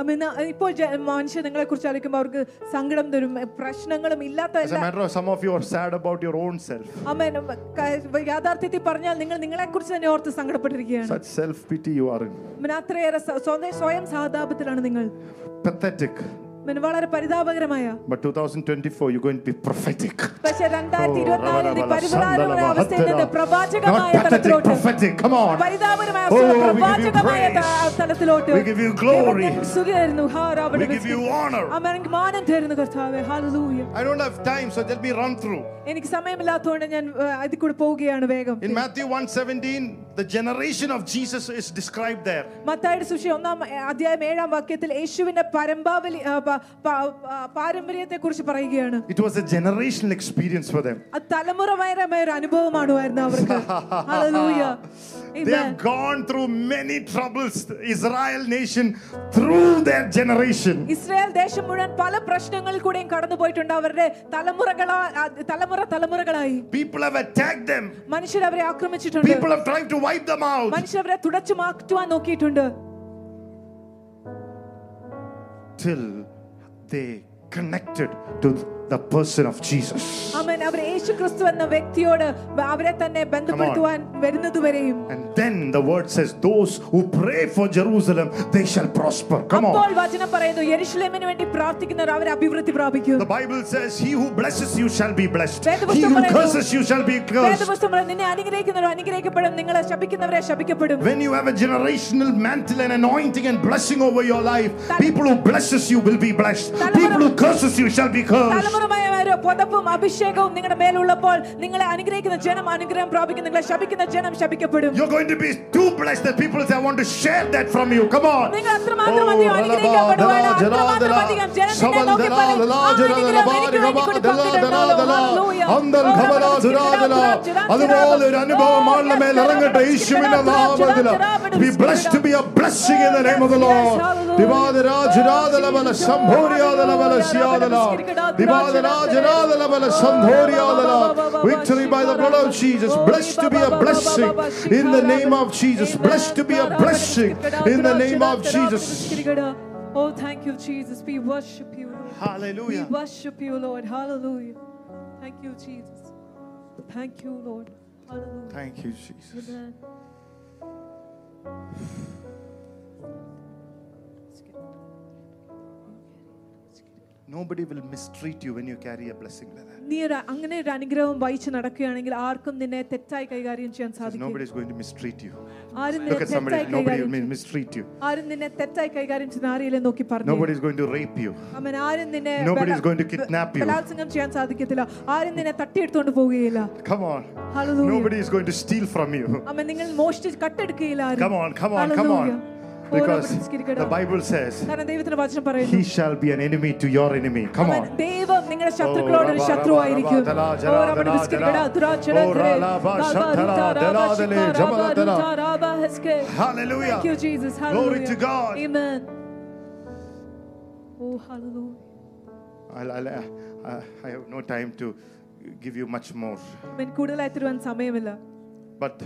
[SPEAKER 2] അമ്മ, ഇന്ന് ഇപ്പോൾ ജ- മനുഷ്യർ നിങ്ങളെ കുറിച്ച് ആലോചിക്കുമ്പോൾ അവർക്ക് സങ്കടം തരും പ്രശ്നങ്ങളും ഇല്ലാത്ത
[SPEAKER 1] As a
[SPEAKER 2] എല്ലാ-
[SPEAKER 1] matter of some of you are sad about your own self.
[SPEAKER 2] അമ്മേ, നമ്മ- ക- യാഥാർത്ഥ്യത്തിൽ പറഞ്ഞാൽ നിങ്ങൾ നിങ്ങളെ കുറിച്ച് തന്നെ ഓർത്ത് സങ്കടപ്പെട്ടിരിക്കുകയാണ്
[SPEAKER 1] Such self pity you are in.
[SPEAKER 2] അമ്മേ, അത്രയേറെ സ്വ- സ്വന്തം സ്വയം സഹതാപത്തിലാണ് നിങ്ങൾ
[SPEAKER 1] Pathetic.
[SPEAKER 2] അമ്മേ, വളരെ പരിതാപകരമായ
[SPEAKER 1] But 2024 you're going to be prophetic.
[SPEAKER 2] പക്ഷെ രണ്ടായിരത്തി
[SPEAKER 1] Oh,
[SPEAKER 2] ഇരുപത്തി നാലിൽ
[SPEAKER 1] Rabalabala,
[SPEAKER 2] പരിപുരാതമായ
[SPEAKER 1] Sandalaba,
[SPEAKER 2] അവസ്ഥയിൽ
[SPEAKER 1] Hattala.
[SPEAKER 2] നിന്ന്
[SPEAKER 1] Not
[SPEAKER 2] പ്രവാചകമായ
[SPEAKER 1] pathetic,
[SPEAKER 2] തലത്തിലോട്ട്
[SPEAKER 1] prophetic. Come on.
[SPEAKER 2] പരിതാപകരമായ
[SPEAKER 1] Oh,
[SPEAKER 2] അവസ്ഥയിൽ
[SPEAKER 1] we give you
[SPEAKER 2] പ്രവാചകമായ ത-
[SPEAKER 1] praise.
[SPEAKER 2] തലത്തിലോട്ട്
[SPEAKER 1] We give you glory.
[SPEAKER 2] ദൈവത്തിന് സ്തുതി തരുന്നു. ഹാ,
[SPEAKER 1] We
[SPEAKER 2] രാവിലെ
[SPEAKER 1] give you
[SPEAKER 2] വിളിച്ച്
[SPEAKER 1] honor.
[SPEAKER 2] അമ്മേ, എനിക്ക് മാനം തരുന്നു കർത്താവേ Hallelujah.
[SPEAKER 1] I don't have time, so let me run through.
[SPEAKER 2] എനിക്ക് സമയമില്ലാത്തതുകൊണ്ട് ഞാൻ ഏഹ്, അതിൽ കൂടെ പോവുകയാണ് വേഗം
[SPEAKER 1] In Matthew 1:17, the generation of Jesus is described there.
[SPEAKER 2] മത്തായുടെ സുഷി ഒന്നാം ഏ, അധ്യായം ഏഴാം വാക്യത്തിൽ യേശുവിന്റെ പരമ്പാവലി ആ, പ- പ- പാരമ്പര്യത്തെ കുറിച്ച് പറയുകയാണ്
[SPEAKER 1] It was a generational experience for them.
[SPEAKER 2] അത് തലമുറപരമായ ഒരു അനുഭവമാണുമായിരുന്നു അവർക്ക് hallelujah.
[SPEAKER 1] They
[SPEAKER 2] Amen.
[SPEAKER 1] have gone through many troubles, Israel nation, through their generation.
[SPEAKER 2] Israel ദേശം മുഴുവൻ പല പ്രശ്നങ്ങളിൽ കൂടെയും കടന്നു പോയിട്ടുണ്ട് അവരുടെ തലമുറകളാ ആ, തലമുറ തലമുറകളായി
[SPEAKER 1] People have attacked them.
[SPEAKER 2] മനുഷ്യർ അവരെ ആക്രമിച്ചിട്ടുണ്ട്
[SPEAKER 1] People have tried to wipe them out.
[SPEAKER 2] മനുഷ്യർ അവരെ തുടച്ചു മാറ്റുവാൻ നോക്കിയിട്ടുണ്ട്
[SPEAKER 1] Till they connected to the person of Jesus.
[SPEAKER 2] അവൻ അവർ യേശു ക്രിസ്തു എന്ന വ്യക്തിയോട് അവരെ തന്നെ ബന്ധപ്പെടുത്തുവാൻ വരുന്നതുവരെയും
[SPEAKER 1] And then the word says, Those who pray for Jerusalem, they shall prosper. Come
[SPEAKER 2] അപ്പോൾ
[SPEAKER 1] on.
[SPEAKER 2] വചനം പറയുന്നു യെരുശലേമിന് വേണ്ടി പ്രാർത്ഥിക്കുന്നവർ അവർ അഭിവൃദ്ധി പ്രാപിക്കും
[SPEAKER 1] The Bible says, He who blesses you shall be blessed.
[SPEAKER 2] വേദപുസ്തകം
[SPEAKER 1] He who
[SPEAKER 2] പറയുന്നു.
[SPEAKER 1] curses you shall be cursed.
[SPEAKER 2] വേദപുസ്തകം പറയുന്നു, നിന്നെ അനുഗ്രഹിക്കുന്നവർ അനുഗ്രഹിക്കപ്പെടും നിങ്ങളെ ശപിക്കുന്നവരെ ശപിക്കപ്പെടും
[SPEAKER 1] When you have a generational mantle and anointing and blessing over your life, people who blesses you will be blessed. People who curses you shall be cursed.
[SPEAKER 2] തലമുറമായ ഒരു പുതപ്പും അഭിഷേകവും നിങ്ങളുടെ മേലുള്ളപ്പോൾ നിങ്ങളെ അനുഗ്രഹിക്കുന്ന ജനം അനുഗ്രഹം പ്രാപിക്കും നിങ്ങളെ ശപിക്കുന്ന ജനം ശപിക്കപ്പെടും
[SPEAKER 1] You're going to be too blessed that people say, I want to share that from you. Come on. Oh,
[SPEAKER 2] നിങ്ങൾ അത്രമാത്രം അധികം അനുഗ്രഹിക്കപ്പെടുവാണ് അത്രമാത്രം അധികം ജനം നിന്നെ നോക്കി പറയും ആ അനുഗ്രഹം എനിക്ക് വേണ്ടി കൂടി പങ്കിടണമല്ലോ. Hallelujah. Oh,
[SPEAKER 1] അതുപോലെ ഒരു അനുഭവം ആളുടെ മേൽ ഇറങ്ങട്ടെ യേശുവിന്റെ നാമത്തിൽ be blessed to be a blessing in the name of the Lord ദിവാദരാജരാദലബല സംഭോരിയാദലബല സിയാദല ദിവാദരാജരാദലബല സംഭോരിയാദല victory by the blood of Jesus
[SPEAKER 2] Oh,
[SPEAKER 1] blessed to be a blessing in the name of Jesus blessed to be a blessing in the name of Jesus
[SPEAKER 2] Oh, thank you, Jesus. We worship you. Lord. We
[SPEAKER 1] hallelujah
[SPEAKER 2] worship you, Lord. Hallelujah. Thank you, Jesus. Thank you, Lord. Hallelujah.
[SPEAKER 1] thank you Jesus
[SPEAKER 2] Amen.
[SPEAKER 1] nobody will mistreat you when you carry a blessing like that
[SPEAKER 2] നീ ഒരു അങ്ങനെ ഒരു അനുഗ്രഹം വഹിച്ച് നടക്കുകയാണെങ്കിൽ ആർക്കും നിന്നെ തെറ്റായി കൈകാര്യം ചെയ്യാൻ
[SPEAKER 1] nobody
[SPEAKER 2] സാധിക്കും
[SPEAKER 1] is going to mistreat you
[SPEAKER 2] ആരും നിന്നെ
[SPEAKER 1] look at somebody
[SPEAKER 2] തെറ്റായി
[SPEAKER 1] nobody will
[SPEAKER 2] കൈകാര്യം ചെയ്യും.
[SPEAKER 1] mistreat you
[SPEAKER 2] ആരും നിന്നെ തെറ്റായി കൈകാര്യം ചെയ്യുന്ന ആരെയും നോക്കി
[SPEAKER 1] nobody
[SPEAKER 2] പറഞ്ഞു
[SPEAKER 1] is going to rape you
[SPEAKER 2] അവൻ ആരും നിന്നെ
[SPEAKER 1] Nobody is
[SPEAKER 2] ബല-
[SPEAKER 1] going to kidnap you.
[SPEAKER 2] ബലാത്സംഗം ചെയ്യാൻ സാധിക്കത്തില്ല ആരും നിന്നെ തട്ടിയെടുത്തോണ്ട് പോവുകയില്ല
[SPEAKER 1] come on
[SPEAKER 2] Hallelujah.
[SPEAKER 1] nobody is going to steal from you
[SPEAKER 2] അവൻ നിങ്ങൾ മോഷ്ടിച്ച് കട്ടെടുക്കുകയില്ല ആരും.
[SPEAKER 1] Come on, come on, come on.
[SPEAKER 2] Hallelujah.
[SPEAKER 1] Because
[SPEAKER 2] ഓരോ പുരസ്കരിക്കടാ.
[SPEAKER 1] the Bible says,
[SPEAKER 2] കാരണം ദൈവത്തിന്റെ വചനം
[SPEAKER 1] He
[SPEAKER 2] പറയുന്നു
[SPEAKER 1] shall be an enemy to your enemy. Come
[SPEAKER 2] അവൻ
[SPEAKER 1] on.
[SPEAKER 2] ദൈവം നിങ്ങളുടെ ശത്രുക്കളോട് ഒരു ശത്രുവായിരിക്കും ഓ, റബ്ബർ ബിസ്കിറ്റ് കട, തുരാച്ചട, തുരേ, Baba, രുതാ, രാബാ, ശിക്കാ, രാബാ, രുതാ, രാബാ, ഹെസ്കേ. Thank you,
[SPEAKER 1] Hallelujah.
[SPEAKER 2] Jesus.
[SPEAKER 1] Glory
[SPEAKER 2] Hallelujah.
[SPEAKER 1] to God.
[SPEAKER 2] Amen. Oh, hallelujah.
[SPEAKER 1] uh, I'll, I'll, uh, I have no time to give you much more.
[SPEAKER 2] ഞാൻ കൂടുതലായി തരുവാൻ സമയമില്ല
[SPEAKER 1] But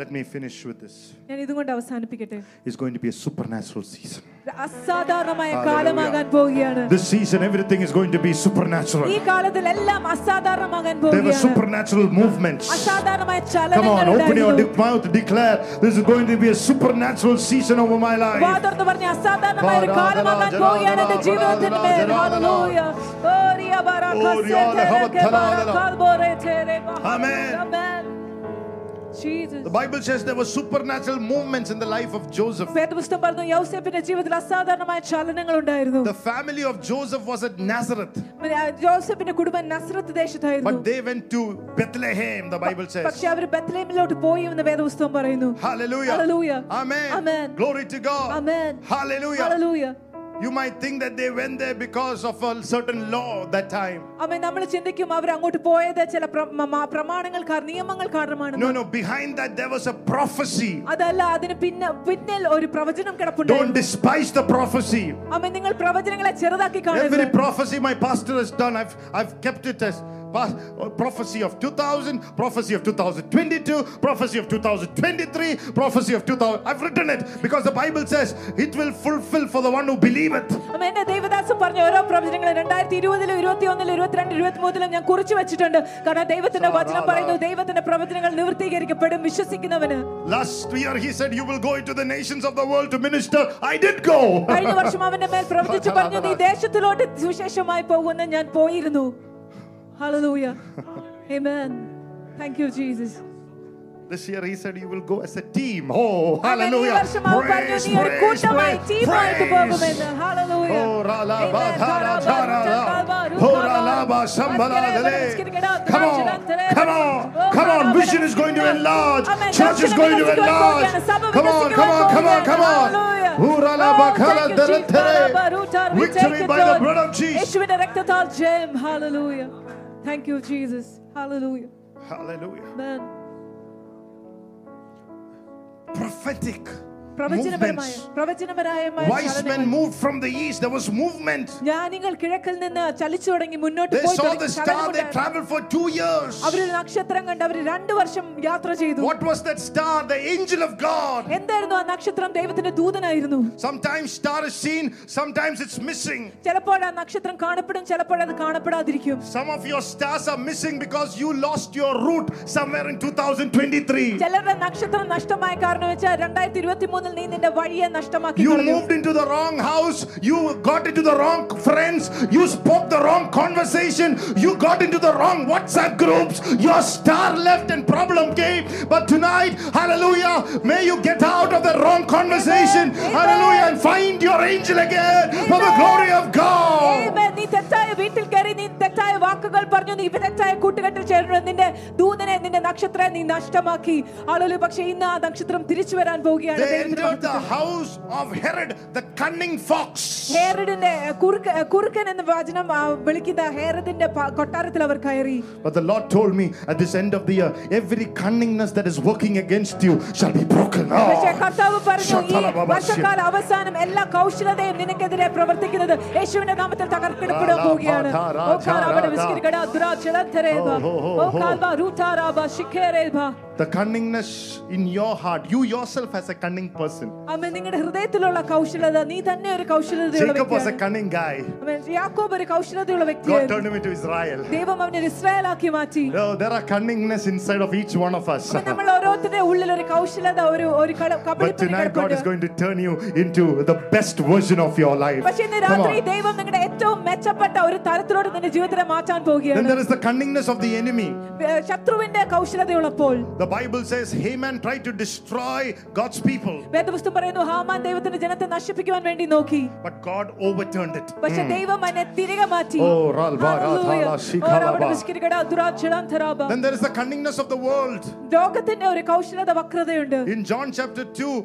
[SPEAKER 1] let me finish with this.
[SPEAKER 2] ഞാൻ ഇതും കൊണ്ട് അവസാനിപ്പിക്കട്ടെ
[SPEAKER 1] It's going to be a supernatural season.
[SPEAKER 2] ഒരു അസാധാരണമായ
[SPEAKER 1] Hallelujah.
[SPEAKER 2] കാലമാകാൻ പോവുകയാണ്
[SPEAKER 1] This season, everything is going to be
[SPEAKER 2] ഈ
[SPEAKER 1] supernatural.
[SPEAKER 2] കാലത്തിൽ എല്ലാം അസാധാരണമാകാൻ
[SPEAKER 1] There were
[SPEAKER 2] പോവുകയാണ്
[SPEAKER 1] supernatural movements.
[SPEAKER 2] അസാധാരണമായ
[SPEAKER 1] Come on,
[SPEAKER 2] ചലനങ്ങൾ
[SPEAKER 1] open your
[SPEAKER 2] ഉണ്ടായിരുന്നു
[SPEAKER 1] de- mouth, declare this is going to be a supernatural season over my life.
[SPEAKER 2] വാതുറന്ന് പറഞ്ഞ അസാധാരണമായ ഒരു കാലമാകാൻ പോവുകയാണ് എന്റെ ജീവിതത്തിന് മേൽ. Hallelujah. ഓരിയ ബറക്കസ്യ തെരക്കെ ബറക്കാൽ ബോറേറ്റേരെ ബഹ.
[SPEAKER 1] Amen.
[SPEAKER 2] Amen. Jesus.
[SPEAKER 1] The Bible says there were supernatural movements in the life of Joseph.
[SPEAKER 2] വേദപുസ്തകം പറഞ്ഞു യൗസേപ്പിന്റെ ജീവിതത്തിൽ അസാധാരണമായ ചലനങ്ങൾ ഉണ്ടായിരുന്നു
[SPEAKER 1] The family of Joseph was at Nazareth,
[SPEAKER 2] ജോസഫിന്റെ കുടുംബം Nazareth ദേശത്തായിരുന്നു
[SPEAKER 1] but they went to Bethlehem, the Bible says.
[SPEAKER 2] പക്ഷെ അവർ ബത്ലേമിലോട്ട് പോയി എന്ന് വേദപുസ്തകം പറയുന്നു
[SPEAKER 1] Hallelujah.
[SPEAKER 2] Hallelujah.
[SPEAKER 1] Amen.
[SPEAKER 2] Amen.
[SPEAKER 1] Glory to God.
[SPEAKER 2] Amen.
[SPEAKER 1] Hallelujah.
[SPEAKER 2] Hallelujah
[SPEAKER 1] You might think that they went there because of a certain law that time.
[SPEAKER 2] അമ്മ നമ്മൾ ചിന്തിക്കും അവർ അങ്ങോട്ട് പോയത് ചില പ്ര- മ- പ്രമാണങ്ങൾ കാര- നിയമങ്ങൾ കാരണമാണ്
[SPEAKER 1] No, no, behind that there was a prophecy.
[SPEAKER 2] അതല്ല അതിന് പിന്നെ പിന്നിൽ ഒരു പ്രവചനം
[SPEAKER 1] Don't
[SPEAKER 2] കിടപ്പുണ്ടായിരുന്നു
[SPEAKER 1] despise the prophecy.
[SPEAKER 2] അമ്മ നിങ്ങൾ പ്രവചനങ്ങളെ ചെറുതാക്കി
[SPEAKER 1] Every
[SPEAKER 2] കാണരുത്
[SPEAKER 1] prophecy my pastor has done, I've, I've kept it as pas- uh, prophecy of 2000, prophecy of 2022, prophecy of 2023, prophecy of 2000. I've written it because the Bible says it will fulfill for the one who believeth.
[SPEAKER 2] അമ്മ എന്റെ ദൈവദാസം പറഞ്ഞ ഓരോ പ്രവചനങ്ങളും രണ്ടായിരത്തി ഇരുപതിലും ഇരുപത്തി ഒന്നിലും ഇരുപത്തിരണ്ട് ഇരുപത്തി മൂന്നിലും ഞാൻ കുറിച്ചു വെച്ചിട്ടുണ്ട് കാരണം ദൈവത്തിന്റെ വചനം പറയുന്നു ദൈവത്തിന്റെ പ്രവചനങ്ങൾ നിവൃത്തീകരിക്കപ്പെടും വിശ്വസിക്കുന്നവന്
[SPEAKER 1] Last year he said, You will go into the nations of the world to minister. I did go.
[SPEAKER 2] കഴിഞ്ഞ വർഷം അവന്റെ മേൽ പ്രവചിച്ചു പറഞ്ഞു നീ ദേശത്തിലോട്ട് സുവിശേഷമായി പോകുന്ന ഞാൻ പോയിരുന്നു hallelujah amen thank you Jesus
[SPEAKER 1] This year he said, You will go as a team. Oh,
[SPEAKER 2] ഈ
[SPEAKER 1] hallelujah.
[SPEAKER 2] വർഷം അവൻ പറഞ്ഞു നീ ഒരു കൂട്ടമായി ടീമായിട്ട് പോകുമെന്ന് hallelujah
[SPEAKER 1] Oh, rala ba, thara, thara, ra. Oh, rala ba, sambala, dele. Come on, Oh, come on, come on. Mission is going to enlarge. Church is going to enlarge. Come on, come on, come on, come on. Oh, rala ba, kala, dele, tere. Victory by the blood of Jesus.
[SPEAKER 2] യേശുവിന്റെ രക്തത്താൽ ജയം hallelujah thank you Jesus hallelujah
[SPEAKER 1] Hallelujah.
[SPEAKER 2] Amen
[SPEAKER 1] Prophetic
[SPEAKER 2] പ്രവചനപരമായ
[SPEAKER 1] movements.
[SPEAKER 2] പ്രവചനപരമായ
[SPEAKER 1] Wise men moved from the east. There was movement.
[SPEAKER 2] ജ്ഞാനികൾ കിഴക്കിൽ നിന്ന് ചലിച്ചു തുടങ്ങി മുന്നോട്ട്
[SPEAKER 1] They
[SPEAKER 2] പോയി
[SPEAKER 1] saw
[SPEAKER 2] തുടങ്ങി.
[SPEAKER 1] the star. They
[SPEAKER 2] ചലനമുണ്ടായിരുന്നു.
[SPEAKER 1] traveled for two years.
[SPEAKER 2] അവരൊരു നക്ഷത്രം കണ്ട് അവർ രണ്ടു വർഷം യാത്ര ചെയ്തു
[SPEAKER 1] What was that star? The angel of God.
[SPEAKER 2] എന്തായിരുന്നു ആ നക്ഷത്രം ദൈവത്തിന്റെ ദൂതനായിരുന്നു
[SPEAKER 1] Sometimes star is seen, sometimes it's missing.
[SPEAKER 2] ചിലപ്പോൾ ആ നക്ഷത്രം കാണപ്പെടും ചിലപ്പോൾ അത് കാണപ്പെടാതിരിക്കും
[SPEAKER 1] Some of your stars are missing because you lost your route somewhere in 2023.
[SPEAKER 2] ചിലരുടെ നക്ഷത്രം നഷ്ടമായ കാരണം വെച്ചാൽ രണ്ടായിരത്തി ഇരുപത്തി മൂന്നിൽ നീ നിന്റെ വഴിയെ നഷ്ടമാക്കി
[SPEAKER 1] You
[SPEAKER 2] കളഞ്ഞു.
[SPEAKER 1] moved into the wrong house, you got into the wrong friends, you spoke the wrong conversation, you got into the wrong WhatsApp groups, your star left and problem came. But tonight, hallelujah, may you get out of the wrong conversation,
[SPEAKER 2] Amen.
[SPEAKER 1] hallelujah, and find your angel again for the
[SPEAKER 2] Amen.
[SPEAKER 1] glory of God.
[SPEAKER 2] Amen. നീ തെറ്റായ വീട്ടിൽ കയറി നീ തെറ്റായ വാക്കുകൾ പറഞ്ഞു നീ ഇവ തെറ്റായ കൂട്ടുകെട്ടിൽ ചേർന്നു നിന്റെ ദൂതനെ നിന്റെ നക്ഷത്രം നീ നഷ്ടമാക്കി ആളുകൾ പക്ഷേ ഇന്ന് ആ നക്ഷത്രം തിരിച്ചു വരാൻ പോവുകയാണ്
[SPEAKER 1] They
[SPEAKER 2] ദൈവത്തിന്റെ
[SPEAKER 1] entered the
[SPEAKER 2] പദ്ധതി.
[SPEAKER 1] house of Herod, the cunning fox.
[SPEAKER 2] ഹേറഡിന്റെ കുറുക്ക- കുറുക്കൻ എന്ന വചനം ആ, വിളിക്കുന്ന ഹേറദിന്റെ പ- കൊട്ടാരത്തിൽ അവർ കയറി
[SPEAKER 1] But the Lord told me at this end of the year, every cunningness that is working against you shall be broken Ah.
[SPEAKER 2] പക്ഷേ
[SPEAKER 1] off.
[SPEAKER 2] കർത്താവ് പറഞ്ഞു ഈ
[SPEAKER 1] ശതലമവാസ്യം.
[SPEAKER 2] വർഷക്കാല അവസാനം എല്ലാ കൗശലതയും നിനക്കെതിരെ പ്രവർത്തിക്കുന്നത് യേശുവിന്റെ നാമത്തിൽ തകർക്കപ്പെടാൻ പോവുകയാണ്
[SPEAKER 1] രാലാപാതാ,
[SPEAKER 2] ഓ കാലാവട വിസ്കിരിക്കട, ദുരാചലന്തരേവ.
[SPEAKER 1] ഓ, ഓ, ഓ,
[SPEAKER 2] ഓ കാൽവ, രൂതാരാബ, ശിഖേരേവ.
[SPEAKER 1] The cunningness in your heart, you yourself as a cunning person.
[SPEAKER 2] അമ്മേ നിങ്ങളുടെ ഹൃദയത്തിലുള്ള കൗശലത നീ തന്നെ ഒരു കൗശലതയുള്ള
[SPEAKER 1] Jacob was a
[SPEAKER 2] വ്യക്തിയാണ്.
[SPEAKER 1] cunning guy.
[SPEAKER 2] അമ്മേ, യാക്കോബ് ഒരു കൗശലതയുള്ള
[SPEAKER 1] God
[SPEAKER 2] വ്യക്തിയായിരുന്നു
[SPEAKER 1] turned him into Israel.
[SPEAKER 2] ദൈവം അവനെ ഒരു ഇസ്രായേലാക്കി മാറ്റി
[SPEAKER 1] No, there are cunningness inside of each one of us.
[SPEAKER 2] അമ്മേ, നമ്മൾ ഓരോരുത്തരുടെ ഉള്ളിൽ ഒരു കൗശലത ഒരു ഒരു
[SPEAKER 1] But
[SPEAKER 2] കബളിപ്പിന്
[SPEAKER 1] tonight, God is
[SPEAKER 2] കിടപ്പുണ്ട്
[SPEAKER 1] going to turn you into the best version of your life.
[SPEAKER 2] പക്ഷെ ഇന്ന്
[SPEAKER 1] Come
[SPEAKER 2] രാത്രി
[SPEAKER 1] on.
[SPEAKER 2] ദൈവം നിങ്ങളുടെ ഏറ്റവും മെച്ചപ്പെട്ട ഒരു തരത്തിലോട്ട് നിന്റെ ജീവിതത്തെ മാറ്റാൻ
[SPEAKER 1] Then
[SPEAKER 2] പോവുകയാണ്
[SPEAKER 1] there is the cunningness of the enemy.
[SPEAKER 2] ഏഹ് ശത്രുവിന്റെ കൗശലതയുള്ളപ്പോൾ
[SPEAKER 1] The Bible says Haman tried to destroy God's people,
[SPEAKER 2] വേദപുസ്തകം പറയുന്നു ഹാമാൻ ദൈവത്തിന്റെ ജനത്തെ നശിപ്പിക്കുവാൻ വേണ്ടി നോക്കി
[SPEAKER 1] but God overturned it.
[SPEAKER 2] പക്ഷെ ദൈവം അതിനെ തിരികെ മാറ്റി
[SPEAKER 1] ഓ, Mm. Oh, റാൽ വാ, രാ,
[SPEAKER 2] Hallelujah. Oh,
[SPEAKER 1] താല, ശിഖാ,
[SPEAKER 2] ഓ, രാവണ
[SPEAKER 1] വാ.
[SPEAKER 2] വിസ്കിരികട, ദുരാ, ജിളാം, ധരാബ.
[SPEAKER 1] Then there is the cunningness of the world.
[SPEAKER 2] ലോകത്തിന്റെ ഒരു കൗശലത വക്രതയുണ്ട്
[SPEAKER 1] In John chapter 2,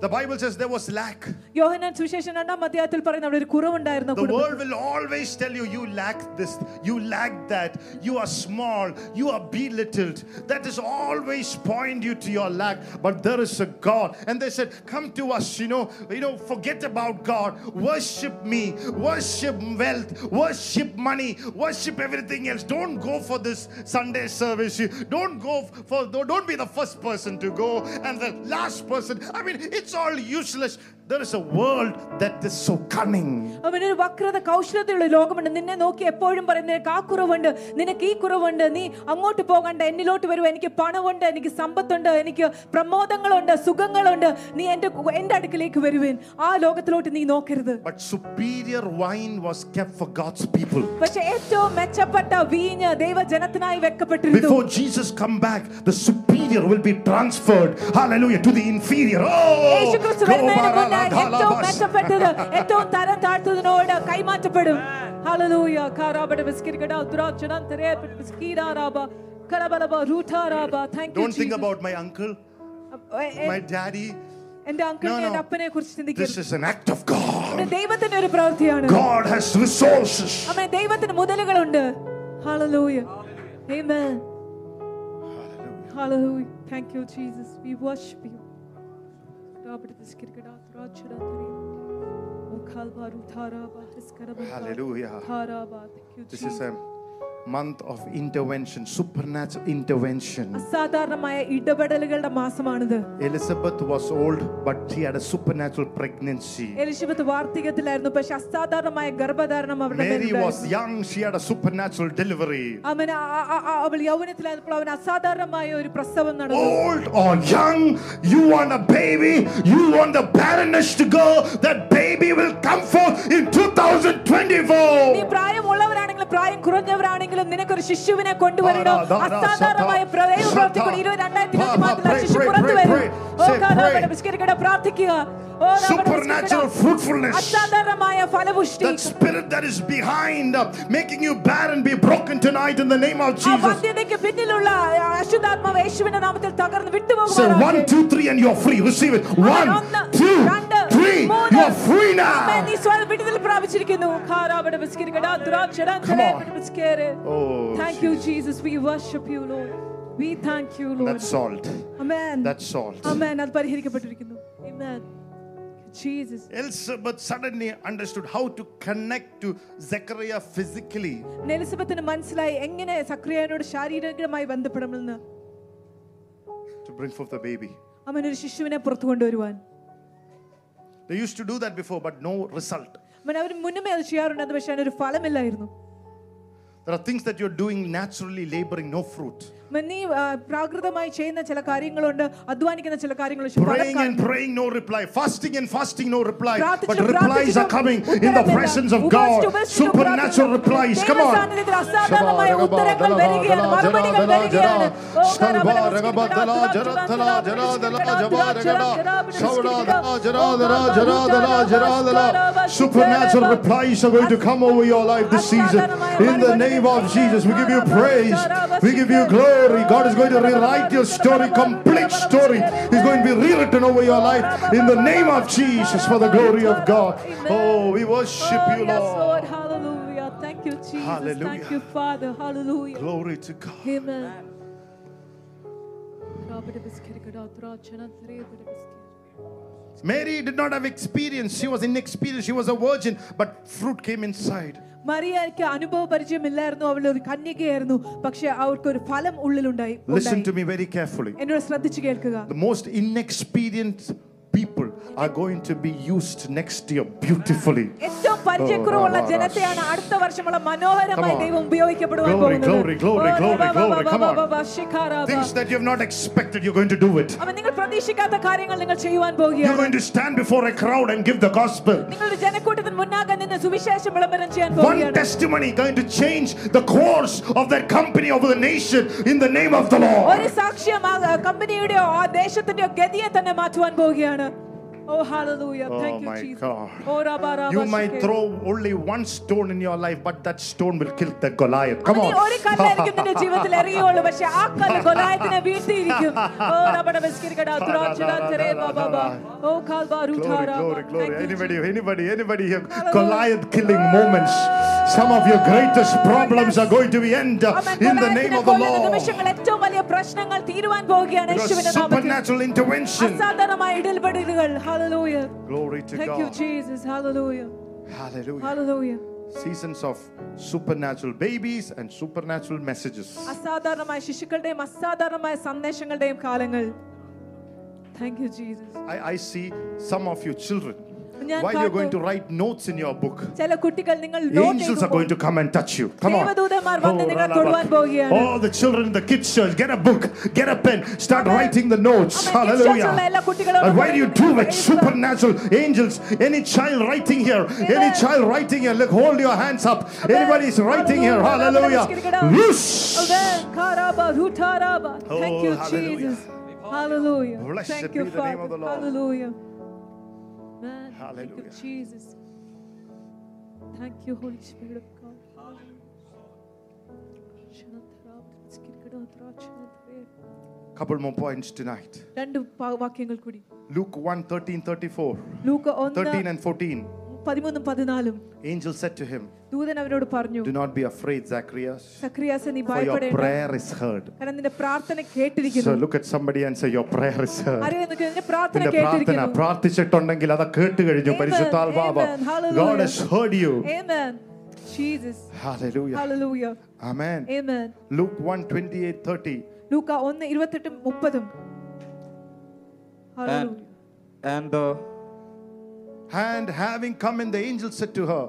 [SPEAKER 1] The Bible says there was lack.
[SPEAKER 2] Yohanan സുവിശേഷം രണ്ടാം അധ്യായത്തിൽ പറയുന്ന അവിടെ ഒരു കുറവുണ്ടായിരുന്നു
[SPEAKER 1] The
[SPEAKER 2] കുടുംബത്തിൽ.
[SPEAKER 1] world will always tell you, you lack this, you lack that, you are small, you are belittled. That is always point you to your lack. But there is a God. And they said, come to us, you know, you know, forget about God. Worship me, worship wealth, worship money, worship everything else. Don't go for this Sunday service. You- Don't go for, don't be the first person to go and the last person. I mean, it's all useless. There is a world that is so cunning.
[SPEAKER 2] അവനൊരു വക്രത കൗശലതയുള്ള ലോകമുണ്ട് നിന്നെ നോക്കി എപ്പോഴും പറയും നിനക്ക് ആ കുറവുണ്ട് നിനക്ക് ഈ കുറവുണ്ട് നീ അങ്ങോട്ട് പോകണ്ട എന്നിലോട്ട് വരും എനിക്ക് പണമുണ്ട് എനിക്ക് സമ്പത്തുണ്ട് എനിക്ക് പ്രമോദങ്ങളുണ്ട് സുഖങ്ങളുണ്ട് നീ എൻ്റെ എൻ്റെ അടുക്കിലേക്ക് വരുവേൻ ആ ലോകത്തിലോട്ട് നീ നോക്കരുത്
[SPEAKER 1] But superior wine was kept for God's people.
[SPEAKER 2] പക്ഷെ ഏറ്റവും മെച്ചപ്പെട്ട വീഞ്ഞ് ദൈവജനത്തിനായി വെക്കപ്പെട്ടിരുന്നു
[SPEAKER 1] Before Jesus come back, the superior will be transferred, hallelujah, to the inferior. Oh,
[SPEAKER 2] യേശുക്രിസ്തു വരുന്നതിന് മുന്നേ ഏറ്റവും മെച്ചപ്പെട്ടത് ഏറ്റവും തരം താഴ്ത്തതിനോട് കൈമാറ്റപ്പെടും ഹല്ലേലൂയ കാരാബട ബിസ്കിരിക്കടാ ഉദ്രാക്ഷണം തെരേപ്പ ബിസ്കിരാരാബ കരബലബ റൂട്ടാരാബ thank you
[SPEAKER 1] Don't think about my uncle, my daddy.
[SPEAKER 2] എന്റെ
[SPEAKER 1] No,
[SPEAKER 2] അങ്കിളിനെ
[SPEAKER 1] no.
[SPEAKER 2] അപ്പനെ കുറിച്ച്
[SPEAKER 1] This
[SPEAKER 2] ചിന്തിക്കരുത്
[SPEAKER 1] is an act of
[SPEAKER 2] ഇത്
[SPEAKER 1] God.
[SPEAKER 2] ദൈവത്തിന്റെ ഒരു പ്രവൃത്തിയാണ്
[SPEAKER 1] God has resources.
[SPEAKER 2] അമ്മേ ദൈവത്തിന് മുതലുകളുണ്ട് hallelujah amen hallelujah thank you Jesus we worship you റോബർട്ട് ബിസ്കിരിക്കടാ ഉദ്രാക്ഷണം തെരേ
[SPEAKER 1] Hallelujah.
[SPEAKER 2] Hallelujah.
[SPEAKER 1] This is a month of intervention, supernatural intervention.
[SPEAKER 2] അസാധാരണമായ ഇടപെടലുകളുടെ മാസമാണിത്
[SPEAKER 1] Elizabeth was old, but she had a supernatural pregnancy.
[SPEAKER 2] Elizabeth വാർദ്ധക്യത്തിലായിരുന്നു പക്ഷെ അസാധാരണമായ ഗർഭധാരണം അവരുടെ
[SPEAKER 1] Mary was
[SPEAKER 2] മേലുണ്ടായിരുന്നു.
[SPEAKER 1] young, she had a supernatural delivery.
[SPEAKER 2] അവന് ആ- ആ- ആ- അവൾ യൗവനത്തിലായിരുന്നപ്പോൾ അവൻ അസാധാരണമായ ഒരു പ്രസവം നടന്നു
[SPEAKER 1] old or young, you want a baby, you want the barrenness to go, that baby will come forth in
[SPEAKER 2] നീ
[SPEAKER 1] 2024.
[SPEAKER 2] പ്രായമുള്ളവരാണെങ്കിലും പ്രായം കുറഞ്ഞവരാണെങ്കിലും നിനക്കൊരു ശിശുവിനെ കൊണ്ടുവരണോ
[SPEAKER 1] ആ, ദാ, ദാ, ദാ,
[SPEAKER 2] അസാധാരണമായ
[SPEAKER 1] സത്താ,
[SPEAKER 2] പ്രളയം
[SPEAKER 1] സത്താ.
[SPEAKER 2] പ്രവർത്തിക്കൂടി ഇരുപത് രണ്ടായിരത്തി ഇരുപത്തി
[SPEAKER 1] പാ,
[SPEAKER 2] മാത്രമല്ല
[SPEAKER 1] pray,
[SPEAKER 2] ശിശു
[SPEAKER 1] pray,
[SPEAKER 2] പുറത്തു
[SPEAKER 1] pray,
[SPEAKER 2] വരും
[SPEAKER 1] pray.
[SPEAKER 2] ഓ
[SPEAKER 1] Say,
[SPEAKER 2] കാലാപന
[SPEAKER 1] pray.
[SPEAKER 2] ബിസ്കരിക്കട പ്രാർത്ഥിക്കുക ഓ
[SPEAKER 1] Supernatural
[SPEAKER 2] കാലാപന
[SPEAKER 1] fruitfulness.
[SPEAKER 2] അസാധാരണമായ ഫലപുഷ്ടി
[SPEAKER 1] That spirit that is behind, uh, making you barren, be broken tonight in the name of
[SPEAKER 2] ആ
[SPEAKER 1] Jesus.
[SPEAKER 2] വന്ധ്യതയ്ക്ക് പിന്നിലുള്ള അശുദ്ധാത്മാവ് യേശുവിന്റെ നാമത്തിൽ തകർന്ന്
[SPEAKER 1] Say one,
[SPEAKER 2] വിട്ടുപോകുമാറാകട്ടെ.
[SPEAKER 1] two, three, and you're free. Receive it.
[SPEAKER 2] അവൻ
[SPEAKER 1] One,
[SPEAKER 2] ഒന്ന്,
[SPEAKER 1] two,
[SPEAKER 2] രണ്ട്,
[SPEAKER 1] three.
[SPEAKER 2] മൂന്ന്.
[SPEAKER 1] You're free
[SPEAKER 2] അമ്മേ, നീ
[SPEAKER 1] now.
[SPEAKER 2] സ്വയം വിടുതൽ പ്രാപിച്ചിരിക്കുന്നു ഖാരാവട ബിസ്കിരിക്കടാ, ദുരാക്ഷടാ, ഖരേപട ബിസ്കേര്.
[SPEAKER 1] Oh,
[SPEAKER 2] Thank you, Jesus. We worship you, Lord. We thank you, Lord.
[SPEAKER 1] That's salt.
[SPEAKER 2] Amen.
[SPEAKER 1] That's salt.
[SPEAKER 2] Amen. അത് പരിഹരിക്കപ്പെട്ടിരിക്കുന്നു. Amen. Jesus.
[SPEAKER 1] Elizabeth suddenly understood how to connect to Zechariah physically.
[SPEAKER 2] എലിസബത്തിന് മനസ്സിലായി എങ്ങനെ സക്രിയനോട് ശാരീരികമായി ബന്ധപ്പെടുമെന്ന്
[SPEAKER 1] to bring forth the baby.
[SPEAKER 2] അവൻ ഒരു ശിശുവിനെ പുറത്തു കൊണ്ടുവരുവാൻ
[SPEAKER 1] They used to do that before, but no result.
[SPEAKER 2] അവൻ അവർ മുന്നമേ അത് ചെയ്യാറുണ്ടായിരുന്നു പക്ഷെ അതിനൊരു ഫലമില്ലായിരുന്നു
[SPEAKER 1] There are things that you're doing naturally, laboring, no fruit.
[SPEAKER 2] മ- നീ ആ, പ്രാകൃതമായി ചെയ്യുന്ന ചില കാര്യങ്ങളുണ്ട് അധ്വാനിക്കുന്ന ചില കാര്യങ്ങളുണ്ട് പക്ഷെ
[SPEAKER 1] Praying
[SPEAKER 2] ഫലം
[SPEAKER 1] and praying, no reply. Fasting and fasting, no reply. But
[SPEAKER 2] പ്രാർത്ഥിച്ചിട്ടും
[SPEAKER 1] replies are
[SPEAKER 2] പ്രാർത്ഥിച്ചിട്ടും
[SPEAKER 1] coming in the
[SPEAKER 2] ഉത്തരമില്ല.
[SPEAKER 1] presence of God.
[SPEAKER 2] ഉപവസിച്ചു, ഉപവസിച്ചു,
[SPEAKER 1] Supernatural
[SPEAKER 2] പ്രാർത്ഥിച്ചു.
[SPEAKER 1] replies. Come on.
[SPEAKER 2] ദൈവസാന്നിധ്യത്തിൽ അസാധാരണമായ ഉത്തരങ്ങൾ വരികയാണ്, മറുപടികൾ വരികയാണ്. ഓ, Karamana
[SPEAKER 1] Supernatural replies are going to come over your life this season. In the name of Jesus, we give you praise. We give you glory. God is going to rewrite your story, complete story. is going to be rewritten over your life in the name of Jesus for the glory of God. Oh, we worship
[SPEAKER 2] Oh,
[SPEAKER 1] you,
[SPEAKER 2] yes, Lord.
[SPEAKER 1] Lord.
[SPEAKER 2] Hallelujah. Thank you, Jesus. Thank
[SPEAKER 1] Hallelujah.
[SPEAKER 2] you, Father. Hallelujah.
[SPEAKER 1] Glory to God.
[SPEAKER 2] Amen. Robert Biscaricado, Trachana, three, but it is-
[SPEAKER 1] Mary did not have experience. She was inexperienced. She was a virgin, but fruit came inside.
[SPEAKER 2] മറിയയ്ക്ക് അനുഭവ പരിചയമില്ലായിരുന്നു അവൾ ഒരു കന്യകയായിരുന്നു പക്ഷെ അവൾക്ക് ഒരു ഫലം ഉള്ളിലുണ്ടായി
[SPEAKER 1] Listen to
[SPEAKER 2] ഉണ്ടായി.
[SPEAKER 1] me Oh, very carefully.
[SPEAKER 2] എന്നോട് ശ്രദ്ധിച്ചു കേൾക്കുക
[SPEAKER 1] The most inexperienced people are going to be used next year beautifully.
[SPEAKER 2] ഏറ്റവും പരിചയക്കുറവുള്ള
[SPEAKER 1] Oh, wow,
[SPEAKER 2] ജനത്തെയാണ് അടുത്ത വർഷമുള്ള മനോഹരമായി
[SPEAKER 1] Come on.
[SPEAKER 2] ദൈവം ഉപയോഗിക്കപ്പെടുവാൻ Oh,
[SPEAKER 1] Glory, glory, glory,
[SPEAKER 2] ഓ,
[SPEAKER 1] glory,
[SPEAKER 2] ബാ, ബാ,
[SPEAKER 1] glory.
[SPEAKER 2] ബാ,
[SPEAKER 1] Come on.
[SPEAKER 2] ബാ, ബാ, ശിഖാരാബ.
[SPEAKER 1] Things that you have not expected, you're going to do it.
[SPEAKER 2] oh, അവൻ നിങ്ങൾ പ്രതീക്ഷിക്കാത്ത കാര്യങ്ങൾ നിങ്ങൾ ചെയ്യുവാൻ
[SPEAKER 1] You're
[SPEAKER 2] പോകുകയാണ്
[SPEAKER 1] going to stand before a crowd and give the gospel.
[SPEAKER 2] നിങ്ങളുടെ ജനക്കൂട്ടത്തിന് മുന്നാകെ നിന്ന് സുവിശേഷം വിളംബരം ചെയ്യാൻ
[SPEAKER 1] One
[SPEAKER 2] പോകുകയാണ്
[SPEAKER 1] testimony going to change the course of that company, of the nation, in the name of the
[SPEAKER 2] ഒരു
[SPEAKER 1] Lord.
[SPEAKER 2] സാക്ഷ്യം ആ കമ്പനിയുടെയോ ആ ദേശത്തിന്റെയോ ഗതിയെ തന്നെ മാറ്റുവാൻ പോവുകയാണ് Oh, hallelujah.
[SPEAKER 1] Oh,
[SPEAKER 2] Thank
[SPEAKER 1] my
[SPEAKER 2] you, Jesus.
[SPEAKER 1] God.
[SPEAKER 2] Oh, rabba, rabba,
[SPEAKER 1] You might
[SPEAKER 2] shake.
[SPEAKER 1] throw only one stone in your life, but that stone will kill the Goliath. Come
[SPEAKER 2] അവൻ നീ ഒരു കല്ലായിരിക്കും
[SPEAKER 1] on.
[SPEAKER 2] നിന്റെ ജീവിതത്തിൽ എറിയുള്ളൂ പക്ഷെ ആ കല്ല് ഗൊലായത്തിനെ വീഴ്ത്തിയിരിക്കും ഓ റബട ബസ്കരിക്കടാ തുറാച്ചിടാ തെരേ ബാബാ ഓ കാൽബാ
[SPEAKER 1] Glory,
[SPEAKER 2] റൂട്ടാരാ
[SPEAKER 1] glory, glory. Anybody, anybody, anybody here. Goliath killing moments. Some of your greatest problems are going to be end uh, in the name of the Lord.
[SPEAKER 2] നിമിഷങ്ങൾ ഏറ്റവും വലിയ പ്രശ്നങ്ങൾ തീരുവാൻ പോവുകയാണ്
[SPEAKER 1] Because
[SPEAKER 2] യേശുവിന്റെ നാമത്തിൽ
[SPEAKER 1] supernatural intervention.
[SPEAKER 2] അസാധാരണമായ ഇടപെടലുകൾ hallelujah
[SPEAKER 1] Glory to
[SPEAKER 2] thank you
[SPEAKER 1] God.
[SPEAKER 2] Jesus hallelujah
[SPEAKER 1] Hallelujah.
[SPEAKER 2] Hallelujah
[SPEAKER 1] Seasons of supernatural babies and supernatural messages.
[SPEAKER 2] അസാധാരണമായ ശിശുക്കളുടെയും അസാധാരണമായ സന്ദേശങ്ങളുടെയും കാലങ്ങൾ thank you Jesus
[SPEAKER 1] I, I see some of you children.
[SPEAKER 2] ഞാൻ
[SPEAKER 1] While you're going
[SPEAKER 2] പാർക്കുന്നു.
[SPEAKER 1] to write notes in your book,
[SPEAKER 2] ചില കുട്ടികൾ നിങ്ങൾ note
[SPEAKER 1] angels are
[SPEAKER 2] എഴുതുമ്പോൾ
[SPEAKER 1] going to come and touch you. Come on. Oh,
[SPEAKER 2] ദേവദൂതന്മാർ വന്ന് നിങ്ങളെ തൊടുവാൻ പോവുകയാണ്.
[SPEAKER 1] All the children in the kids' church, get a book, get a pen, start
[SPEAKER 2] അതെ.
[SPEAKER 1] writing the notes.
[SPEAKER 2] അതെ, kids' church-ഉള്ള എല്ലാ
[SPEAKER 1] Hallelujah.
[SPEAKER 2] കുട്ടികളോടും
[SPEAKER 1] And why do you do like
[SPEAKER 2] പറയുന്നു, എഴുതുക.
[SPEAKER 1] supernatural angels? Any child writing here, any child writing here, look, hold your hands up. Anybody is writing here, hallelujah. Loose.
[SPEAKER 2] Amen. Karaba, rutaraba.
[SPEAKER 1] Oh,
[SPEAKER 2] Thank you,
[SPEAKER 1] hallelujah.
[SPEAKER 2] Jesus. Hallelujah.
[SPEAKER 1] Blessed
[SPEAKER 2] Thank
[SPEAKER 1] be
[SPEAKER 2] you,
[SPEAKER 1] the name of the
[SPEAKER 2] Father.
[SPEAKER 1] Lord.
[SPEAKER 2] Hallelujah. Amen. Thank
[SPEAKER 1] Hallelujah.
[SPEAKER 2] you, Jesus. Thank you, Holy Spirit of God.
[SPEAKER 1] Couple more points tonight.
[SPEAKER 2] രണ്ട് പ- വാക്യങ്ങൾ കൂടി
[SPEAKER 1] Luke 1 13, 34,
[SPEAKER 2] ലൂക്ക
[SPEAKER 1] 13
[SPEAKER 2] ഒന്ന്
[SPEAKER 1] and 14.
[SPEAKER 2] പതിമൂന്നും പതിനാലും
[SPEAKER 1] Angel said to him,
[SPEAKER 2] ദൂതൻ അവനോട് പറഞ്ഞു
[SPEAKER 1] Do not be afraid, Zacharias,
[SPEAKER 2] Zacharias നീ
[SPEAKER 1] for your
[SPEAKER 2] ഭയപ്പെടേണ്ട
[SPEAKER 1] prayer is heard.
[SPEAKER 2] കാരണം നിന്റെ പ്രാർത്ഥന
[SPEAKER 1] So
[SPEAKER 2] കേട്ടിരിക്കുന്നു
[SPEAKER 1] look at somebody and say, Your prayer is heard.
[SPEAKER 2] അറിയാൻ നിനക്ക് നിന്റെ പ്രാർത്ഥന
[SPEAKER 1] നിന്റെ പ്രാർത്ഥന
[SPEAKER 2] കേട്ടിരിക്കുന്നു
[SPEAKER 1] പ്രാർത്ഥിച്ചിട്ടുണ്ടെങ്കിൽ അത് കേട്ട് കഴിഞ്ഞു
[SPEAKER 2] Amen,
[SPEAKER 1] പരിശുദ്ധാത്മാവ്
[SPEAKER 2] amen, hallelujah.
[SPEAKER 1] God has heard you.
[SPEAKER 2] Amen. Jesus.
[SPEAKER 1] Hallelujah.
[SPEAKER 2] Hallelujah.
[SPEAKER 1] Amen.
[SPEAKER 2] Amen.
[SPEAKER 1] Luke 1 28 30.
[SPEAKER 2] ലൂക്ക ഒന്ന് ഇരുപത്തെട്ടും മുപ്പതും
[SPEAKER 3] And,
[SPEAKER 2] Hallelujah.
[SPEAKER 3] and the
[SPEAKER 1] And having come in, the angel said to her,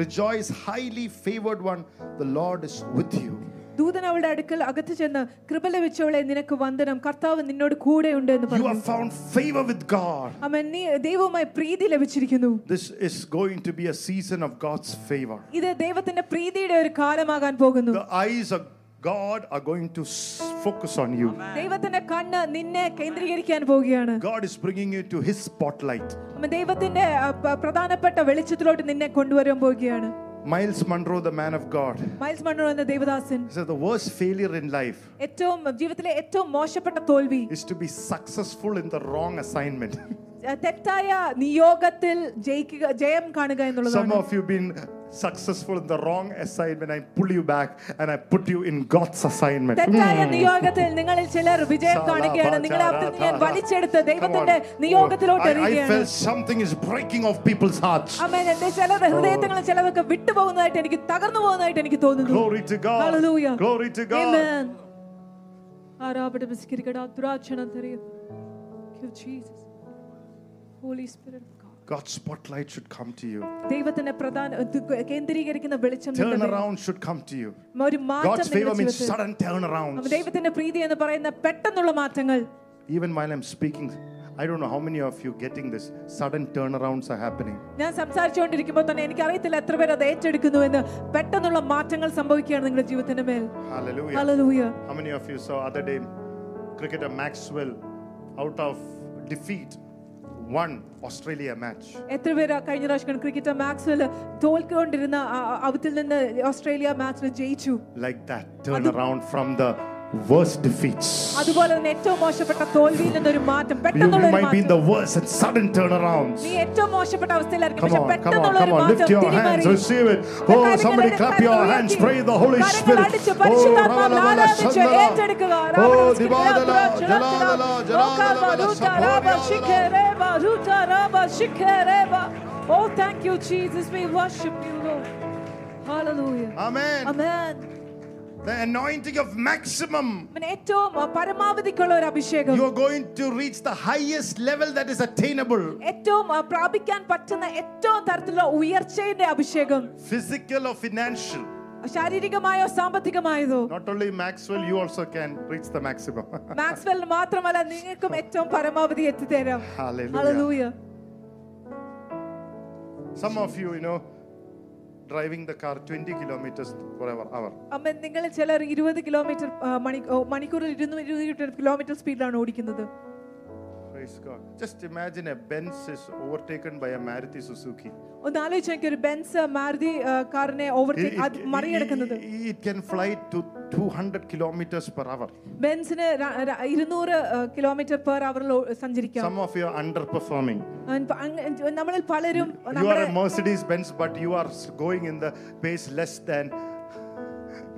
[SPEAKER 1] Rejoice, highly favored one, the Lord is with you.
[SPEAKER 2] ദൂതൻ അവളുടെ അടുക്കൽ അകത്ത് ചെന്ന് കൃപ ലഭിച്ചവളെ നിനക്ക് വന്ദനം കർത്താവ് നിന്നോട് കൂടെ ഉണ്ട് എന്ന്
[SPEAKER 1] You
[SPEAKER 2] പറഞ്ഞു
[SPEAKER 1] have found favor with God.
[SPEAKER 2] അവൻ നീ ദൈവവുമായി പ്രീതി ലഭിച്ചിരിക്കുന്നു
[SPEAKER 1] This is going to be a season of God's favor.
[SPEAKER 2] ഇത് ദൈവത്തിന്റെ പ്രീതിയുടെ ഒരു കാലമാകാൻ പോകുന്നു
[SPEAKER 1] The eyes of God are going to s- focus on you.
[SPEAKER 2] ദൈവത്തിന്റെ കണ്ണ് നിന്നെ കേന്ദ്രീകരിക്കാൻ പോവുകയാണ്
[SPEAKER 1] God is bringing you to His spotlight.
[SPEAKER 2] അവൻ ദൈവത്തിന്റെ ആ, പ- പ്രധാനപ്പെട്ട വെളിച്ചത്തിലോട്ട് നിന്നെ കൊണ്ടുവരാൻ പോവുകയാണ്
[SPEAKER 1] Miles Monroe, the man of God,
[SPEAKER 2] Myles Munroe എന്ന ദേവദാസൻ
[SPEAKER 1] said the worst failure in life
[SPEAKER 2] ഏറ്റവും ജീവിതത്തിലെ ഏറ്റവും മോശപ്പെട്ട തോൽവി
[SPEAKER 1] is to be successful in the wrong assignment.
[SPEAKER 2] അഹ് തെറ്റായ നിയോഗത്തിൽ ജയിക്കുക ജയം കാണുക
[SPEAKER 1] Some
[SPEAKER 2] എന്നുള്ളതാണ്
[SPEAKER 1] of you been successful in the wrong assignment. I pull you back and I put you in God's assignment.
[SPEAKER 2] തെറ്റായ നിയോഗത്തിൽ നിങ്ങളിൽ ചിലർ വിജയം
[SPEAKER 1] Sala,
[SPEAKER 2] കാണുകയാണ് നിങ്ങളെ
[SPEAKER 1] bachara,
[SPEAKER 2] അതിൽ നിന്ന് ഞാൻ
[SPEAKER 1] thala.
[SPEAKER 2] വലിച്ചെടുത്ത്
[SPEAKER 1] Come on. Oh,
[SPEAKER 2] ദൈവത്തിന്റെ നിയോഗത്തിലോട്ട്
[SPEAKER 1] I, I
[SPEAKER 2] എറിയുകയാണ്
[SPEAKER 1] felt Oh. something is breaking off people's hearts.
[SPEAKER 2] അമ്മേൻ എന്റെ ചിലരുടെ ഹൃദയങ്ങളിൽ ചിലതൊക്കെ വിട്ടുപോകുന്നതായിട്ട് എനിക്ക് തകർന്നു പോകുന്നതായിട്ട് എനിക്ക് തോന്നുന്നു
[SPEAKER 1] Glory to God.
[SPEAKER 2] Hallelujah.
[SPEAKER 1] Glory to God.
[SPEAKER 2] Amen. ആരാപട വിസ്കരിക്കടാ, ദുരാക്ഷണം തെറിയും. Thank you, Jesus. Holy Spirit of God.
[SPEAKER 1] God's spotlight should come to you.
[SPEAKER 2] ദൈവത്തിന്റെ പ്രധാന ഇത് കേന്ദ്രീകരിക്കുന്ന വെളിച്ചം നിങ്ങളുടെ മേൽ.
[SPEAKER 1] Turnaround should come to you.
[SPEAKER 2] ഒരു മാറ്റം
[SPEAKER 1] God's favor
[SPEAKER 2] നിങ്ങളുടെ
[SPEAKER 1] means
[SPEAKER 2] ജീവിതത്തിൽ
[SPEAKER 1] sudden turnarounds.
[SPEAKER 2] അപ്പൊ ദൈവത്തിന്റെ പ്രീതി എന്ന് പറയുന്ന പെട്ടെന്നുള്ള മാറ്റങ്ങൾ
[SPEAKER 1] Even while I'm speaking, I don't know how many of you getting this. Sudden turnarounds are happening.
[SPEAKER 2] ഞാൻ സംസാരിച്ചുകൊണ്ടിരിക്കുമ്പോൾ തന്നെ എനിക്കറിയത്തില്ല എത്ര പേര് അത് ഏറ്റെടുക്കുന്നു എന്ന് പെട്ടെന്നുള്ള മാറ്റങ്ങൾ സംഭവിക്കുകയാണ് നിങ്ങളുടെ ജീവിതത്തിന്റെ മേൽ
[SPEAKER 1] Hallelujah.
[SPEAKER 2] Hallelujah
[SPEAKER 1] How many of you saw other day cricketer Maxwell out of defeat won Australia match?
[SPEAKER 2] എത്ര പേര് കഴിഞ്ഞ പ്രാവശ്യം ക്രിക്കറ്റ് മാക്സ്വെൽ തോൽക്കൊണ്ടിരുന്ന അവത്തിൽ നിന്ന് ഓസ്ട്രേലിയ മാച്ചിൽ ജയിച്ചു
[SPEAKER 1] Like that turnaround from the worst defeats.
[SPEAKER 2] അതുപോലെ തന്നെ ഏറ്റവും മോശപ്പെട്ട തോൽവിയിൽ നിന്നൊരു മാറ്റം
[SPEAKER 1] You
[SPEAKER 2] പെട്ടെന്നുള്ള ഒരു
[SPEAKER 1] might be in the
[SPEAKER 2] മാറ്റം
[SPEAKER 1] worst and sudden turnarounds.
[SPEAKER 2] നീ ഏറ്റവും മോശപ്പെട്ട അവസ്ഥയിലായിരിക്കും
[SPEAKER 1] Come
[SPEAKER 2] പക്ഷെ
[SPEAKER 1] on, come on,
[SPEAKER 2] പെട്ടെന്നുള്ള
[SPEAKER 1] come
[SPEAKER 2] ഒരു
[SPEAKER 1] on.
[SPEAKER 2] മാറ്റം
[SPEAKER 1] Lift your hands,
[SPEAKER 2] തിരിമറി
[SPEAKER 1] receive it. Oh, somebody clap your hands, pray the Holy Spirit. Oh, Ravalabala Shandala. Oh, Divadala, Jaladala, Jaladala, Sabodiyadala.
[SPEAKER 2] Oh, thank you, Jesus. We worship you, Lord. Hallelujah.
[SPEAKER 1] Amen.
[SPEAKER 2] Amen.
[SPEAKER 1] The anointing of maximum.
[SPEAKER 2] അവൻ ഏറ്റവും പരമാവധിക്കുള്ള ഒരു അഭിഷേകം
[SPEAKER 1] You are going to reach the highest level that is attainable.
[SPEAKER 2] ഏറ്റവും പ്രാപിക്കാൻ പറ്റുന്ന ഏറ്റവും തരത്തിലുള്ള ഉയർച്ചയുടെ അഭിഷേകം
[SPEAKER 1] Physical or financial.
[SPEAKER 2] ശാരീരികമായോ സാമ്പത്തികമായതോ
[SPEAKER 1] Not only Maxwell, you also can reach the maximum.
[SPEAKER 2] Maxwell മാത്രമല്ല നിങ്ങൾക്കും ഏറ്റവും പരമാവധി എത്തിത്തരാം
[SPEAKER 1] Hallelujah.
[SPEAKER 2] Hallelujah.
[SPEAKER 1] Some of you, you know, driving the car 20 kilometers per hour. hour.
[SPEAKER 2] അമ്മ നിങ്ങൾ ചിലർ ഇരുപത് കിലോമീറ്റർ മണിക്കൂറിൽ ഇരുന്നൂറ് കിലോമീറ്റർ സ്പീഡിലാണ് ഓടിക്കുന്നത്
[SPEAKER 1] Praise Praise God. Just imagine a Benz is overtaken by a Maruti Suzuki.
[SPEAKER 2] ഒന്ന് ആലോചിച്ച് നോക്കിയേ, ഒരു ബെൻസ് മാരുതി ആ, കാറിനെ
[SPEAKER 1] It,
[SPEAKER 2] ഓവർടേക്ക്
[SPEAKER 1] it-
[SPEAKER 2] അത് മറികടക്കുന്നത്
[SPEAKER 1] it- it can fly to 200 kilometers per hour.
[SPEAKER 2] ബെൻസിന് ര- ര- ഇരുന്നൂറ് കിലോമീറ്റർ പെർ അവറിൽ സഞ്ചരിക്കാം
[SPEAKER 1] Some of you are underperforming.
[SPEAKER 2] അൻ- പ- അങ്ങ- നമ്മളിൽ പലരും
[SPEAKER 1] You are
[SPEAKER 2] നമ്മുടെ
[SPEAKER 1] a Mercedes Benz, but you are s- going in the pace less than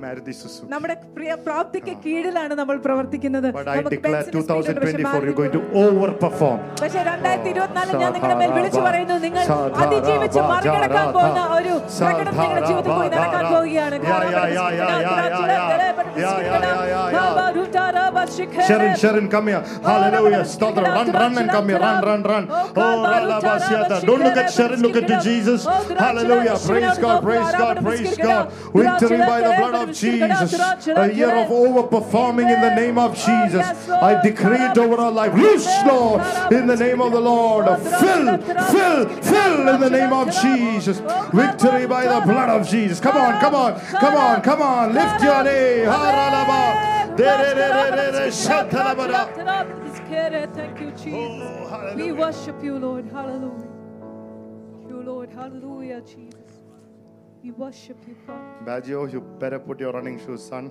[SPEAKER 1] Maruti Suzuki.
[SPEAKER 2] നമ്മുടെ പ്രിയ പ്രാപ്തിക്ക് കീഴിലാണ് നമ്മൾ പ്രവർത്തിക്കുന്നത്
[SPEAKER 1] But I
[SPEAKER 2] നമുക്ക്
[SPEAKER 1] declare
[SPEAKER 2] ബെൻസിന് സ്പീഡ് ഉണ്ട്, പക്ഷേ
[SPEAKER 1] 2024, you're going to
[SPEAKER 2] Maruti-
[SPEAKER 1] overperform.
[SPEAKER 2] പക്ഷേ രണ്ടായിരത്തി ഇരുപത്തിനാലിൽ ഞാൻ നിങ്ങളുടെ മേൽ വിളിച്ചു പറയുന്നു നിങ്ങൾ അതിജീവിച്ച് മറികടക്കാൻ പോകുന്ന ഒരു പ്രകടനം നിങ്ങളുടെ ജീവിതത്തിൽ പോയി നടക്കാൻ പോവുകയാണ്
[SPEAKER 1] Sharon, Oh, Sharon, come here. Hallelujah. Stotra. Run, run and come here. Run, run, run. Oh, Ralabasiata. Don't look at Sharon, look at Jesus. Hallelujah. Praise God, praise God, praise God. Victory by the blood of Jesus. A year of overperforming in the name of Jesus. I decree it over our life. Loose, Lord, in the name of the Lord. Fill, fill, fill in the name of Jesus. Victory by the blood of Jesus. Come on, come on, come on, come on. Lift your name. Haralaba. Dererererere. Shatalabara.
[SPEAKER 2] Thank you,
[SPEAKER 1] Oh,
[SPEAKER 2] Jesus. We
[SPEAKER 1] hallelujah.
[SPEAKER 2] worship you, Lord. Hallelujah. You, Lord. Hallelujah, Jesus. We worship you, God.
[SPEAKER 1] Baggio, oh, you better put your running shoes, son.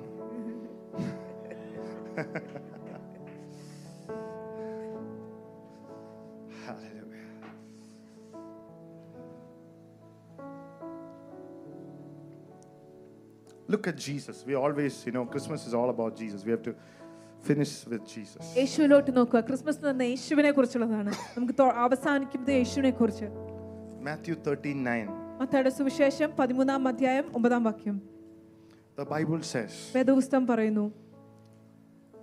[SPEAKER 1] Hallelujah. Look at Jesus. We always, you know, Christmas is all about Jesus. We have to finish with Jesus.
[SPEAKER 2] യേശുവിലോട്ട് നോക്കുക Christmas എന്ന് പറഞ്ഞാൽ യേശുവിനെ കുറിച്ചുള്ളതാണ് നമുക്ക് തൊ- അവസാനിക്കുന്നത് യേശുവിനെ കുറിച്ച്
[SPEAKER 1] Matthew 13 9.
[SPEAKER 2] മത്തയുടെ സുവിശേഷം പതിമൂന്നാം അധ്യായം ഒമ്പതാം വാക്യം
[SPEAKER 1] The Bible says,
[SPEAKER 2] വേദപുസ്തകം പറയുന്നു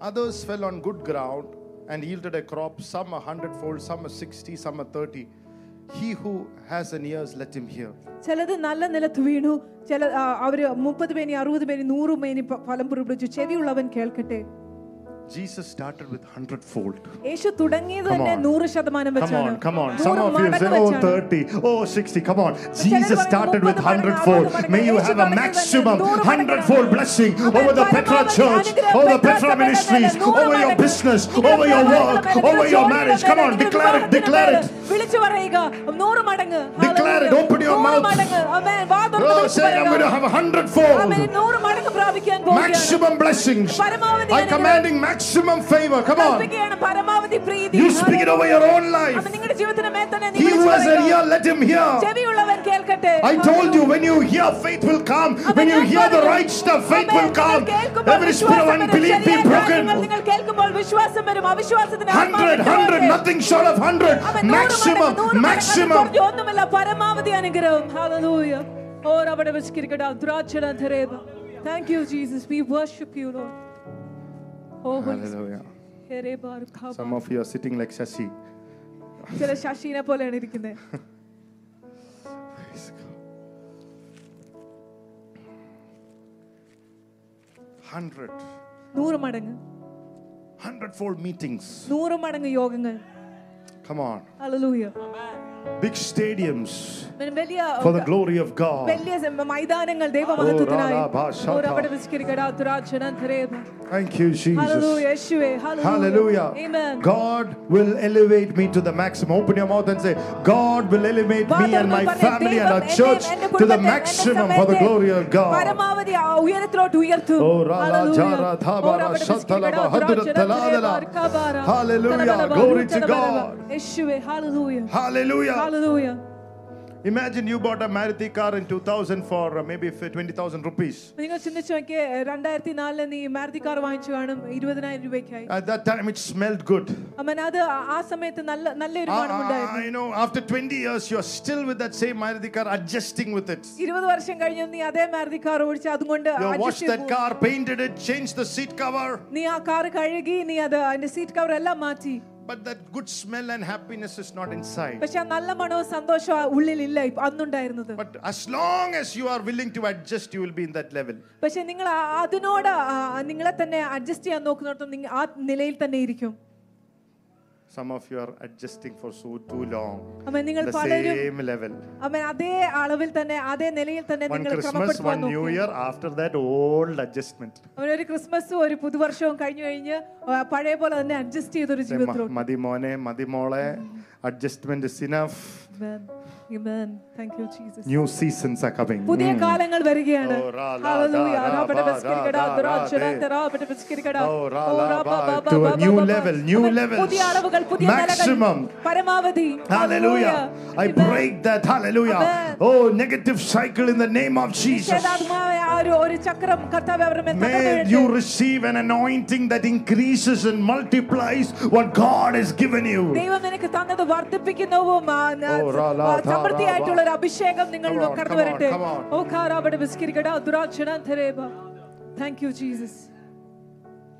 [SPEAKER 1] Others fell on good ground and yielded a crop, some a hundredfold, some a sixty, some a thirty. He who has an ears, let him hear.
[SPEAKER 2] ചിലത് നല്ല നിലത്ത് വീണു ചില ആ, അവര് മുപ്പത് പേനി അറുപത് പേനി നൂറ് പേനി പ- ഫലം പുറപ്പെടുവിച്ചു ചെവിയുള്ളവൻ കേൾക്കട്ടെ
[SPEAKER 1] Jesus started with hundredfold.
[SPEAKER 2] യേശു തുടങ്ങിയത്
[SPEAKER 1] Come
[SPEAKER 2] തന്നെ
[SPEAKER 1] on.
[SPEAKER 2] നൂറ് ശതമാനം
[SPEAKER 1] Come
[SPEAKER 2] വെച്ചാണ്
[SPEAKER 1] on, come on.
[SPEAKER 2] നൂറ്
[SPEAKER 1] Some of you say,
[SPEAKER 2] മടങ്ങ്
[SPEAKER 1] oh,
[SPEAKER 2] വെച്ചാണ്.
[SPEAKER 1] 30, oh, 60. Come on.
[SPEAKER 2] ചിലര്
[SPEAKER 1] Jesus
[SPEAKER 2] പറയും,
[SPEAKER 1] started with
[SPEAKER 2] "മുപ്പത് മടങ്ങ്, അറുപത്
[SPEAKER 1] hundredfold.
[SPEAKER 2] മടങ്ങ്."
[SPEAKER 1] May you
[SPEAKER 2] Yeshu
[SPEAKER 1] have a
[SPEAKER 2] പറഞ്ഞത്
[SPEAKER 1] maximum
[SPEAKER 2] നൂറ് മടങ്ങ്
[SPEAKER 1] hundredfold
[SPEAKER 2] ആണ്.
[SPEAKER 1] blessing
[SPEAKER 2] അവൻ
[SPEAKER 1] over the Petra
[SPEAKER 2] പരമാവധി
[SPEAKER 1] Church,
[SPEAKER 2] അനുഗ്രഹം
[SPEAKER 1] over the
[SPEAKER 2] പെട്രാ
[SPEAKER 1] Petra
[SPEAKER 2] സഭയുടെ
[SPEAKER 1] ministries,
[SPEAKER 2] മേലെ, നൂറ്
[SPEAKER 1] over your
[SPEAKER 2] മടങ്ങ്.
[SPEAKER 1] business,
[SPEAKER 2] നിങ്ങളുടെ
[SPEAKER 1] over your
[SPEAKER 2] വിവാഹത്തിന്
[SPEAKER 1] work,
[SPEAKER 2] മേലെ,
[SPEAKER 1] over your
[SPEAKER 2] നിങ്ങളുടെ
[SPEAKER 1] marriage.
[SPEAKER 2] ജോലിയുടെ
[SPEAKER 1] Come on,
[SPEAKER 2] മേലെ,
[SPEAKER 1] declare it,
[SPEAKER 2] നിങ്ങളുടെ
[SPEAKER 1] declare it.
[SPEAKER 2] വിവാഹത്തിന് മേലെ. വിളിച്ചു പറയുക നൂറ് മടങ്ങ്
[SPEAKER 1] Declare it,
[SPEAKER 2] Hallelujah.
[SPEAKER 1] open your
[SPEAKER 2] നൂറ്
[SPEAKER 1] mouth.
[SPEAKER 2] മടങ്ങ് ആമേൻ. വാ തുറന്ന്
[SPEAKER 1] Oh,
[SPEAKER 2] വിളിച്ചു
[SPEAKER 1] say, I'm
[SPEAKER 2] പറയുക.
[SPEAKER 1] going to have a hundredfold.
[SPEAKER 2] ആമേൻ. നൂറ് മടങ്ങ് പ്രാപിക്കാൻ പോവുകയാണ്
[SPEAKER 1] maximum blessings.
[SPEAKER 2] പരമാവധി
[SPEAKER 1] I'm
[SPEAKER 2] അനുഗ്രഹം.
[SPEAKER 1] commanding maximum favor. Come on.
[SPEAKER 2] കൽപ്പിക്കുകയാണ് പരമാവധി പ്രീതി
[SPEAKER 1] You speak it over your own
[SPEAKER 2] അവൻ
[SPEAKER 1] life.
[SPEAKER 2] നിങ്ങളുടെ ജീവിതത്തിന് മേൽ തന്നെ നീ
[SPEAKER 1] He who
[SPEAKER 2] വിളിച്ചു
[SPEAKER 1] has an
[SPEAKER 2] പറയുക.
[SPEAKER 1] ear, let him hear.
[SPEAKER 2] ചെവിയുള്ളവൻ കേൾക്കട്ടെ
[SPEAKER 1] I told you, when you hear, faith will come. When you hear the right stuff, faith will come. Every spirit of unbelief be broken.
[SPEAKER 2] നിങ്ങൾ കേൾക്കുമ്പോൾ വിശ്വാസം വരും അവിശ്വാസത്തിന്
[SPEAKER 1] 100, 100, nothing short of 100. Maximum, maximum.
[SPEAKER 2] ഒന്നുമില്ല പരമാവധി അനുഗ്രഹം hallelujah or അവിടെ വെച്ചിരിക്കട്ടെ ദ്രാക്ഷണ ധരേത thank you Jesus we worship you Lord oh
[SPEAKER 1] Hallelujah. Some of you are sitting like Shashi.
[SPEAKER 2] ചില ശശീനെ പോലെയാണ് ഇരിക്കുന്നത്
[SPEAKER 1] Praise God. 100,
[SPEAKER 2] നൂറ് മടങ്ങ്
[SPEAKER 1] 100-fold meetings.
[SPEAKER 2] നൂറ് മടങ്ങ് യോഗങ്ങൾ
[SPEAKER 1] Come on.
[SPEAKER 2] Hallelujah
[SPEAKER 1] Big stadiums
[SPEAKER 2] വലിയ
[SPEAKER 1] for the glory of God.
[SPEAKER 2] വലിയ സ- മൈതാനങ്ങൾ
[SPEAKER 1] ഓ, രാധാ,
[SPEAKER 2] ദൈവമഹത്വത്തിനായി
[SPEAKER 1] ശാഖ.
[SPEAKER 2] ഓ, അവിടെ വെച്ചിരിക്കടാ ദ്രാക്ഷണ ധരേത
[SPEAKER 1] Thank you, Jesus.
[SPEAKER 2] Hallelujah, Yeshua. Hallelujah.
[SPEAKER 1] Hallelujah.
[SPEAKER 2] Amen.
[SPEAKER 1] God will elevate me to the maximum. Open your mouth and say, God will elevate me and my family and our church to the maximum for the glory of God.
[SPEAKER 2] പരമാവധി ആ ഉയരത്തിലോട്ട് ഉയർത്തും.
[SPEAKER 1] ഓ, റാലാ,
[SPEAKER 2] Hallelujah.
[SPEAKER 1] ജാറാ, ധാബാ,
[SPEAKER 2] oh, റബ്ബടെ
[SPEAKER 1] ശത്തലബ,
[SPEAKER 2] പിശുക്കിടാ,
[SPEAKER 1] ഹദ്ദുര,
[SPEAKER 2] ദ്രാക്ഷ,
[SPEAKER 1] തലാദല.
[SPEAKER 2] ദ്രേബാർ, കബാര,
[SPEAKER 1] Hallelujah.
[SPEAKER 2] തലബലബ,
[SPEAKER 1] Glory to
[SPEAKER 2] തലബലബ.
[SPEAKER 1] God.
[SPEAKER 2] യേശുവേ, hallelujah.
[SPEAKER 1] Hallelujah.
[SPEAKER 2] Hallelujah.
[SPEAKER 1] Imagine you bought a Maruti car in 2000 for uh, maybe for 20,000 rupees.
[SPEAKER 2] നിങ്ങൾ ചിന്തിച്ചു നോക്കിയേ രണ്ടായിരത്തി നാലില് നീ മാരുതി കാർ വാങ്ങിച്ചു കാണും ഇരുപതിനായിരം രൂപയ്ക്കായി
[SPEAKER 1] At that time, it smelled good.
[SPEAKER 2] അമ്മൻ അത് ആ- ആ സമയത്ത് നല്ല നല്ലൊരു
[SPEAKER 1] Ah, ah, ah,
[SPEAKER 2] മണമുണ്ടായിരുന്നു
[SPEAKER 1] you know, after 20 years, you're still with that same Maruti car, adjusting with it.
[SPEAKER 2] ഇരുപത് വർഷം കഴിഞ്ഞു നീ അതേ മാരുതി കാർ ഓടിച്ച് അതുകൊണ്ട്
[SPEAKER 1] You
[SPEAKER 2] adjust
[SPEAKER 1] washed
[SPEAKER 2] ചെയ്ത്
[SPEAKER 1] that
[SPEAKER 2] പോകും.
[SPEAKER 1] car, painted it, changed the seat cover.
[SPEAKER 2] നീ ആ കാർ കഴുകി നീ അത് അതിന്റെ സീറ്റ് കവർ എല്ലാം മാറ്റി
[SPEAKER 1] But that good smell and happiness is not inside.
[SPEAKER 2] പക്ഷെ ആ നല്ല മണവും സന്തോഷവും ആ ഉള്ളിലില്ല ഇപ്പൊ അന്നുണ്ടായിരുന്നത്
[SPEAKER 1] But as long as you are willing to adjust, you will be in that level.
[SPEAKER 2] പക്ഷെ നിങ്ങൾ ആ- അതിനോട് ആ- ആ നിങ്ങളെ തന്നെ അഡ്ജസ്റ്റ് ചെയ്യാൻ നോക്കുന്നിടത്തോളം നിങ്ങൾ ആ നിലയിൽ തന്നെ ഇരിക്കും
[SPEAKER 1] Some of you are adjusting for so too long.
[SPEAKER 2] അമ്മ നിങ്ങൾ
[SPEAKER 1] The
[SPEAKER 2] പലരും
[SPEAKER 1] same level.
[SPEAKER 2] അമ്മ അതേ അളവിൽ തന്നെ അതേ നിലയിൽ തന്നെ
[SPEAKER 1] One
[SPEAKER 2] നിങ്ങൾ
[SPEAKER 1] Christmas,
[SPEAKER 2] ക്രമപ്പെടുത്തുവാൻ
[SPEAKER 1] one New
[SPEAKER 2] നോക്കി
[SPEAKER 1] Year, after that, old adjustment.
[SPEAKER 2] അവൻ ഒരു ക്രിസ്മസും ഒരു പുതുവർഷവും കഴിഞ്ഞു കഴിഞ്ഞ് ആ, പഴയ പോലെ തന്നെ അഡ്ജസ്റ്റ് ചെയ്തൊരു
[SPEAKER 1] Say, "Ma-
[SPEAKER 2] ജീവിതത്തിലോട്ട്
[SPEAKER 1] Madi mone, madi mole, adjustment is enough.
[SPEAKER 2] Amen. Amen. Thank you, Jesus.
[SPEAKER 1] New seasons are coming.
[SPEAKER 2] പുതിയ കാലങ്ങൾ വരികയാണ്
[SPEAKER 1] ഓ, റാ, ലാ,
[SPEAKER 2] Hallelujah.
[SPEAKER 1] ദാ,
[SPEAKER 2] റാ, പട,
[SPEAKER 1] ബാ,
[SPEAKER 2] ബസ്കരിക്കട,
[SPEAKER 1] ദാ,
[SPEAKER 2] ദുറാ,
[SPEAKER 1] ദാ,
[SPEAKER 2] ചുടാ,
[SPEAKER 1] ദേ.
[SPEAKER 2] തെറാ, പട, ബസ്കരിക്കട.
[SPEAKER 1] ഓ, റാ,
[SPEAKER 2] ഓ,
[SPEAKER 1] ലാ,
[SPEAKER 2] റാ, ബാ,
[SPEAKER 1] ബാ,
[SPEAKER 2] ബാ,
[SPEAKER 1] to a
[SPEAKER 2] ബാ, ബാ,
[SPEAKER 1] new
[SPEAKER 2] ബാ, ബാ.
[SPEAKER 1] level, new
[SPEAKER 2] അവൻ
[SPEAKER 1] levels.
[SPEAKER 2] പുതിയ അളവുകൾ പുതിയ
[SPEAKER 1] Maximum.
[SPEAKER 2] നിലകൾ പരമാവധി
[SPEAKER 1] Hallelujah. I
[SPEAKER 2] Amen.
[SPEAKER 1] break that. Hallelujah.
[SPEAKER 2] Amen.
[SPEAKER 1] Oh, negative cycle in the name of Jesus.
[SPEAKER 2] നിഷേധാത്മാവേ, ആ ഒരു ഒരു ചക്രം കർത്താവ് അവരുടെ മേൽ തകർന്നു
[SPEAKER 1] May
[SPEAKER 2] വീഴട്ടെ.
[SPEAKER 1] you receive an anointing that increases and multiplies what God has given you.
[SPEAKER 2] ദൈവം നിനക്ക് തന്നത് വർദ്ധിപ്പിക്കുന്നതും ആ, ന-
[SPEAKER 1] ഓ, റാ, ലാ,
[SPEAKER 2] ആ,
[SPEAKER 1] ഥാ,
[SPEAKER 2] സമൃദ്ധിയായിട്ടുള്ള
[SPEAKER 1] റാ,
[SPEAKER 2] ഒരു അഭിഷേകം നിങ്ങൾ
[SPEAKER 1] Come on,
[SPEAKER 2] കടന്നു
[SPEAKER 1] come on,
[SPEAKER 2] വരട്ടെ
[SPEAKER 1] come on.
[SPEAKER 2] ഓ കാറാവട്ടെ വിസ്കരിക്കട ദുരാക്ഷണ തെരേബ thank you Jesus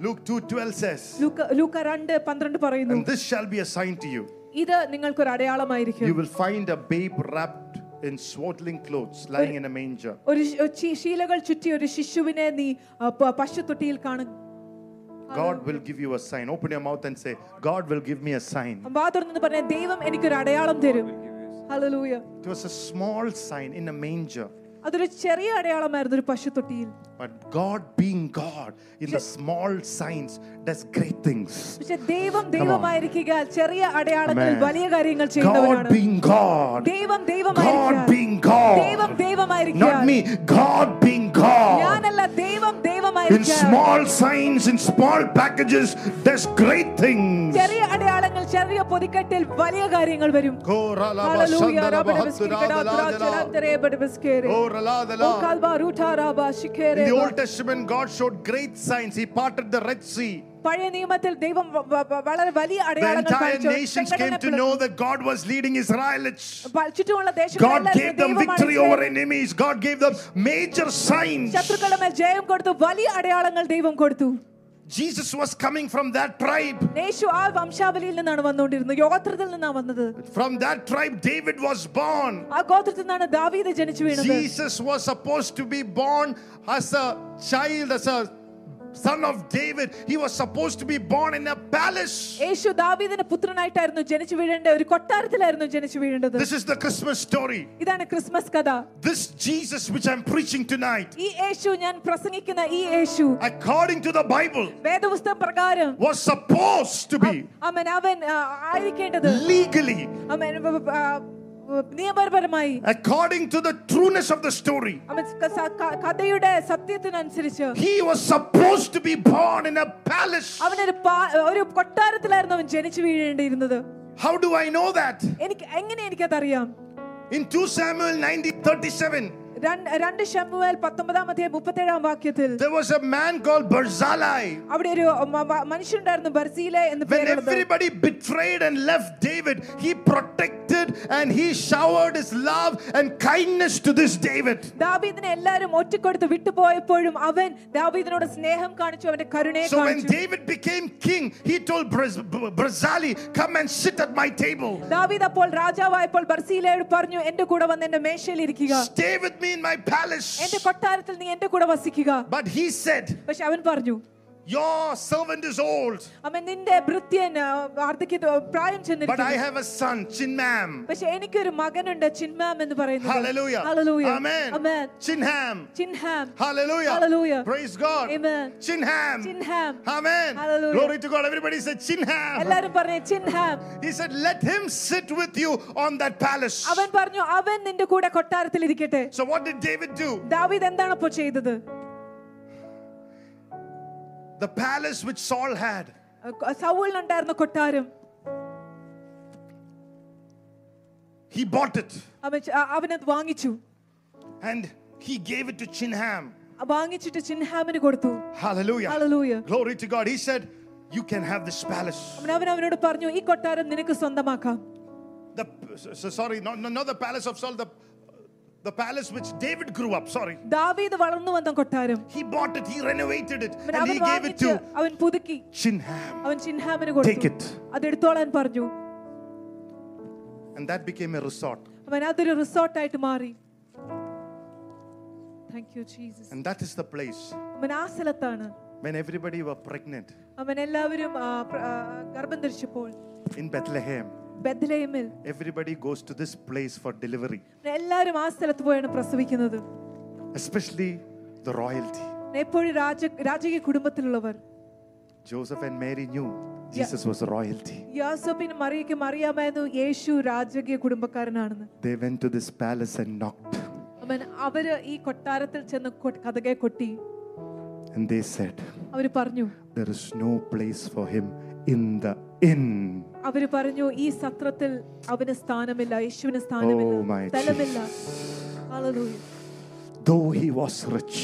[SPEAKER 1] Luke 2:12 says,
[SPEAKER 2] ലൂക്ക ലൂക്ക രണ്ട് പന്ത്രണ്ട് പറയുന്നു
[SPEAKER 1] And this shall be a sign to you.
[SPEAKER 2] ഇത് നിങ്ങൾക്കൊരു
[SPEAKER 1] You
[SPEAKER 2] അടയാളമായിരിക്കും
[SPEAKER 1] will find a babe wrapped in swaddling clothes lying in a manger.
[SPEAKER 2] ഒരു ശി- ഒരു ചി- ശീലകൾ ചുറ്റി ഒരു ശിശുവിനെ നീ ആ, പ- പശുത്തൊട്ടിയിൽ കാണും
[SPEAKER 1] God will give you a sign. Open your mouth and say, God will give me a sign.
[SPEAKER 2] വാതുറന്നു പറഞ്ഞ ദൈവം എനിക്കൊരു അടയാളം തരും ഹലലൂയ
[SPEAKER 1] It was a small sign in a manger.
[SPEAKER 2] അതൊരു ചെറിയ അടയാളമായിരുന്നു ഒരു പശുത്തൊട്ടിയിൽ
[SPEAKER 1] But God being God in the small signs does great things.
[SPEAKER 2] പക്ഷെ ദൈവം ദൈവമായിരിക്കുക ചെറിയ അടയാളത്തിൽ
[SPEAKER 1] Amen.
[SPEAKER 2] വലിയ കാര്യങ്ങൾ
[SPEAKER 1] God
[SPEAKER 2] ചെയ്യുന്നവരാണ്
[SPEAKER 1] being God.
[SPEAKER 2] ദൈവം
[SPEAKER 1] God
[SPEAKER 2] ദൈവമായിരിക്കുക
[SPEAKER 1] being
[SPEAKER 2] ദൈവം
[SPEAKER 1] God. Not
[SPEAKER 2] ദൈവമായിരിക്കുക
[SPEAKER 1] me. God being God.
[SPEAKER 2] ഞാനല്ല ദൈവം
[SPEAKER 1] In
[SPEAKER 2] ദൈവമായിരിക്കുക
[SPEAKER 1] small signs, in small packages, does great things.
[SPEAKER 2] ചെറിയ അടയാളങ്ങൾ ചെറിയ പൊതിക്കെട്ടിൽ വലിയ കാര്യങ്ങൾ വരും
[SPEAKER 1] Oh,
[SPEAKER 2] Hallelujah. Oh, Rabadabaskerekadadrajalaterebadabaskerekadadrajalaterebadabaskerekadadrajalaterebadabaskerekadadrajalaterebadabaskerekadadrajalaterebadabaskerekadadrajalaterebadabaskerekadadrajalaterebadabaskerekadadrajalaterebadabaskerekadadrajalaterebadabaskerekadadrajalaterebadabaskerekadadrajalaterebadabaskerekadadrajalaterebadabaskerekadadrajalaterebadabaskerekadadrajalaterebadabaskerekadadrajalaterebadabaskerekadadrajalaterebadabaskerekadadrajalaterebadabaskerekadadrajalaterebadabaskerekadadrajalaterebadabaskerekadadrajalaterebadabaskerekadadrajalaterebadabaskerekadadrajalaterebadabaskerekadadrajalaterebadabaskerekadadrajalaterebadabaskerekadadrajalaterebadabaskerekadadrajalaterebadabaskerekadadrajalaterebadabaskerekadadrajalaterebadabaskerekadadrajalaterebadabaskerekadadrajalaterebadabaskerekadadrajalaterebadabaskerekadadrajalaterebadabaskerekadadrajalaterebadabaskerekadadrajalaterebadabaskerekadadraj
[SPEAKER 1] parted the Red Sea,
[SPEAKER 2] പഴയ നിയമത്തിൽ ദൈവം വ- വ- വ- വളരെ വലിയ
[SPEAKER 1] the
[SPEAKER 2] അടയാളങ്ങൾ
[SPEAKER 1] entire
[SPEAKER 2] കാണിച്ചു.
[SPEAKER 1] nations came to
[SPEAKER 2] സംഘടനപ്പെടുത്തി.
[SPEAKER 1] know that God was leading Israelites.
[SPEAKER 2] പ- ചുറ്റുമുള്ള
[SPEAKER 1] God
[SPEAKER 2] ദേശങ്ങളെല്ലാം
[SPEAKER 1] gave them
[SPEAKER 2] ദൈവമാണ്
[SPEAKER 1] victory over
[SPEAKER 2] ഇസ്രായേലിന്
[SPEAKER 1] enemies. God gave them major signs.
[SPEAKER 2] ശത്രുക്കളുടെ മേൽ ജയം കൊടുത്തു വലിയ അടയാളങ്ങൾ ദൈവം കൊടുത്തു
[SPEAKER 1] Jesus was coming from that tribe.
[SPEAKER 2] യേശു ആ വംശാവലിയിൽ നിന്നാണ് വന്നുകൊണ്ടിരുന്നത് ഗോത്രത്തിൽ നിന്നാണ് വന്നത്
[SPEAKER 1] From that tribe, David was born.
[SPEAKER 2] ആ ഗോത്രത്തിൽ നിന്നാണ് ദാവീദ് ജനിച്ചു വീണത്
[SPEAKER 1] Jesus was supposed to be born as a child, as a son of David. He was supposed to be born in a palace.
[SPEAKER 2] യേശു ദാവീദിന്റെ പുത്രനായിട്ടായിരുന്നു ജനിച്ചു വീഴേണ്ട ഒരു കൊട്ടാരത്തിലായിരുന്നു ജനിച്ചു വീഴേണ്ടത്
[SPEAKER 1] This is the Christmas story.
[SPEAKER 2] ഇതാണ് ക്രിസ്മസ് കഥ
[SPEAKER 1] This Jesus, which I'm preaching tonight,
[SPEAKER 2] ഈ യേശു ഞാൻ പ്രസംഗിക്കുന്ന ഈ യേശു
[SPEAKER 1] according to the Bible,
[SPEAKER 2] വേദപുസ്തകം പ്രകാരം
[SPEAKER 1] was supposed to be
[SPEAKER 2] അവൻ അവൻ ആ, ആയിരിക്കേണ്ടത്
[SPEAKER 1] legally,
[SPEAKER 2] അവൻ ആ, നിയമപരമായി
[SPEAKER 1] according to the trueness of the story,
[SPEAKER 2] അവൻ ക- സ- ക- കഥയുടെ സത്യത്തിനനുസരിച്ച്
[SPEAKER 1] he was supposed to be born in a palace.
[SPEAKER 2] അവനൊരു പാ- ഒരു കൊട്ടാരത്തിലായിരുന്നു അവൻ ജനിച്ചു വീഴേണ്ടിയിരുന്നത്
[SPEAKER 1] How do I know that?
[SPEAKER 2] എനിക്ക് എങ്ങനെ എനിക്കതറിയാം
[SPEAKER 1] In 2 Samuel 19 37,
[SPEAKER 2] രണ്ട് രണ്ട് ഷമുവേൽ പത്തൊമ്പതാം അധ്യായം മുപ്പത്തേഴാം വാക്യത്തിൽ
[SPEAKER 1] there was a man called Barzillai.
[SPEAKER 2] അവിടെ ഒരു മ- മ- മനുഷ്യനുണ്ടായിരുന്നു ബർസീല എന്ന്
[SPEAKER 1] When
[SPEAKER 2] പേരുള്ളത്
[SPEAKER 1] everybody betrayed and left David, he protected and he showered his love and kindness to this David.
[SPEAKER 2] ദാവീദിനെ എല്ലാരും ഒറ്റക്കൊടുത്ത് വിട്ടുപോയപ്പോഴും അവൻ ദാവീദിനോട് സ്നേഹം കാണിച്ചു അവന്റെ കരുണയെ
[SPEAKER 1] So when
[SPEAKER 2] കാണിച്ചു
[SPEAKER 1] David became king, he told Braz- B- Barzillai, "Come and sit at my table.
[SPEAKER 2] ദാവീദ് അപ്പോൾ രാജാവായപ്പോൾ ബർസീലയോട് പറഞ്ഞു എന്റെ കൂടെ വന്ന് എന്റെ മേശയിൽ ഇരിക്കുക
[SPEAKER 1] Stay with me in my
[SPEAKER 2] എന്റെ
[SPEAKER 1] palace."
[SPEAKER 2] കൊട്ടാരത്തിൽ നീ എന്റെ കൂടെ വസിക്കുക
[SPEAKER 1] But he said,
[SPEAKER 2] പക്ഷെ അവൻ പറഞ്ഞു
[SPEAKER 1] "Your servant is old,
[SPEAKER 2] അവൻ നിന്റെ ഭൃത്യൻ ആ, വാർദ്ധക്യ പ്രായം
[SPEAKER 1] but I
[SPEAKER 2] ചെന്നിരിക്കുന്നു
[SPEAKER 1] have a son, Chinmam."
[SPEAKER 2] പക്ഷെ എനിക്കൊരു മകനുണ്ട് ചിൻമാം എന്ന് പറയുന്നത്
[SPEAKER 1] Hallelujah.
[SPEAKER 2] Hallelujah. Amen.
[SPEAKER 1] Amen. Chinham.
[SPEAKER 2] ചിൻഹാം
[SPEAKER 1] Hallelujah.
[SPEAKER 2] Hallelujah.
[SPEAKER 1] Praise God.
[SPEAKER 2] Amen.
[SPEAKER 1] Chinham.
[SPEAKER 2] ചിൻഹാം
[SPEAKER 1] Amen.
[SPEAKER 2] Hallelujah.
[SPEAKER 1] Glory to God. Everybody said Chinham.
[SPEAKER 2] എല്ലാരും പറഞ്ഞു ചിൻഹാം
[SPEAKER 1] He said, Let him sit with you on that palace.
[SPEAKER 2] അവൻ പറഞ്ഞു അവൻ നിന്റെ കൂടെ കൊട്ടാരത്തിൽ ഇരിക്കട്ടെ
[SPEAKER 1] So, what did David do?
[SPEAKER 2] ദാവീദ് എന്താണ് അപ്പോൾ ചെയ്തത്
[SPEAKER 1] The palace which Saul had,
[SPEAKER 2] സൗളിനുണ്ടായിരുന്ന കൊട്ടാരം
[SPEAKER 1] he bought it
[SPEAKER 2] അവൻ ച- അ- അവനത് വാങ്ങിച്ചു
[SPEAKER 1] and he gave it to Chinham.
[SPEAKER 2] വാങ്ങിച്ചിട്ട് ചിൻഹാമിന് കൊടുത്തു
[SPEAKER 1] Hallelujah.
[SPEAKER 2] Hallelujah.
[SPEAKER 1] Glory to God. He said, You can have this palace.
[SPEAKER 2] അവൻ അവൻ അവനോട് പറഞ്ഞു ഈ കൊട്ടാരം നിനക്ക് സ്വന്തമാക്കാം
[SPEAKER 1] The, so- sorry, not, not not the palace of Saul, the, the palace which David grew up. Sorry.
[SPEAKER 2] ദാവീദ് വളർന്നു വന്ന കൊട്ടാരം
[SPEAKER 1] He bought it, he renovated it,
[SPEAKER 2] അവൻ
[SPEAKER 1] and
[SPEAKER 2] അവൻ
[SPEAKER 1] he gave it
[SPEAKER 2] വാങ്ങിച്ച്
[SPEAKER 1] to
[SPEAKER 2] അവൻ പുതുക്കി
[SPEAKER 1] Chinham.
[SPEAKER 2] അവൻ ചിൻഹാമിന്
[SPEAKER 1] Take
[SPEAKER 2] കൊടുത്തു
[SPEAKER 1] it.
[SPEAKER 2] അതെടുത്തോളാൻ പറഞ്ഞു
[SPEAKER 1] And that became a resort.
[SPEAKER 2] അവൻ അതൊരു റിസോർട്ടായിട്ട് മാറി thank you Jesus
[SPEAKER 1] And that is the place
[SPEAKER 2] അവൻ ആ സ്ഥലത്താണ്
[SPEAKER 1] when everybody were pregnant.
[SPEAKER 2] അവൻ എല്ലാവരും ആ, പ്ര- ആ, ഗർഭം ധരിച്ചപ്പോൾ
[SPEAKER 1] in Bethlehem.
[SPEAKER 2] ബethlehem-ൽ.
[SPEAKER 1] Everybody goes to this place for delivery,
[SPEAKER 2] എല്ലാവരും ആ സ്ഥലത്ത് പോയാണ് പ്രസവിക്കുന്നത്
[SPEAKER 1] especially the royalty.
[SPEAKER 2] എപ്പോഴും രാജ രാജകീയ കുടുംബത്തിലുള്ളവർ
[SPEAKER 1] Joseph and Mary knew Jesus was royalty.
[SPEAKER 2] യാസോബിനും മറിയയ്ക്കും അറിയാമായിരുന്നു യേശു രാജകീയ കുടുംബക്കാരനാണെന്ന്
[SPEAKER 1] They went to this palace and knocked,
[SPEAKER 2] അവൻ അവര് ഈ കൊട്ടാരത്തിൽ ചെന്ന് കൊ- കതകെ കൊട്ടി
[SPEAKER 1] and they said,
[SPEAKER 2] അവര് പറഞ്ഞു
[SPEAKER 1] There is no place for him in the inn.
[SPEAKER 2] അവര് പറഞ്ഞു ഈ സത്രത്തിൽ അവന് സ്ഥാനമില്ല യേശുവിന്
[SPEAKER 1] Oh, my
[SPEAKER 2] സ്ഥാനമില്ല സ്ഥലമില്ല Hallelujah.
[SPEAKER 1] Though he was rich,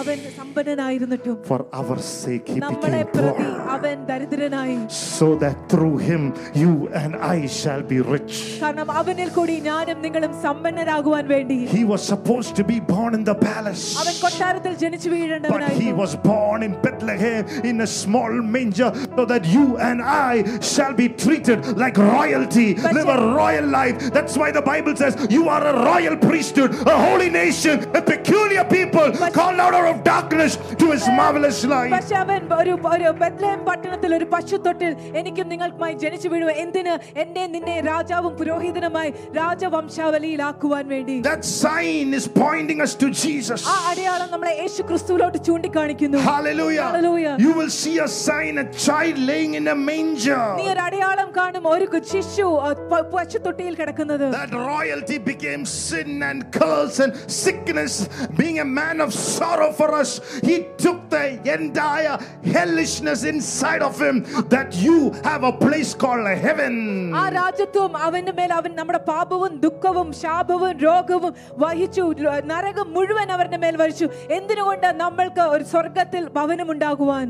[SPEAKER 2] അവൻ സമ്പന്നനായിരുന്നിട്ടും
[SPEAKER 1] for our sake he
[SPEAKER 2] നമ്മളെ
[SPEAKER 1] became
[SPEAKER 2] പ്രതി
[SPEAKER 1] poor,
[SPEAKER 2] അവൻ ദരിദ്രനായി
[SPEAKER 1] so that through him you and I shall be rich.
[SPEAKER 2] കാരണം അവനിൽ കൂടി ഞാനും നിങ്ങളും സമ്പന്നരാകുവാൻ വേണ്ടി
[SPEAKER 1] He was supposed to be born in the
[SPEAKER 2] അവൻ
[SPEAKER 1] palace.
[SPEAKER 2] കൊട്ടാരത്തിൽ ജനിച്ചു
[SPEAKER 1] But he
[SPEAKER 2] വീഴേണ്ടവനായിരുന്നു
[SPEAKER 1] was born in Bethlehem in a small manger so that you and I shall be treated like royalty,
[SPEAKER 2] But-
[SPEAKER 1] live a royal life. That's why the Bible says you are a royal priesthood, a holy nation, a peculiar people
[SPEAKER 2] But-
[SPEAKER 1] called out of darkness to his marvelous light.
[SPEAKER 2] പക്ഷെ അവൻ ഒരു ഒരു Bethlehem പട്ടണത്തിൽ ഒരു പശുത്തൊട്ടിൽ എനിക്കും നിങ്ങൾക്കുമായി ജനിച്ചു വീഴുക എന്തിന് എന്നെ നിന്നെ രാജാവും പുരോഹിതനുമായി രാജവംശാവലിയിലാക്കുവാൻ വേണ്ടി
[SPEAKER 1] That sign is pointing us to Jesus.
[SPEAKER 2] ആ അടയാളം നമ്മളെ യേശു ക്രിസ്തുവിലോട്ട് ചൂണ്ടിക്കാണിക്കുന്നു
[SPEAKER 1] Hallelujah.
[SPEAKER 2] Hallelujah.
[SPEAKER 1] You will see a sign, a child laying in a
[SPEAKER 2] നീ
[SPEAKER 1] manger.
[SPEAKER 2] ഒരു അടയാളം കാണും ഒരു കു- ശിശു ആ, പ- പശുത്തൊട്ടിയിൽ കിടക്കുന്നത്
[SPEAKER 1] That royalty became sin and curse and sickness. Being a man of sorrow for us, he took the entire hellishness inside of him. That you have a place called heaven.
[SPEAKER 2] ആ രാജ്യത്വം അവന്റെ മേൽ അവൻ നമ്മുടെ പാപവും ദുഃഖവും ശാപവും രോഗവും വഹിച്ചു ര- നരകം മുഴുവൻ അവരുടെ മേൽ വഹിച്ചു എന്തിനുകൊണ്ട് നമ്മൾക്ക് ഒരു സ്വർഗത്തിൽ ഭവനമുണ്ടാകുവാൻ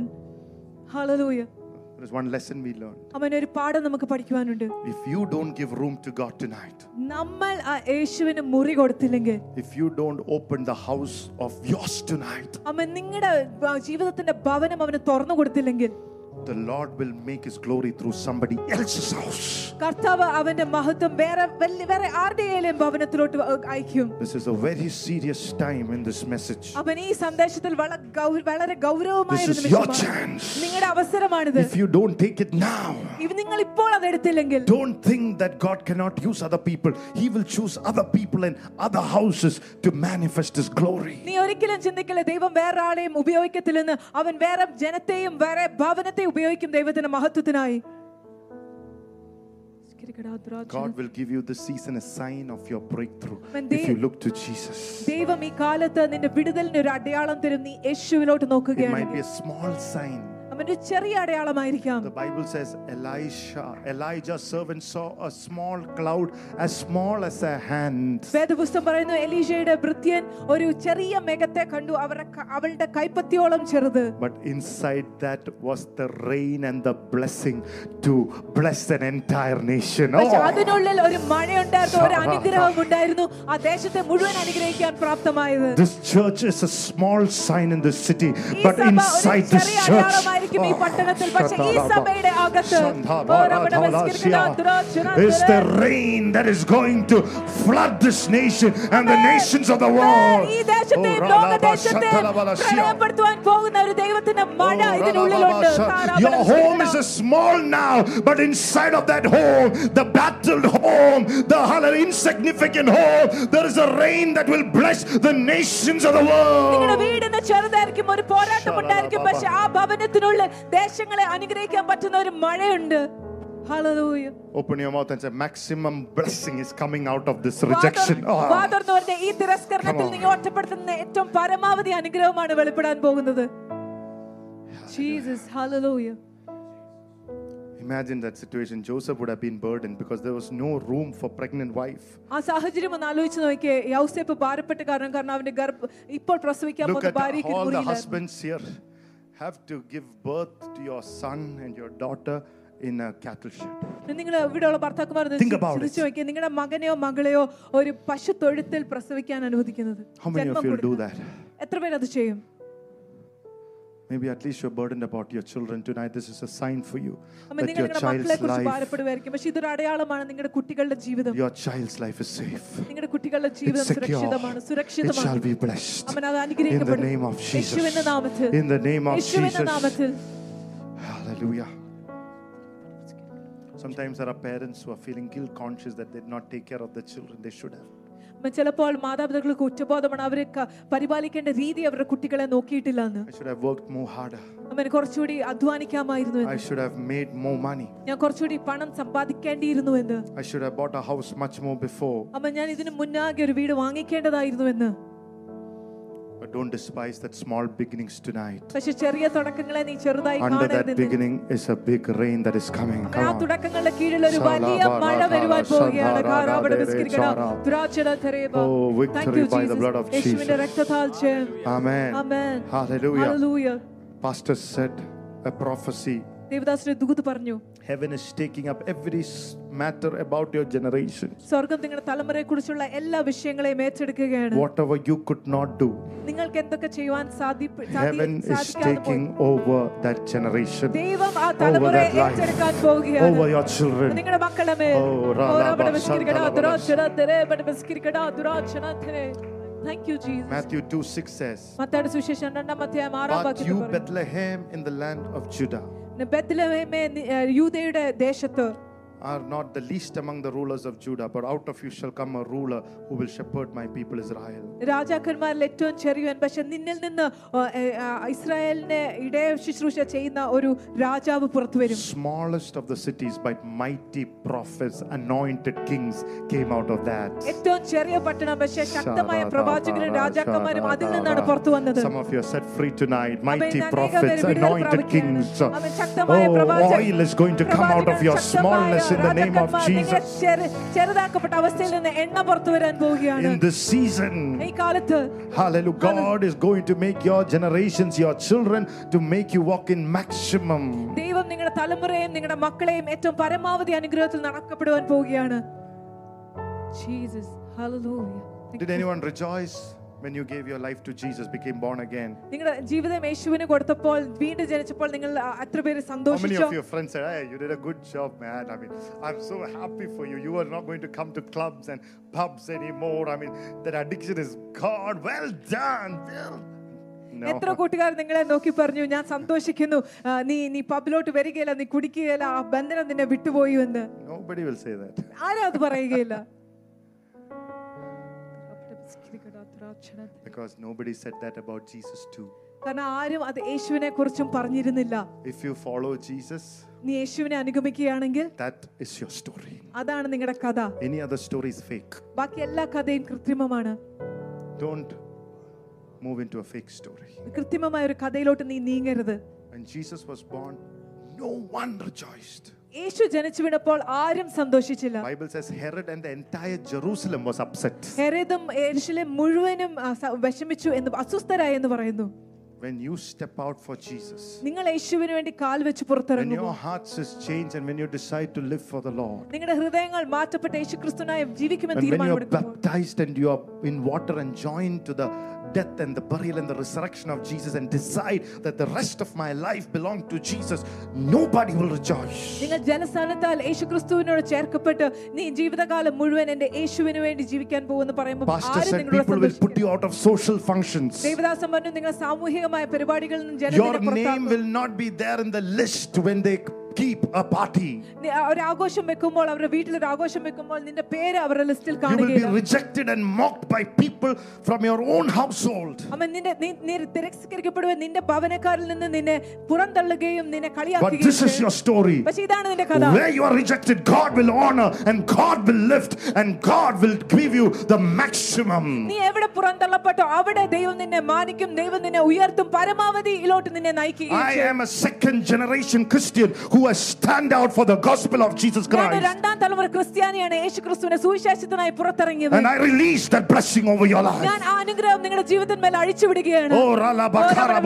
[SPEAKER 2] ഹലലൂയ
[SPEAKER 1] There's one lesson we learned.
[SPEAKER 2] അവൻ ഒരു പാഠം നമുക്ക് പഠിക്കുവാനുണ്ട്
[SPEAKER 1] If you don't give room to God tonight,
[SPEAKER 2] നമ്മൾ ആ യേശുവിന് മുറി കൊടുത്തില്ലെങ്കിൽ
[SPEAKER 1] if you don't open the house of yours tonight,
[SPEAKER 2] അവൻ നിങ്ങളുടെ ആ, ജീവിതത്തിന്റെ ഭവനം അവന് തുറന്നു കൊടുത്തില്ലെങ്കിൽ
[SPEAKER 1] the Lord will make his glory through somebody else's house.
[SPEAKER 2] കർത്താവ് അവന്റെ മഹത്വം വേറെ വലിയ- വേറെ ആരുടെയും ഭവനത്തിലോട്ട് അ- അയക്കും
[SPEAKER 1] This is a very serious time in this message.
[SPEAKER 2] അവൻ ഈ സന്ദേശത്തിൽ വള- ഗൗ- വളരെ ഗൗരവമായ
[SPEAKER 1] This
[SPEAKER 2] ഒരു
[SPEAKER 1] is your
[SPEAKER 2] നിമിഷമാണ്.
[SPEAKER 1] chance.
[SPEAKER 2] നിങ്ങളുടെ അവസരമാണിത്
[SPEAKER 1] If you don't take it now,
[SPEAKER 2] ഇവ- നിങ്ങൾ ഇപ്പോൾ അതെടുത്തില്ലെങ്കിൽ
[SPEAKER 1] don't think that God cannot use other people. He will choose other people and other houses to manifest His glory.
[SPEAKER 2] നീ ഒരിക്കലും ചിന്തിക്കില്ല ദൈവം വേറെ ആളെയും ഉപയോഗിക്കത്തില്ലെന്ന് അവൻ വേറെ ജനത്തെയും വേറെ ഭവനത്തെ ഉപയോഗിക്കും ദൈവത്തിന്റെ മഹത്വത്തിനായി
[SPEAKER 1] God will give you this season a sign of your breakthrough
[SPEAKER 2] When
[SPEAKER 1] if
[SPEAKER 2] they-
[SPEAKER 1] you look to Jesus.
[SPEAKER 2] ദൈവം ഈ കാലത്ത് നിന്റെ വിടുതലിന് ഒരു അടയാളം തരും നീ യേശുവിലോട്ട്
[SPEAKER 1] It might be
[SPEAKER 2] നോക്കുകയാണെങ്കിൽ
[SPEAKER 1] a small sign.
[SPEAKER 2] അവന്റെ ചെറിയ അടയാളമായിരിക്കാം
[SPEAKER 1] The Bible says Elisha, Elijah's servant saw a small cloud as small as a hand.
[SPEAKER 2] വേദപുസ്തകം പറയുന്നു എലീഷയുടെ ഭൃത്യൻ ഒരു ചെറിയ മേഘത്തെ കണ്ടു അവരുടെ ക- അവളുടെ കൈപ്പത്തിയോളം ചെറുത്
[SPEAKER 1] But inside that was the rain and the blessing to bless an entire nation.
[SPEAKER 2] പക്ഷെ
[SPEAKER 1] Oh,
[SPEAKER 2] അതിനുള്ളിൽ ഒരു മഴയുണ്ടായിരുന്നു ഒരു അനുഗ്രഹം ഉണ്ടായിരുന്നു ആ ദേശത്തെ മുഴുവൻ അനുഗ്രഹിക്കാൻ പ്രാപ്തമായത്
[SPEAKER 1] this church is a small sign in this city,
[SPEAKER 2] ഈ
[SPEAKER 1] but
[SPEAKER 2] സഭ ഒരു
[SPEAKER 1] inside this
[SPEAKER 2] ചെറിയ
[SPEAKER 1] church.
[SPEAKER 2] അടയാളമായിരിക്കും ഈ
[SPEAKER 1] Oh,
[SPEAKER 2] പട്ടണത്തിൽ പക്ഷെ ഈ
[SPEAKER 1] Shatarabha,
[SPEAKER 2] സഭയുടെ അകത്ത് ഓ രമണ വസ്കരിക്കടാ, തുറ, ചുരാ,
[SPEAKER 1] Shatarabha, Is
[SPEAKER 2] തുറ.
[SPEAKER 1] the rain that is going to flood this nation and the nations of the
[SPEAKER 2] ഇവർ
[SPEAKER 1] world.
[SPEAKER 2] ഈ ദേശത്തെയും
[SPEAKER 1] Oh,
[SPEAKER 2] ലോകദേശത്തെയും
[SPEAKER 1] Ralabha, Shatarabha,
[SPEAKER 2] പ്രളയപ്പെടുത്തുവാൻ പോകുന്ന ഒരു ദൈവത്തിന്റെ മഴ ഇതിനുള്ളിലുണ്ട്
[SPEAKER 1] Oh, Rababasha.
[SPEAKER 2] Tharapuram
[SPEAKER 1] Your home is a
[SPEAKER 2] ശരിക്കണം.
[SPEAKER 1] small now, but inside of that home, the battled home, the hallelujah, insignificant home, there is a rain that will bless the nations of the
[SPEAKER 2] നിങ്ങളുടെ
[SPEAKER 1] world.
[SPEAKER 2] വീടിന് ചെറുതായിരിക്കും ഒരു പോരാട്ടം ഉണ്ടായിരിക്കും
[SPEAKER 1] ശാലാലാബാബ.
[SPEAKER 2] പക്ഷെ ആ ഭവനത്തിനുള്ളിൽ ദേശങ്ങളെ അനുഗ്രഹിക്കാൻ പറ്റുന്ന ഒരു മഴയുണ്ട് hallelujah
[SPEAKER 1] Open your mouth and say, maximum blessing is coming out of this rejection. Oh.
[SPEAKER 2] വാതോർന്നവരുടെ ഈ തിരസ്കരണത്തിൽ
[SPEAKER 1] Come on.
[SPEAKER 2] നിങ്ങൾ ഒറ്റപ്പെടുത്തുന്ന ഏറ്റവും പരമാവധി അനുഗ്രഹമാണ് വെളിപ്പെടാൻ പോകുന്നത് Jesus hallelujah
[SPEAKER 1] Imagine that situation. Joseph would have been burdened because there was no room for pregnant wife.
[SPEAKER 2] ആ സാഹചര്യം ഒന്ന് ആലോചിച്ച് നോക്കിയേ യൗസേപ്പ് ഭാരപ്പെട്ട കാരണം കാരണം അവന്റെ ഗർഭ ഇപ്പോൾ പ്രസവിക്കാൻ
[SPEAKER 1] Look
[SPEAKER 2] പോകുന്ന
[SPEAKER 1] at
[SPEAKER 2] ഭാര്യയ്ക്ക്
[SPEAKER 1] all the
[SPEAKER 2] മുറിയില്ല
[SPEAKER 1] husbands here have to give birth to your son and your daughter in a cattle shed.
[SPEAKER 2] നിങ്ങൾ ഇവിടെയുള്ള ഭർത്താക്കന്മാർ ഒന്ന്
[SPEAKER 1] Think about
[SPEAKER 2] ചിന്തിച്ച്
[SPEAKER 1] it.
[SPEAKER 2] നോക്കിയേ നിങ്ങളുടെ മകനെയോ മകളെയോ ഒരു പശു തൊഴുത്തിൽ പ്രസവിക്കാൻ അനുവദിക്കുന്നത്
[SPEAKER 1] How many
[SPEAKER 2] ജന്മം
[SPEAKER 1] of you will do
[SPEAKER 2] കൊടുക്കുന്നത്.
[SPEAKER 1] that?
[SPEAKER 2] എത്ര പേര് അത് ചെയ്യും
[SPEAKER 1] Maybe at least you're burdened about your children tonight. This is a sign for you
[SPEAKER 2] അമ്മ
[SPEAKER 1] that
[SPEAKER 2] നിങ്ങൾ
[SPEAKER 1] your
[SPEAKER 2] നിങ്ങളുടെ മക്കളെ
[SPEAKER 1] child's
[SPEAKER 2] കുറിച്ച്
[SPEAKER 1] life,
[SPEAKER 2] ഭാരപ്പെടുമായിരിക്കും പക്ഷെ ഇതൊരു അടയാളമാണ് നിങ്ങളുടെ കുട്ടികളുടെ ജീവിതം
[SPEAKER 1] your child's life is safe.
[SPEAKER 2] നിങ്ങളുടെ കുട്ടികളുടെ ജീവിതം
[SPEAKER 1] It's secure.
[SPEAKER 2] സുരക്ഷിതമാണ്
[SPEAKER 1] It shall
[SPEAKER 2] സുരക്ഷിതമാണ്
[SPEAKER 1] be blessed.
[SPEAKER 2] അവൻ അത്
[SPEAKER 1] In the
[SPEAKER 2] അനുഗ്രഹിക്കപ്പെടും
[SPEAKER 1] name of Jesus.
[SPEAKER 2] യേശുവിന്റെ നാമത്തിൽ
[SPEAKER 1] In the name of
[SPEAKER 2] യേശുവിന്റെ
[SPEAKER 1] Jesus.
[SPEAKER 2] നാമത്തിൽ
[SPEAKER 1] Hallelujah. Sometimes there are parents who are feeling guilt conscious that they did not take care of their children. They should have.
[SPEAKER 2] മ- ചിലപ്പോൾ മാതാപിതാക്കൾക്ക് കുറ്റബോധമാണ് അവരെ ക- പരിപാലിക്കേണ്ട രീതി അവരുടെ കുട്ടികളെ നോക്കിയിട്ടില്ല എന്ന്
[SPEAKER 1] I should have worked more harder.
[SPEAKER 2] അവന് കുറച്ചുകൂടി അധ്വാനിക്കാമായിരുന്നു
[SPEAKER 1] I
[SPEAKER 2] എന്ന്
[SPEAKER 1] should have made more money.
[SPEAKER 2] ഞാൻ കുറച്ചുകൂടി പണം സമ്പാദിക്കേണ്ടിയിരുന്നു എന്ന്
[SPEAKER 1] I should have bought a house much more before.
[SPEAKER 2] അമ്മ ഞാൻ ഇതിനു മുന്നാകെ ഒരു വീട് വാങ്ങിക്കേണ്ടതായിരുന്നു എന്ന്
[SPEAKER 1] But don't despise that small beginnings tonight.
[SPEAKER 2] പക്ഷെ ചെറിയ തുടക്കങ്ങളെ നീ ചെറുതായി
[SPEAKER 1] Under that
[SPEAKER 2] കാണരുത് എന്ന്.
[SPEAKER 1] beginning is a big rain that is coming.
[SPEAKER 2] ആ
[SPEAKER 1] Come on.
[SPEAKER 2] തുടക്കങ്ങളുടെ കീഴിൽ ഒരു വലിയ മഴ വരുവാൻ പോവുകയാണ് കാറാവട നിസ്കരിക്കണം. ദ്രാക്ഷയുടെ തെരയുക.
[SPEAKER 1] Oh, victory
[SPEAKER 2] Thank you,
[SPEAKER 1] by the
[SPEAKER 2] Jesus.
[SPEAKER 1] blood of
[SPEAKER 2] യേശുവിന്റെ
[SPEAKER 1] Jesus.
[SPEAKER 2] രക്തത്താൽ ജയം.
[SPEAKER 1] Amen.
[SPEAKER 2] Amen.
[SPEAKER 1] Hallelujah.
[SPEAKER 2] Hallelujah.
[SPEAKER 1] Pastor said a prophecy.
[SPEAKER 2] ദേവദാസിന്റെ ദൂത് പറഞ്ഞു
[SPEAKER 1] Heaven is taking up every s- matter about your generation.
[SPEAKER 2] സ്വർഗം നിങ്ങളുടെ തലമുറയെ കുറിച്ചുള്ള എല്ലാ വിഷയങ്ങളെയും ഏറ്റെടുക്കുകയാണ്
[SPEAKER 1] Whatever you could not do,
[SPEAKER 2] നിങ്ങൾക്ക് എന്തൊക്കെ ചെയ്യുവാൻ സാധിപ്പ- സാധി-
[SPEAKER 1] heaven is
[SPEAKER 2] സാധിക്കാതെ പോയി.
[SPEAKER 1] taking over that generation,
[SPEAKER 2] ദൈവം ആ തലമുറയെ
[SPEAKER 1] that life.
[SPEAKER 2] ഏറ്റെടുക്കാൻ
[SPEAKER 1] over
[SPEAKER 2] പോവുകയാണ്
[SPEAKER 1] your Oh, children.
[SPEAKER 2] നിങ്ങളുടെ മക്കളെ മേൽ
[SPEAKER 1] ഓ, റാലാ
[SPEAKER 2] ഓരാബട
[SPEAKER 1] ബാ,
[SPEAKER 2] വിസ്കരിക്കടാ,
[SPEAKER 1] ശാന്താ ബാ,
[SPEAKER 2] ദുരാചരാ തെരേ, ബട വിസ്കരിക്കടാ, ദുരാചരാ തെരേ. Thank you, Jesus.
[SPEAKER 1] Matthew 2 6 says,
[SPEAKER 2] മത്തായിയുടെ സുവിശേഷം രണ്ടാം അധ്യായം ആറാം
[SPEAKER 1] But
[SPEAKER 2] വാക്യത്തിൽ
[SPEAKER 1] you,
[SPEAKER 2] പറയുന്നു.
[SPEAKER 1] Bethlehem, in the land of Judah,
[SPEAKER 2] പിന്നെ ബത്ലഹേമേ, നി- ഏഹ്, യൂദയുടെ ദേശത്ത്
[SPEAKER 1] are not the least among the rulers of Judah, but out of you shall come a ruler who will shepherd my people Israel.
[SPEAKER 2] രാജാക്കന്മാരിൽ ഏറ്റവും ചെറിയവൻ പക്ഷെ നിന്നിൽ നിന്ന് ഏഹ്, ഏഹ്, ആ, ഇസ്രായേലിനെ ഇടയ ശുശ്രൂഷ ചെയ്യുന്ന ഒരു രാജാവ് പുറത്തു വരും
[SPEAKER 1] Smallest of the cities, but mighty prophets, anointed kings came out of that.
[SPEAKER 2] ഏറ്റവും ചെറിയ പട്ടണം പക്ഷെ ശക്തമായ പ്രവാചകരും രാജാക്കന്മാരും അതിൽ നിന്നാണ് പുറത്തു വന്നത്
[SPEAKER 1] Some of you are set free tonight. Mighty
[SPEAKER 2] അനേകം
[SPEAKER 1] prophets,
[SPEAKER 2] പേര് വിടുതൽ
[SPEAKER 1] anointed
[SPEAKER 2] പ്രാപിക്കുകയാണ്.
[SPEAKER 1] kings.
[SPEAKER 2] അവൻ ശക്തമായ
[SPEAKER 1] Oh,
[SPEAKER 2] പ്രവാചക-
[SPEAKER 1] oil is going to come out of your
[SPEAKER 2] പ്രവാചകൻ
[SPEAKER 1] smallness in the
[SPEAKER 2] ശക്തമായ
[SPEAKER 1] name of
[SPEAKER 2] രാജാക്കന്മാർ നിങ്ങളെ
[SPEAKER 1] Jesus.
[SPEAKER 2] ചെറു- ചെറുതാക്കപ്പെട്ട അവസ്ഥയിൽ നിന്ന് എണ്ണ പുറത്തു വരാൻ പോവുകയാണ്
[SPEAKER 1] In this season,
[SPEAKER 2] ഈ കാലത്ത്
[SPEAKER 1] hallelujah, God is going to make your generations, your children, to make you walk in maximum.
[SPEAKER 2] ദൈവം നിങ്ങളുടെ തലമുറയെയും നിങ്ങളുടെ മക്കളെയും ഏറ്റവും പരമാവധി അനുഗ്രഹത്തിൽ നടക്കപ്പെടുവാൻ പോവുകയാണ് Jesus
[SPEAKER 1] Did anyone rejoice when you gave your life to Jesus, became born again?
[SPEAKER 2] നിങ്ങളുടെ ജീവിതം യേശുവിന് കൊടുത്തപ്പോൾ വീണ്ടും ജനിച്ചപ്പോൾ നിങ്ങൾ അ- അത്ര പേര്
[SPEAKER 1] How many
[SPEAKER 2] സന്തോഷിച്ചോ
[SPEAKER 1] of your friends said, Hey, you did a good job, man? I mean, I'm so happy for you. You are not going to come to clubs and pubs anymore. I mean, that addiction is gone. Well done. Well.
[SPEAKER 2] എത്ര
[SPEAKER 1] No.
[SPEAKER 2] കൂട്ടുകാർ നിങ്ങളെ നോക്കി പറഞ്ഞു ഞാൻ സന്തോഷിക്കുന്നു ആ, നീ നീ പബ്ബിലോട്ട് വരികയില്ല നീ കുടിക്കുകയില്ല ആ ബന്ധനം നിന്നെ വിട്ടുപോയി എന്ന്
[SPEAKER 1] Nobody will say that.
[SPEAKER 2] ആരും അത് പറയുകയില്ല
[SPEAKER 1] Because nobody said that about Jesus, too.
[SPEAKER 2] കാരണം ആരും അത് യേശുവിനെ കുറിച്ചും പറഞ്ഞിരുന്നില്ല
[SPEAKER 1] If you follow Jesus,
[SPEAKER 2] നീ യേശുവിനെ അനുഗമിക്കുകയാണെങ്കിൽ
[SPEAKER 1] that is your story.
[SPEAKER 2] അതാണ് നിങ്ങളുടെ കഥ
[SPEAKER 1] Any other story is fake.
[SPEAKER 2] ബാക്കി എല്ലാ കഥയും കൃത്രിമമാണ്
[SPEAKER 1] Don't move into a fake story.
[SPEAKER 2] കൃത്രിമമായ ഒരു കഥയിലോട്ട് നീ നീങ്ങരുത്
[SPEAKER 1] When Jesus was born, no one rejoiced.
[SPEAKER 2] യേശു ജനിച്ചു വീണപ്പോൾ ആരും സന്തോഷിച്ചില്ല
[SPEAKER 1] Bible says Herod and the entire Jerusalem was upset.
[SPEAKER 2] ഹെരതും യേശുലെ മുഴുവനും ആ, സ- വിഷമിച്ചു എന്ന് അസ്വസ്ഥരായി എന്ന് പറയുന്നു
[SPEAKER 1] When you step out for Jesus,
[SPEAKER 2] നിങ്ങൾ യേശുവിന് വേണ്ടി കാൽ വെച്ച്
[SPEAKER 1] when
[SPEAKER 2] പുറത്തിറങ്ങുമോ
[SPEAKER 1] your hearts is changed and when you decide to live for the Lord,
[SPEAKER 2] നിങ്ങളുടെ ഹൃദയങ്ങൾ മാറ്റപ്പെട്ട യേശുക്രിസ്തുനായി ജീവിക്കുമെന്ന്
[SPEAKER 1] and when you are
[SPEAKER 2] തീരുമാനമെടുക്കുമ്പോൾ
[SPEAKER 1] baptized and you are in water and joined to the death and the burial and the resurrection of Jesus and decide that the rest of my life belongs to Jesus, nobody will rejoice.
[SPEAKER 2] നിങ്ങൾ ജലസ്ഥാനത്താൽ യേശുക്രിസ്തുവിനോട് ചേർക്കപ്പെട്ട് നീ ജീവിതകാലം മുഴുവൻ എന്റെ യേശുവിന് വേണ്ടി ജീവിക്കാൻ പോകുമെന്ന് പറയുമ്പോൾ
[SPEAKER 1] Pastor
[SPEAKER 2] ആരും
[SPEAKER 1] said
[SPEAKER 2] നിങ്ങളോട്
[SPEAKER 1] people will put
[SPEAKER 2] സന്തോഷിക്കില്ല.
[SPEAKER 1] you out of social functions.
[SPEAKER 2] ദേവദാസം പറഞ്ഞു നിങ്ങൾ സാമൂഹികമായ പരിപാടികളിൽ നിന്ന്
[SPEAKER 1] Your
[SPEAKER 2] ജനത്തിനെ
[SPEAKER 1] name
[SPEAKER 2] പുറത്താക്കും
[SPEAKER 1] will not be there in the list when they keep a party.
[SPEAKER 2] നി- ഒരു ആഘോഷം വെക്കുമ്പോൾ അവരുടെ വീട്ടിൽ ഒരു ആഘോഷം വെക്കുമ്പോൾ നിന്റെ പേര് അവരുടെ ലിസ്റ്റിൽ
[SPEAKER 1] You will be
[SPEAKER 2] കാണുകയില്ല
[SPEAKER 1] rejected and mocked by people from your own household.
[SPEAKER 2] അവൻ നിന്റെ നീ- നീ തിരസ്കരിക്കപ്പെടുകയും നിന്റെ ഭവനക്കാരിൽ നിന്ന് നിന്നെ പുറന്തള്ളുകയും നിന്നെ
[SPEAKER 1] But this is your
[SPEAKER 2] കളിയാക്കുകയും
[SPEAKER 1] story.
[SPEAKER 2] പക്ഷെ ഇതാണ് നിന്റെ കഥ
[SPEAKER 1] Where you are rejected, God will honor and God will lift and God will give you the maximum.
[SPEAKER 2] നീ എവിടെ പുറന്തള്ളപ്പെട്ടോ അവിടെ ദൈവം നിന്നെ മാനിക്കും ദൈവം നിന്നെ ഉയർത്തും പരമാവധിയിലോട്ട് നിന്നെ നയിക്കുകയും
[SPEAKER 1] I
[SPEAKER 2] ചെയ്യും.
[SPEAKER 1] am a second generation Christian who has stand out for the gospel of Jesus
[SPEAKER 2] ഞാൻ
[SPEAKER 1] Christ.
[SPEAKER 2] രണ്ടാം തലമുറ ക്രിസ്ത്യാനിയാണ് യേശു ക്രിസ്തുവിനെ സുവിശേഷത്തിനായി പുറത്തിറങ്ങിയത്
[SPEAKER 1] And I release that blessing over your
[SPEAKER 2] ഞാൻ
[SPEAKER 1] life.
[SPEAKER 2] ആ അനുഗ്രഹം നിങ്ങളുടെ ജീവിതത്തിന്മേൽ അഴിച്ചു വിടുകയാണ്
[SPEAKER 1] Oh, Rala Bakara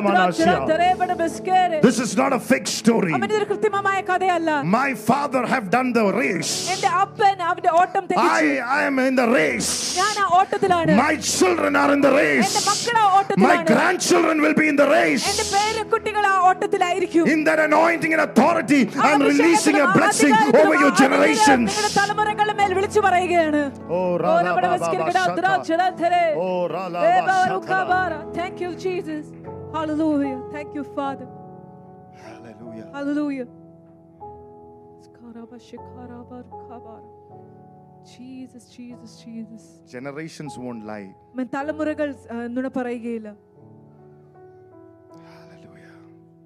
[SPEAKER 1] Basanta This is not a fake story.
[SPEAKER 2] അവനൊരു കൃത്രിമമായ കഥയല്ല
[SPEAKER 1] My father have done the race.
[SPEAKER 2] എന്റെ അപ്പൻ അവന്റെ ഓട്ടം തെറ്റിച്ചു
[SPEAKER 1] I, I am in the race.
[SPEAKER 2] ഞാൻ ആ ഓട്ടത്തിലാണ്
[SPEAKER 1] My children are in the
[SPEAKER 2] എന്റെ
[SPEAKER 1] race.
[SPEAKER 2] മക്കൾ ആ
[SPEAKER 1] My
[SPEAKER 2] ഓട്ടത്തിലാണ്
[SPEAKER 1] grandchildren will be in the
[SPEAKER 2] എന്റെ
[SPEAKER 1] race.
[SPEAKER 2] പേരക്കുട്ടികൾ ആ ഓട്ടത്തിലായിരിക്കും
[SPEAKER 1] In that anointing and authority, I'm
[SPEAKER 2] ആ
[SPEAKER 1] releasing a
[SPEAKER 2] അഭിഷേകത്തിലും
[SPEAKER 1] blessing
[SPEAKER 2] ആധികാരത്തിലും
[SPEAKER 1] over your
[SPEAKER 2] ആ അനുഗ്രഹം
[SPEAKER 1] generations.
[SPEAKER 2] നിങ്ങളുടെ തലമുറകളുടെ മേൽ വിളിച്ചു പറയുകയാണ്
[SPEAKER 1] Oh,
[SPEAKER 2] ഓ,
[SPEAKER 1] Rala
[SPEAKER 2] നമ്മുടെ
[SPEAKER 1] Baba
[SPEAKER 2] വസ്കീർക്കിട
[SPEAKER 1] Shaka.
[SPEAKER 2] അദ്രാക്ഷരാധരെ.
[SPEAKER 1] Oh, Rala
[SPEAKER 2] ഏ,
[SPEAKER 1] Baba
[SPEAKER 2] ബൗരുക
[SPEAKER 1] Shaka.
[SPEAKER 2] ബാര. Thank you, Jesus. Hallelujah. Thank you, Father.
[SPEAKER 1] Hallelujah.
[SPEAKER 2] Hallelujah. Skara Jesus Jesus Jesus
[SPEAKER 1] Generations won't lie.
[SPEAKER 2] മൻ തലമുറകൾ ആ, നുണ പറയുകയില്ല
[SPEAKER 1] Hallelujah.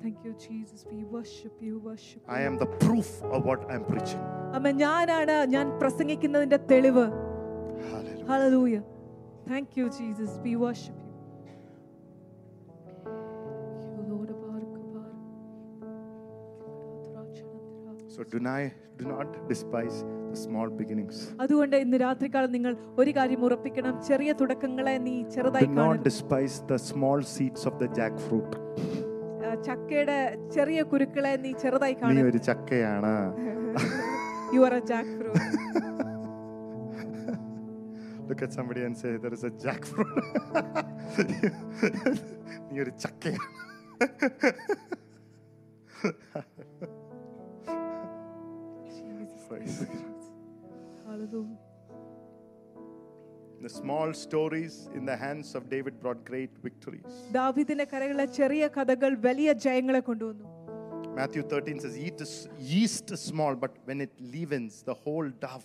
[SPEAKER 2] Thank you Jesus we worship you worship
[SPEAKER 1] I am the proof of what I'm preaching.
[SPEAKER 2] അമ്മ ഞാനാണ് ഞാൻ പ്രസംഗിക്കുന്നതിന്റെ തെളിവ്
[SPEAKER 1] Hallelujah.
[SPEAKER 2] Hallelujah thank you Jesus we worship you you Lord BARC ബാർക്ക്
[SPEAKER 1] So do not, do not despise the small beginnings.
[SPEAKER 2] അതുകൊണ്ട് ഇന്ന് രാത്രികാലം നിങ്ങൾ ഒരു കാര്യം ഉറപ്പിക്കണം ചെറിയ തുടക്കങ്ങളെ നീ
[SPEAKER 1] Do
[SPEAKER 2] ചെറുതായി
[SPEAKER 1] not
[SPEAKER 2] കാണരുത്.
[SPEAKER 1] despise the small seeds of the jackfruit.
[SPEAKER 2] ആ, ചക്കയുടെ ചെറിയ കുരുക്കളെ നീ ചെറുതായി
[SPEAKER 1] നീ
[SPEAKER 2] കാണും
[SPEAKER 1] ഒരു ചക്കയാണ്
[SPEAKER 2] you are a Jack fruit
[SPEAKER 1] Look at somebody and say, there is a jackfruit. നീ ഒരു ചക്കയാണ് Praise God. The small stories in the hands of David brought great victories.
[SPEAKER 2] ദാവിദിന്റെ കരകളിലെ ചെറിയ കഥകൾ വലിയ ജയങ്ങളെ കൊണ്ടുവന്നു
[SPEAKER 1] Matthew 13 says, Yeast is, yeast is small, but when it leavens, the whole dough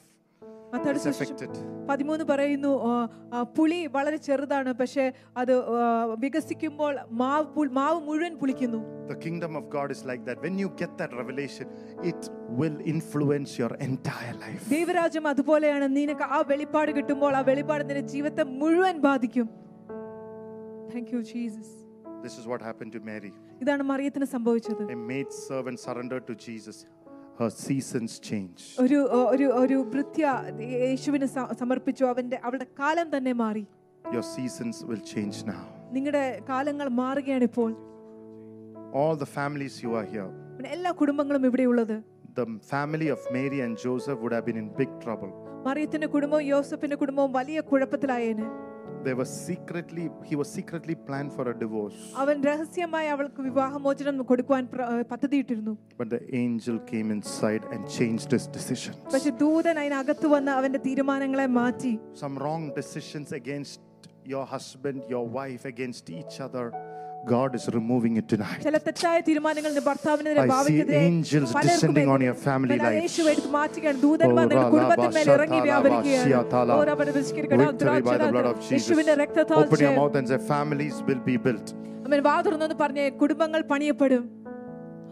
[SPEAKER 2] മത്തായിയുടെ
[SPEAKER 1] is
[SPEAKER 2] സുവിശേഷം
[SPEAKER 1] affected.
[SPEAKER 2] പതിമൂന്ന് പറയുന്നു ആ, ആ, പുളി വളരെ ചെറുതാണ് പക്ഷെ അത് ആ, വികസിക്കുമ്പോൾ മാവ് പുൾ- മാവ് മുഴുവൻ പുളിക്കുന്നു
[SPEAKER 1] The kingdom of God is like that. When you get that revelation, it will influence your entire life.
[SPEAKER 2] ദൈവരാജ്യം അതുപോലെയാണ് നിനക്ക് ആ വെളിപ്പാട് കിട്ടുമ്പോൾ ആ വെളിപ്പാട് നിന്റെ ജീവിതത്തെ മുഴുവൻ ബാധിക്കും thank you Jesus
[SPEAKER 1] This is what happened to Mary.
[SPEAKER 2] ഇതാണ് മറിയത്തിന് സംഭവിച്ചത്
[SPEAKER 1] A maid servant surrendered to Jesus. Her seasons change.
[SPEAKER 2] ഒരു ഒരു ഒരു വൃത്യ യേശുവിന് സ- സമർപ്പിച്ചു അവന്റെ അവളുടെ കാലം തന്നെ മാറി
[SPEAKER 1] Your seasons will change now.
[SPEAKER 2] നിങ്ങളുടെ കാലങ്ങൾ മാറുകയാണ് ഇപ്പോൾ
[SPEAKER 1] All the families you are here,
[SPEAKER 2] പിന്നെ എല്ലാ കുടുംബങ്ങളും ഇവിടെയുള്ളത്
[SPEAKER 1] the family of Mary and Joseph would have been in big trouble.
[SPEAKER 2] മറിയത്തിന്റെ കുടുംബവും യോസഫിന്റെ കുടുംബവും വലിയ കുഴപ്പത്തിലായേന്
[SPEAKER 1] They were secretly, he was secretly planned for a divorce.
[SPEAKER 2] അവൻ രഹസ്യമായി അവൾക്ക് വിവാഹമോചനം കൊടുക്കുവാൻ പ്ര- പദ്ധതിയിട്ടിരുന്നു
[SPEAKER 1] But the angel came inside and changed his decisions.
[SPEAKER 2] പക്ഷെ ദൂതൻ അതിനകത്ത് വന്ന് അവന്റെ തീരുമാനങ്ങളെ മാറ്റി
[SPEAKER 1] Some wrong decisions against your husband, your wife, against each other. God is removing it tonight.
[SPEAKER 2] ചില തെറ്റായ തീരുമാനങ്ങൾ നിന്റെ ഭർത്താവിനെതിരെ
[SPEAKER 1] I see
[SPEAKER 2] ഭാവിക്കെതിരെ
[SPEAKER 1] angels
[SPEAKER 2] പലർക്കും
[SPEAKER 1] descending on
[SPEAKER 2] എതിരെ.
[SPEAKER 1] your family
[SPEAKER 2] എന്നാൽ
[SPEAKER 1] lives.
[SPEAKER 2] യേശു എടുത്ത് മാറ്റുകയാണ്. ദൂതന്മാർ
[SPEAKER 1] Oh,
[SPEAKER 2] നിന്റെ
[SPEAKER 1] Rala
[SPEAKER 2] കുടുംബത്തിന്മേൽ
[SPEAKER 1] Basha
[SPEAKER 2] ഇറങ്ങി
[SPEAKER 1] Thala
[SPEAKER 2] വ്യാപരിക്കുകയാണ്.
[SPEAKER 1] Basha Thala.
[SPEAKER 2] Oh, രബ്ബനെ വിശിക്കട്ടെ.
[SPEAKER 1] Victory by the blood of Jesus.
[SPEAKER 2] യേശുവിന്റെ രക്തത്താൽ
[SPEAKER 1] Open your
[SPEAKER 2] ജയം.
[SPEAKER 1] mouth and say, families will be built.
[SPEAKER 2] അമ്മേ, വാ തുറന്നെന്ന് പറഞ്ഞേ കുടുംബങ്ങൾ പണിയപ്പെടും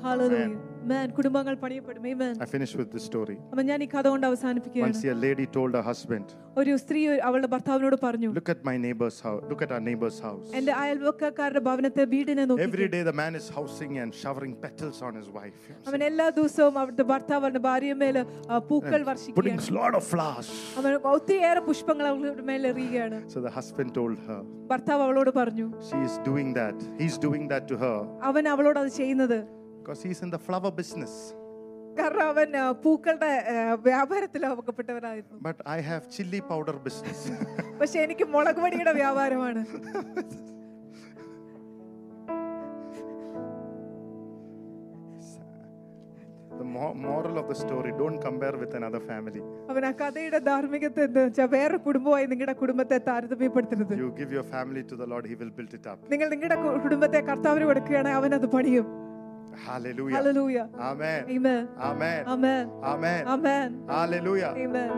[SPEAKER 2] Hallelujah. Amen. കുടുംബങ്ങൾ പണിയപ്പെടും Amen.
[SPEAKER 1] I finish with this story.
[SPEAKER 2] അമ്മ ഞാൻ ഈ കഥ കൊണ്ട് അവസാനിപ്പിക്കുകയാണ്
[SPEAKER 1] Once a lady told her husband,
[SPEAKER 2] ഒരു സ്ത്രീ ഒരു- അവളുടെ ഭർത്താവിനോട് പറഞ്ഞു
[SPEAKER 1] Look at my neighbor's house. Look at our neighbor's house.
[SPEAKER 2] എന്റെ അയൽവക്കാരുടെ ഭവനത്തെ വീടിനെ നോക്കി
[SPEAKER 1] Every day the man is housing and showering petals on his wife.
[SPEAKER 2] അവൻ എല്ലാ ദിവസവും അവിടുത്തെ ഭർത്താവ് അവരുടെ ഭാര്യമേല് ആ, പൂക്കൾ
[SPEAKER 1] Putting
[SPEAKER 2] വർഷിക്കുകയാണ്
[SPEAKER 1] a lot of flowers.
[SPEAKER 2] അവൻ ഒത്തിരിയേറെ പുഷ്പങ്ങൾ അവളുടെ മേലെറിയുകയാണ്
[SPEAKER 1] So the husband told her,
[SPEAKER 2] ഭർത്താവ് അവളോട് പറഞ്ഞു
[SPEAKER 1] She is doing that. He's doing that to her
[SPEAKER 2] അവൻ അവളോട് അത് ചെയ്യുന്നത്
[SPEAKER 1] because he's in the flower business.
[SPEAKER 2] കാരണം അവൻ ആ, പൂക്കളുടെ ആ, വ്യാപാരത്തിൽ അവക്കപ്പെട്ടവനായിരുന്നു
[SPEAKER 1] But I have chili powder business.
[SPEAKER 2] പക്ഷെ എനിക്ക് മുളക് പൊടിയുടെ വ്യാപാരമാണ്
[SPEAKER 1] the mo- moral of the story don't compare with another family.
[SPEAKER 2] അവൻ ആ കഥയുടെ ധാർമ്മികത്തെ എന്താ വെച്ചാൽ വേറെ കുടുംബമായി നിങ്ങളുടെ കുടുംബത്തെ താരതമ്യപ്പെടുത്തരുത്
[SPEAKER 1] You give your family to the Lord, He will build it up.
[SPEAKER 2] നിങ്ങൾ നിങ്ങളുടെ കു- കുടുംബത്തെ കർത്താവിന് കൊടുക്കുകയാണെങ്കിൽ അവൻ അത് പണിയും
[SPEAKER 1] Hallelujah.
[SPEAKER 2] Hallelujah.
[SPEAKER 1] Amen.
[SPEAKER 2] Amen.
[SPEAKER 1] Amen.
[SPEAKER 2] Amen.
[SPEAKER 1] Amen.
[SPEAKER 2] Amen.
[SPEAKER 1] Hallelujah.
[SPEAKER 2] Amen.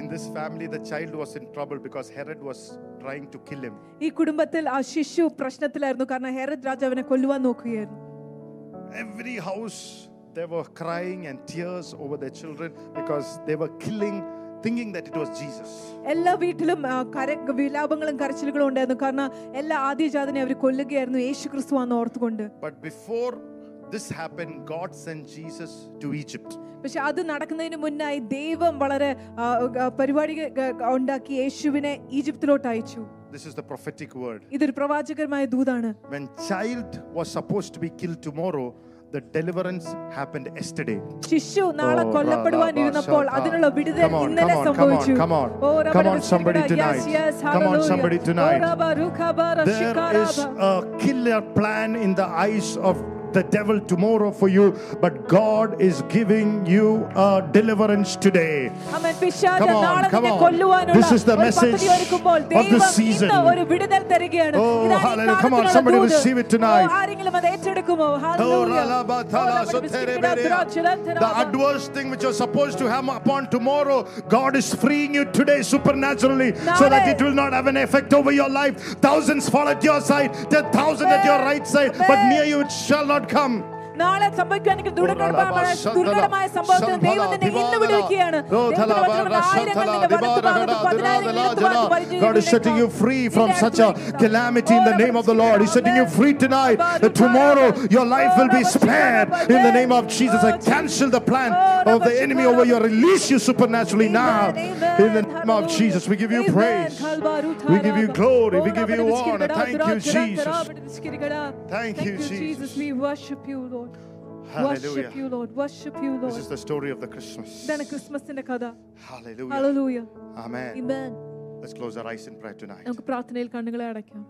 [SPEAKER 1] In this family, the child was in trouble because Herod was trying to kill him.
[SPEAKER 2] ഈ കുടുംബത്തിൽ ആ ശിശു പ്രശ്നത്തിലായിരുന്നു കാരണം ഹെരത് രാജാവിനെ കൊല്ലുവാൻ നോക്കുകയായിരുന്നു
[SPEAKER 1] Every house, they were crying and tears over their children because they were killing, thinking that it was Jesus.
[SPEAKER 2] എല്ലാ വീട്ടിലും ആ, കര വിലാപങ്ങളും കരച്ചിലുകളും ഉണ്ടായിരുന്നു കാരണം എല്ലാ ആദ്യജാതനെ അവർ കൊല്ലുകയായിരുന്നു യേശു ക്രിസ്തു ആണെന്ന് ഓർത്തുകൊണ്ട്
[SPEAKER 1] But before this happened, God sent Jesus to Egypt.
[SPEAKER 2] പക്ഷെ അത് നടക്കുന്നതിന് മുന്നായി ദൈവം വളരെ ആ, ആ, പരിപാടി ഗ- ഗ- ഉണ്ടാക്കി യേശുവിനെ ഈജിപ്തിലോട്ട് അയച്ചു
[SPEAKER 1] This is the prophetic word.
[SPEAKER 2] ഇതൊരു പ്രവാചകരമായ ദൂതാണ്
[SPEAKER 1] When child was supposed to be killed tomorrow, the deliverance happened yesterday.
[SPEAKER 2] ശിശു നാളെ
[SPEAKER 1] Oh,
[SPEAKER 2] കൊല്ലപ്പെടുവാൻ
[SPEAKER 1] Rabba
[SPEAKER 2] ഇരുന്നപ്പോൾ
[SPEAKER 1] Shaka.
[SPEAKER 2] അതിനുള്ള വിടുതൽ
[SPEAKER 1] Come on, come
[SPEAKER 2] ഇന്നലെ
[SPEAKER 1] on, come on,
[SPEAKER 2] സംഭവിച്ചു
[SPEAKER 1] come on.
[SPEAKER 2] Oh, Rabba
[SPEAKER 1] Come on,
[SPEAKER 2] Rabba
[SPEAKER 1] somebody
[SPEAKER 2] Shaka. Yes,
[SPEAKER 1] tonight.
[SPEAKER 2] yes,
[SPEAKER 1] Come on,
[SPEAKER 2] hallelujah.
[SPEAKER 1] somebody
[SPEAKER 2] Oh,
[SPEAKER 1] tonight.
[SPEAKER 2] Rabba Ruka Bara
[SPEAKER 1] There
[SPEAKER 2] Shika
[SPEAKER 1] is
[SPEAKER 2] Rabba.
[SPEAKER 1] a killer plan in the eyes of the devil tomorrow for you, but God is giving you a deliverance today.
[SPEAKER 2] അവൻ പിശാച്
[SPEAKER 1] Come on,
[SPEAKER 2] നാളെ
[SPEAKER 1] come
[SPEAKER 2] നിന്നെ
[SPEAKER 1] on.
[SPEAKER 2] കൊല്ലുവാനുള്ള
[SPEAKER 1] This is the
[SPEAKER 2] ഒരു
[SPEAKER 1] message
[SPEAKER 2] പദ്ധതി ഒരുക്കുമ്പോൾ
[SPEAKER 1] of
[SPEAKER 2] ദൈവം
[SPEAKER 1] this season.
[SPEAKER 2] ഇന്ന് ഒരു വിടുതൽ തരികയാണ്.
[SPEAKER 1] Oh,
[SPEAKER 2] ഇതാണ് ഈ
[SPEAKER 1] hallelujah. Come on,
[SPEAKER 2] കാണുന്ന
[SPEAKER 1] somebody
[SPEAKER 2] Doot.
[SPEAKER 1] receive it tonight.
[SPEAKER 2] ഓ, ആരെങ്കിലും അത് ഏറ്റെടുക്കുമോ?
[SPEAKER 1] Oh,
[SPEAKER 2] Hallelujah. ഓ,
[SPEAKER 1] ralabathala
[SPEAKER 2] നമ്മുടെ
[SPEAKER 1] sotereberea.
[SPEAKER 2] വിശുദ്ധ
[SPEAKER 1] The adverse thing which you're supposed to have upon tomorrow, God is freeing you today supernaturally so that it will not have an effect over your life. Thousands fall at your side, ten thousand at your right side, but near you it shall not come.
[SPEAKER 2] നാളെ സംഭവിക്കുകയാണെങ്കിൽ ദുർഘടമായ ദുർഘടമായ സംഭവത്തിൽ ദൈവം നിന്നെ ഇന്ന് വിടുവിക്കുകയാണ്
[SPEAKER 1] God is setting you free from such a calamity in the name of the Lord. He's setting you free tonight. That tomorrow your life will be spared in the name of Jesus. I cancel the plan of the enemy over you. I Release you supernaturally now in the name of Jesus. We give you praise. We give you glory.
[SPEAKER 2] Oh,
[SPEAKER 1] We give you honor. Thank you, Jesus. Thank
[SPEAKER 2] Thank
[SPEAKER 1] you,
[SPEAKER 2] you, Jesus.
[SPEAKER 1] Jesus.
[SPEAKER 2] We worship you, Lord. Worship
[SPEAKER 1] Hallelujah.
[SPEAKER 2] you, Lord. Worship you,
[SPEAKER 1] This
[SPEAKER 2] Lord.
[SPEAKER 1] is the story of the Christmas.
[SPEAKER 2] ഇതാണ് ക്രിസ്മസിന്റെ കഥ
[SPEAKER 1] Hallelujah.
[SPEAKER 2] Hallelujah.
[SPEAKER 1] Amen.
[SPEAKER 2] Amen.
[SPEAKER 1] Let's close our eyes in prayer tonight.
[SPEAKER 2] നമുക്ക് പ്രാർത്ഥനയിൽ കണ്ണുകളെ അടയ്ക്കാം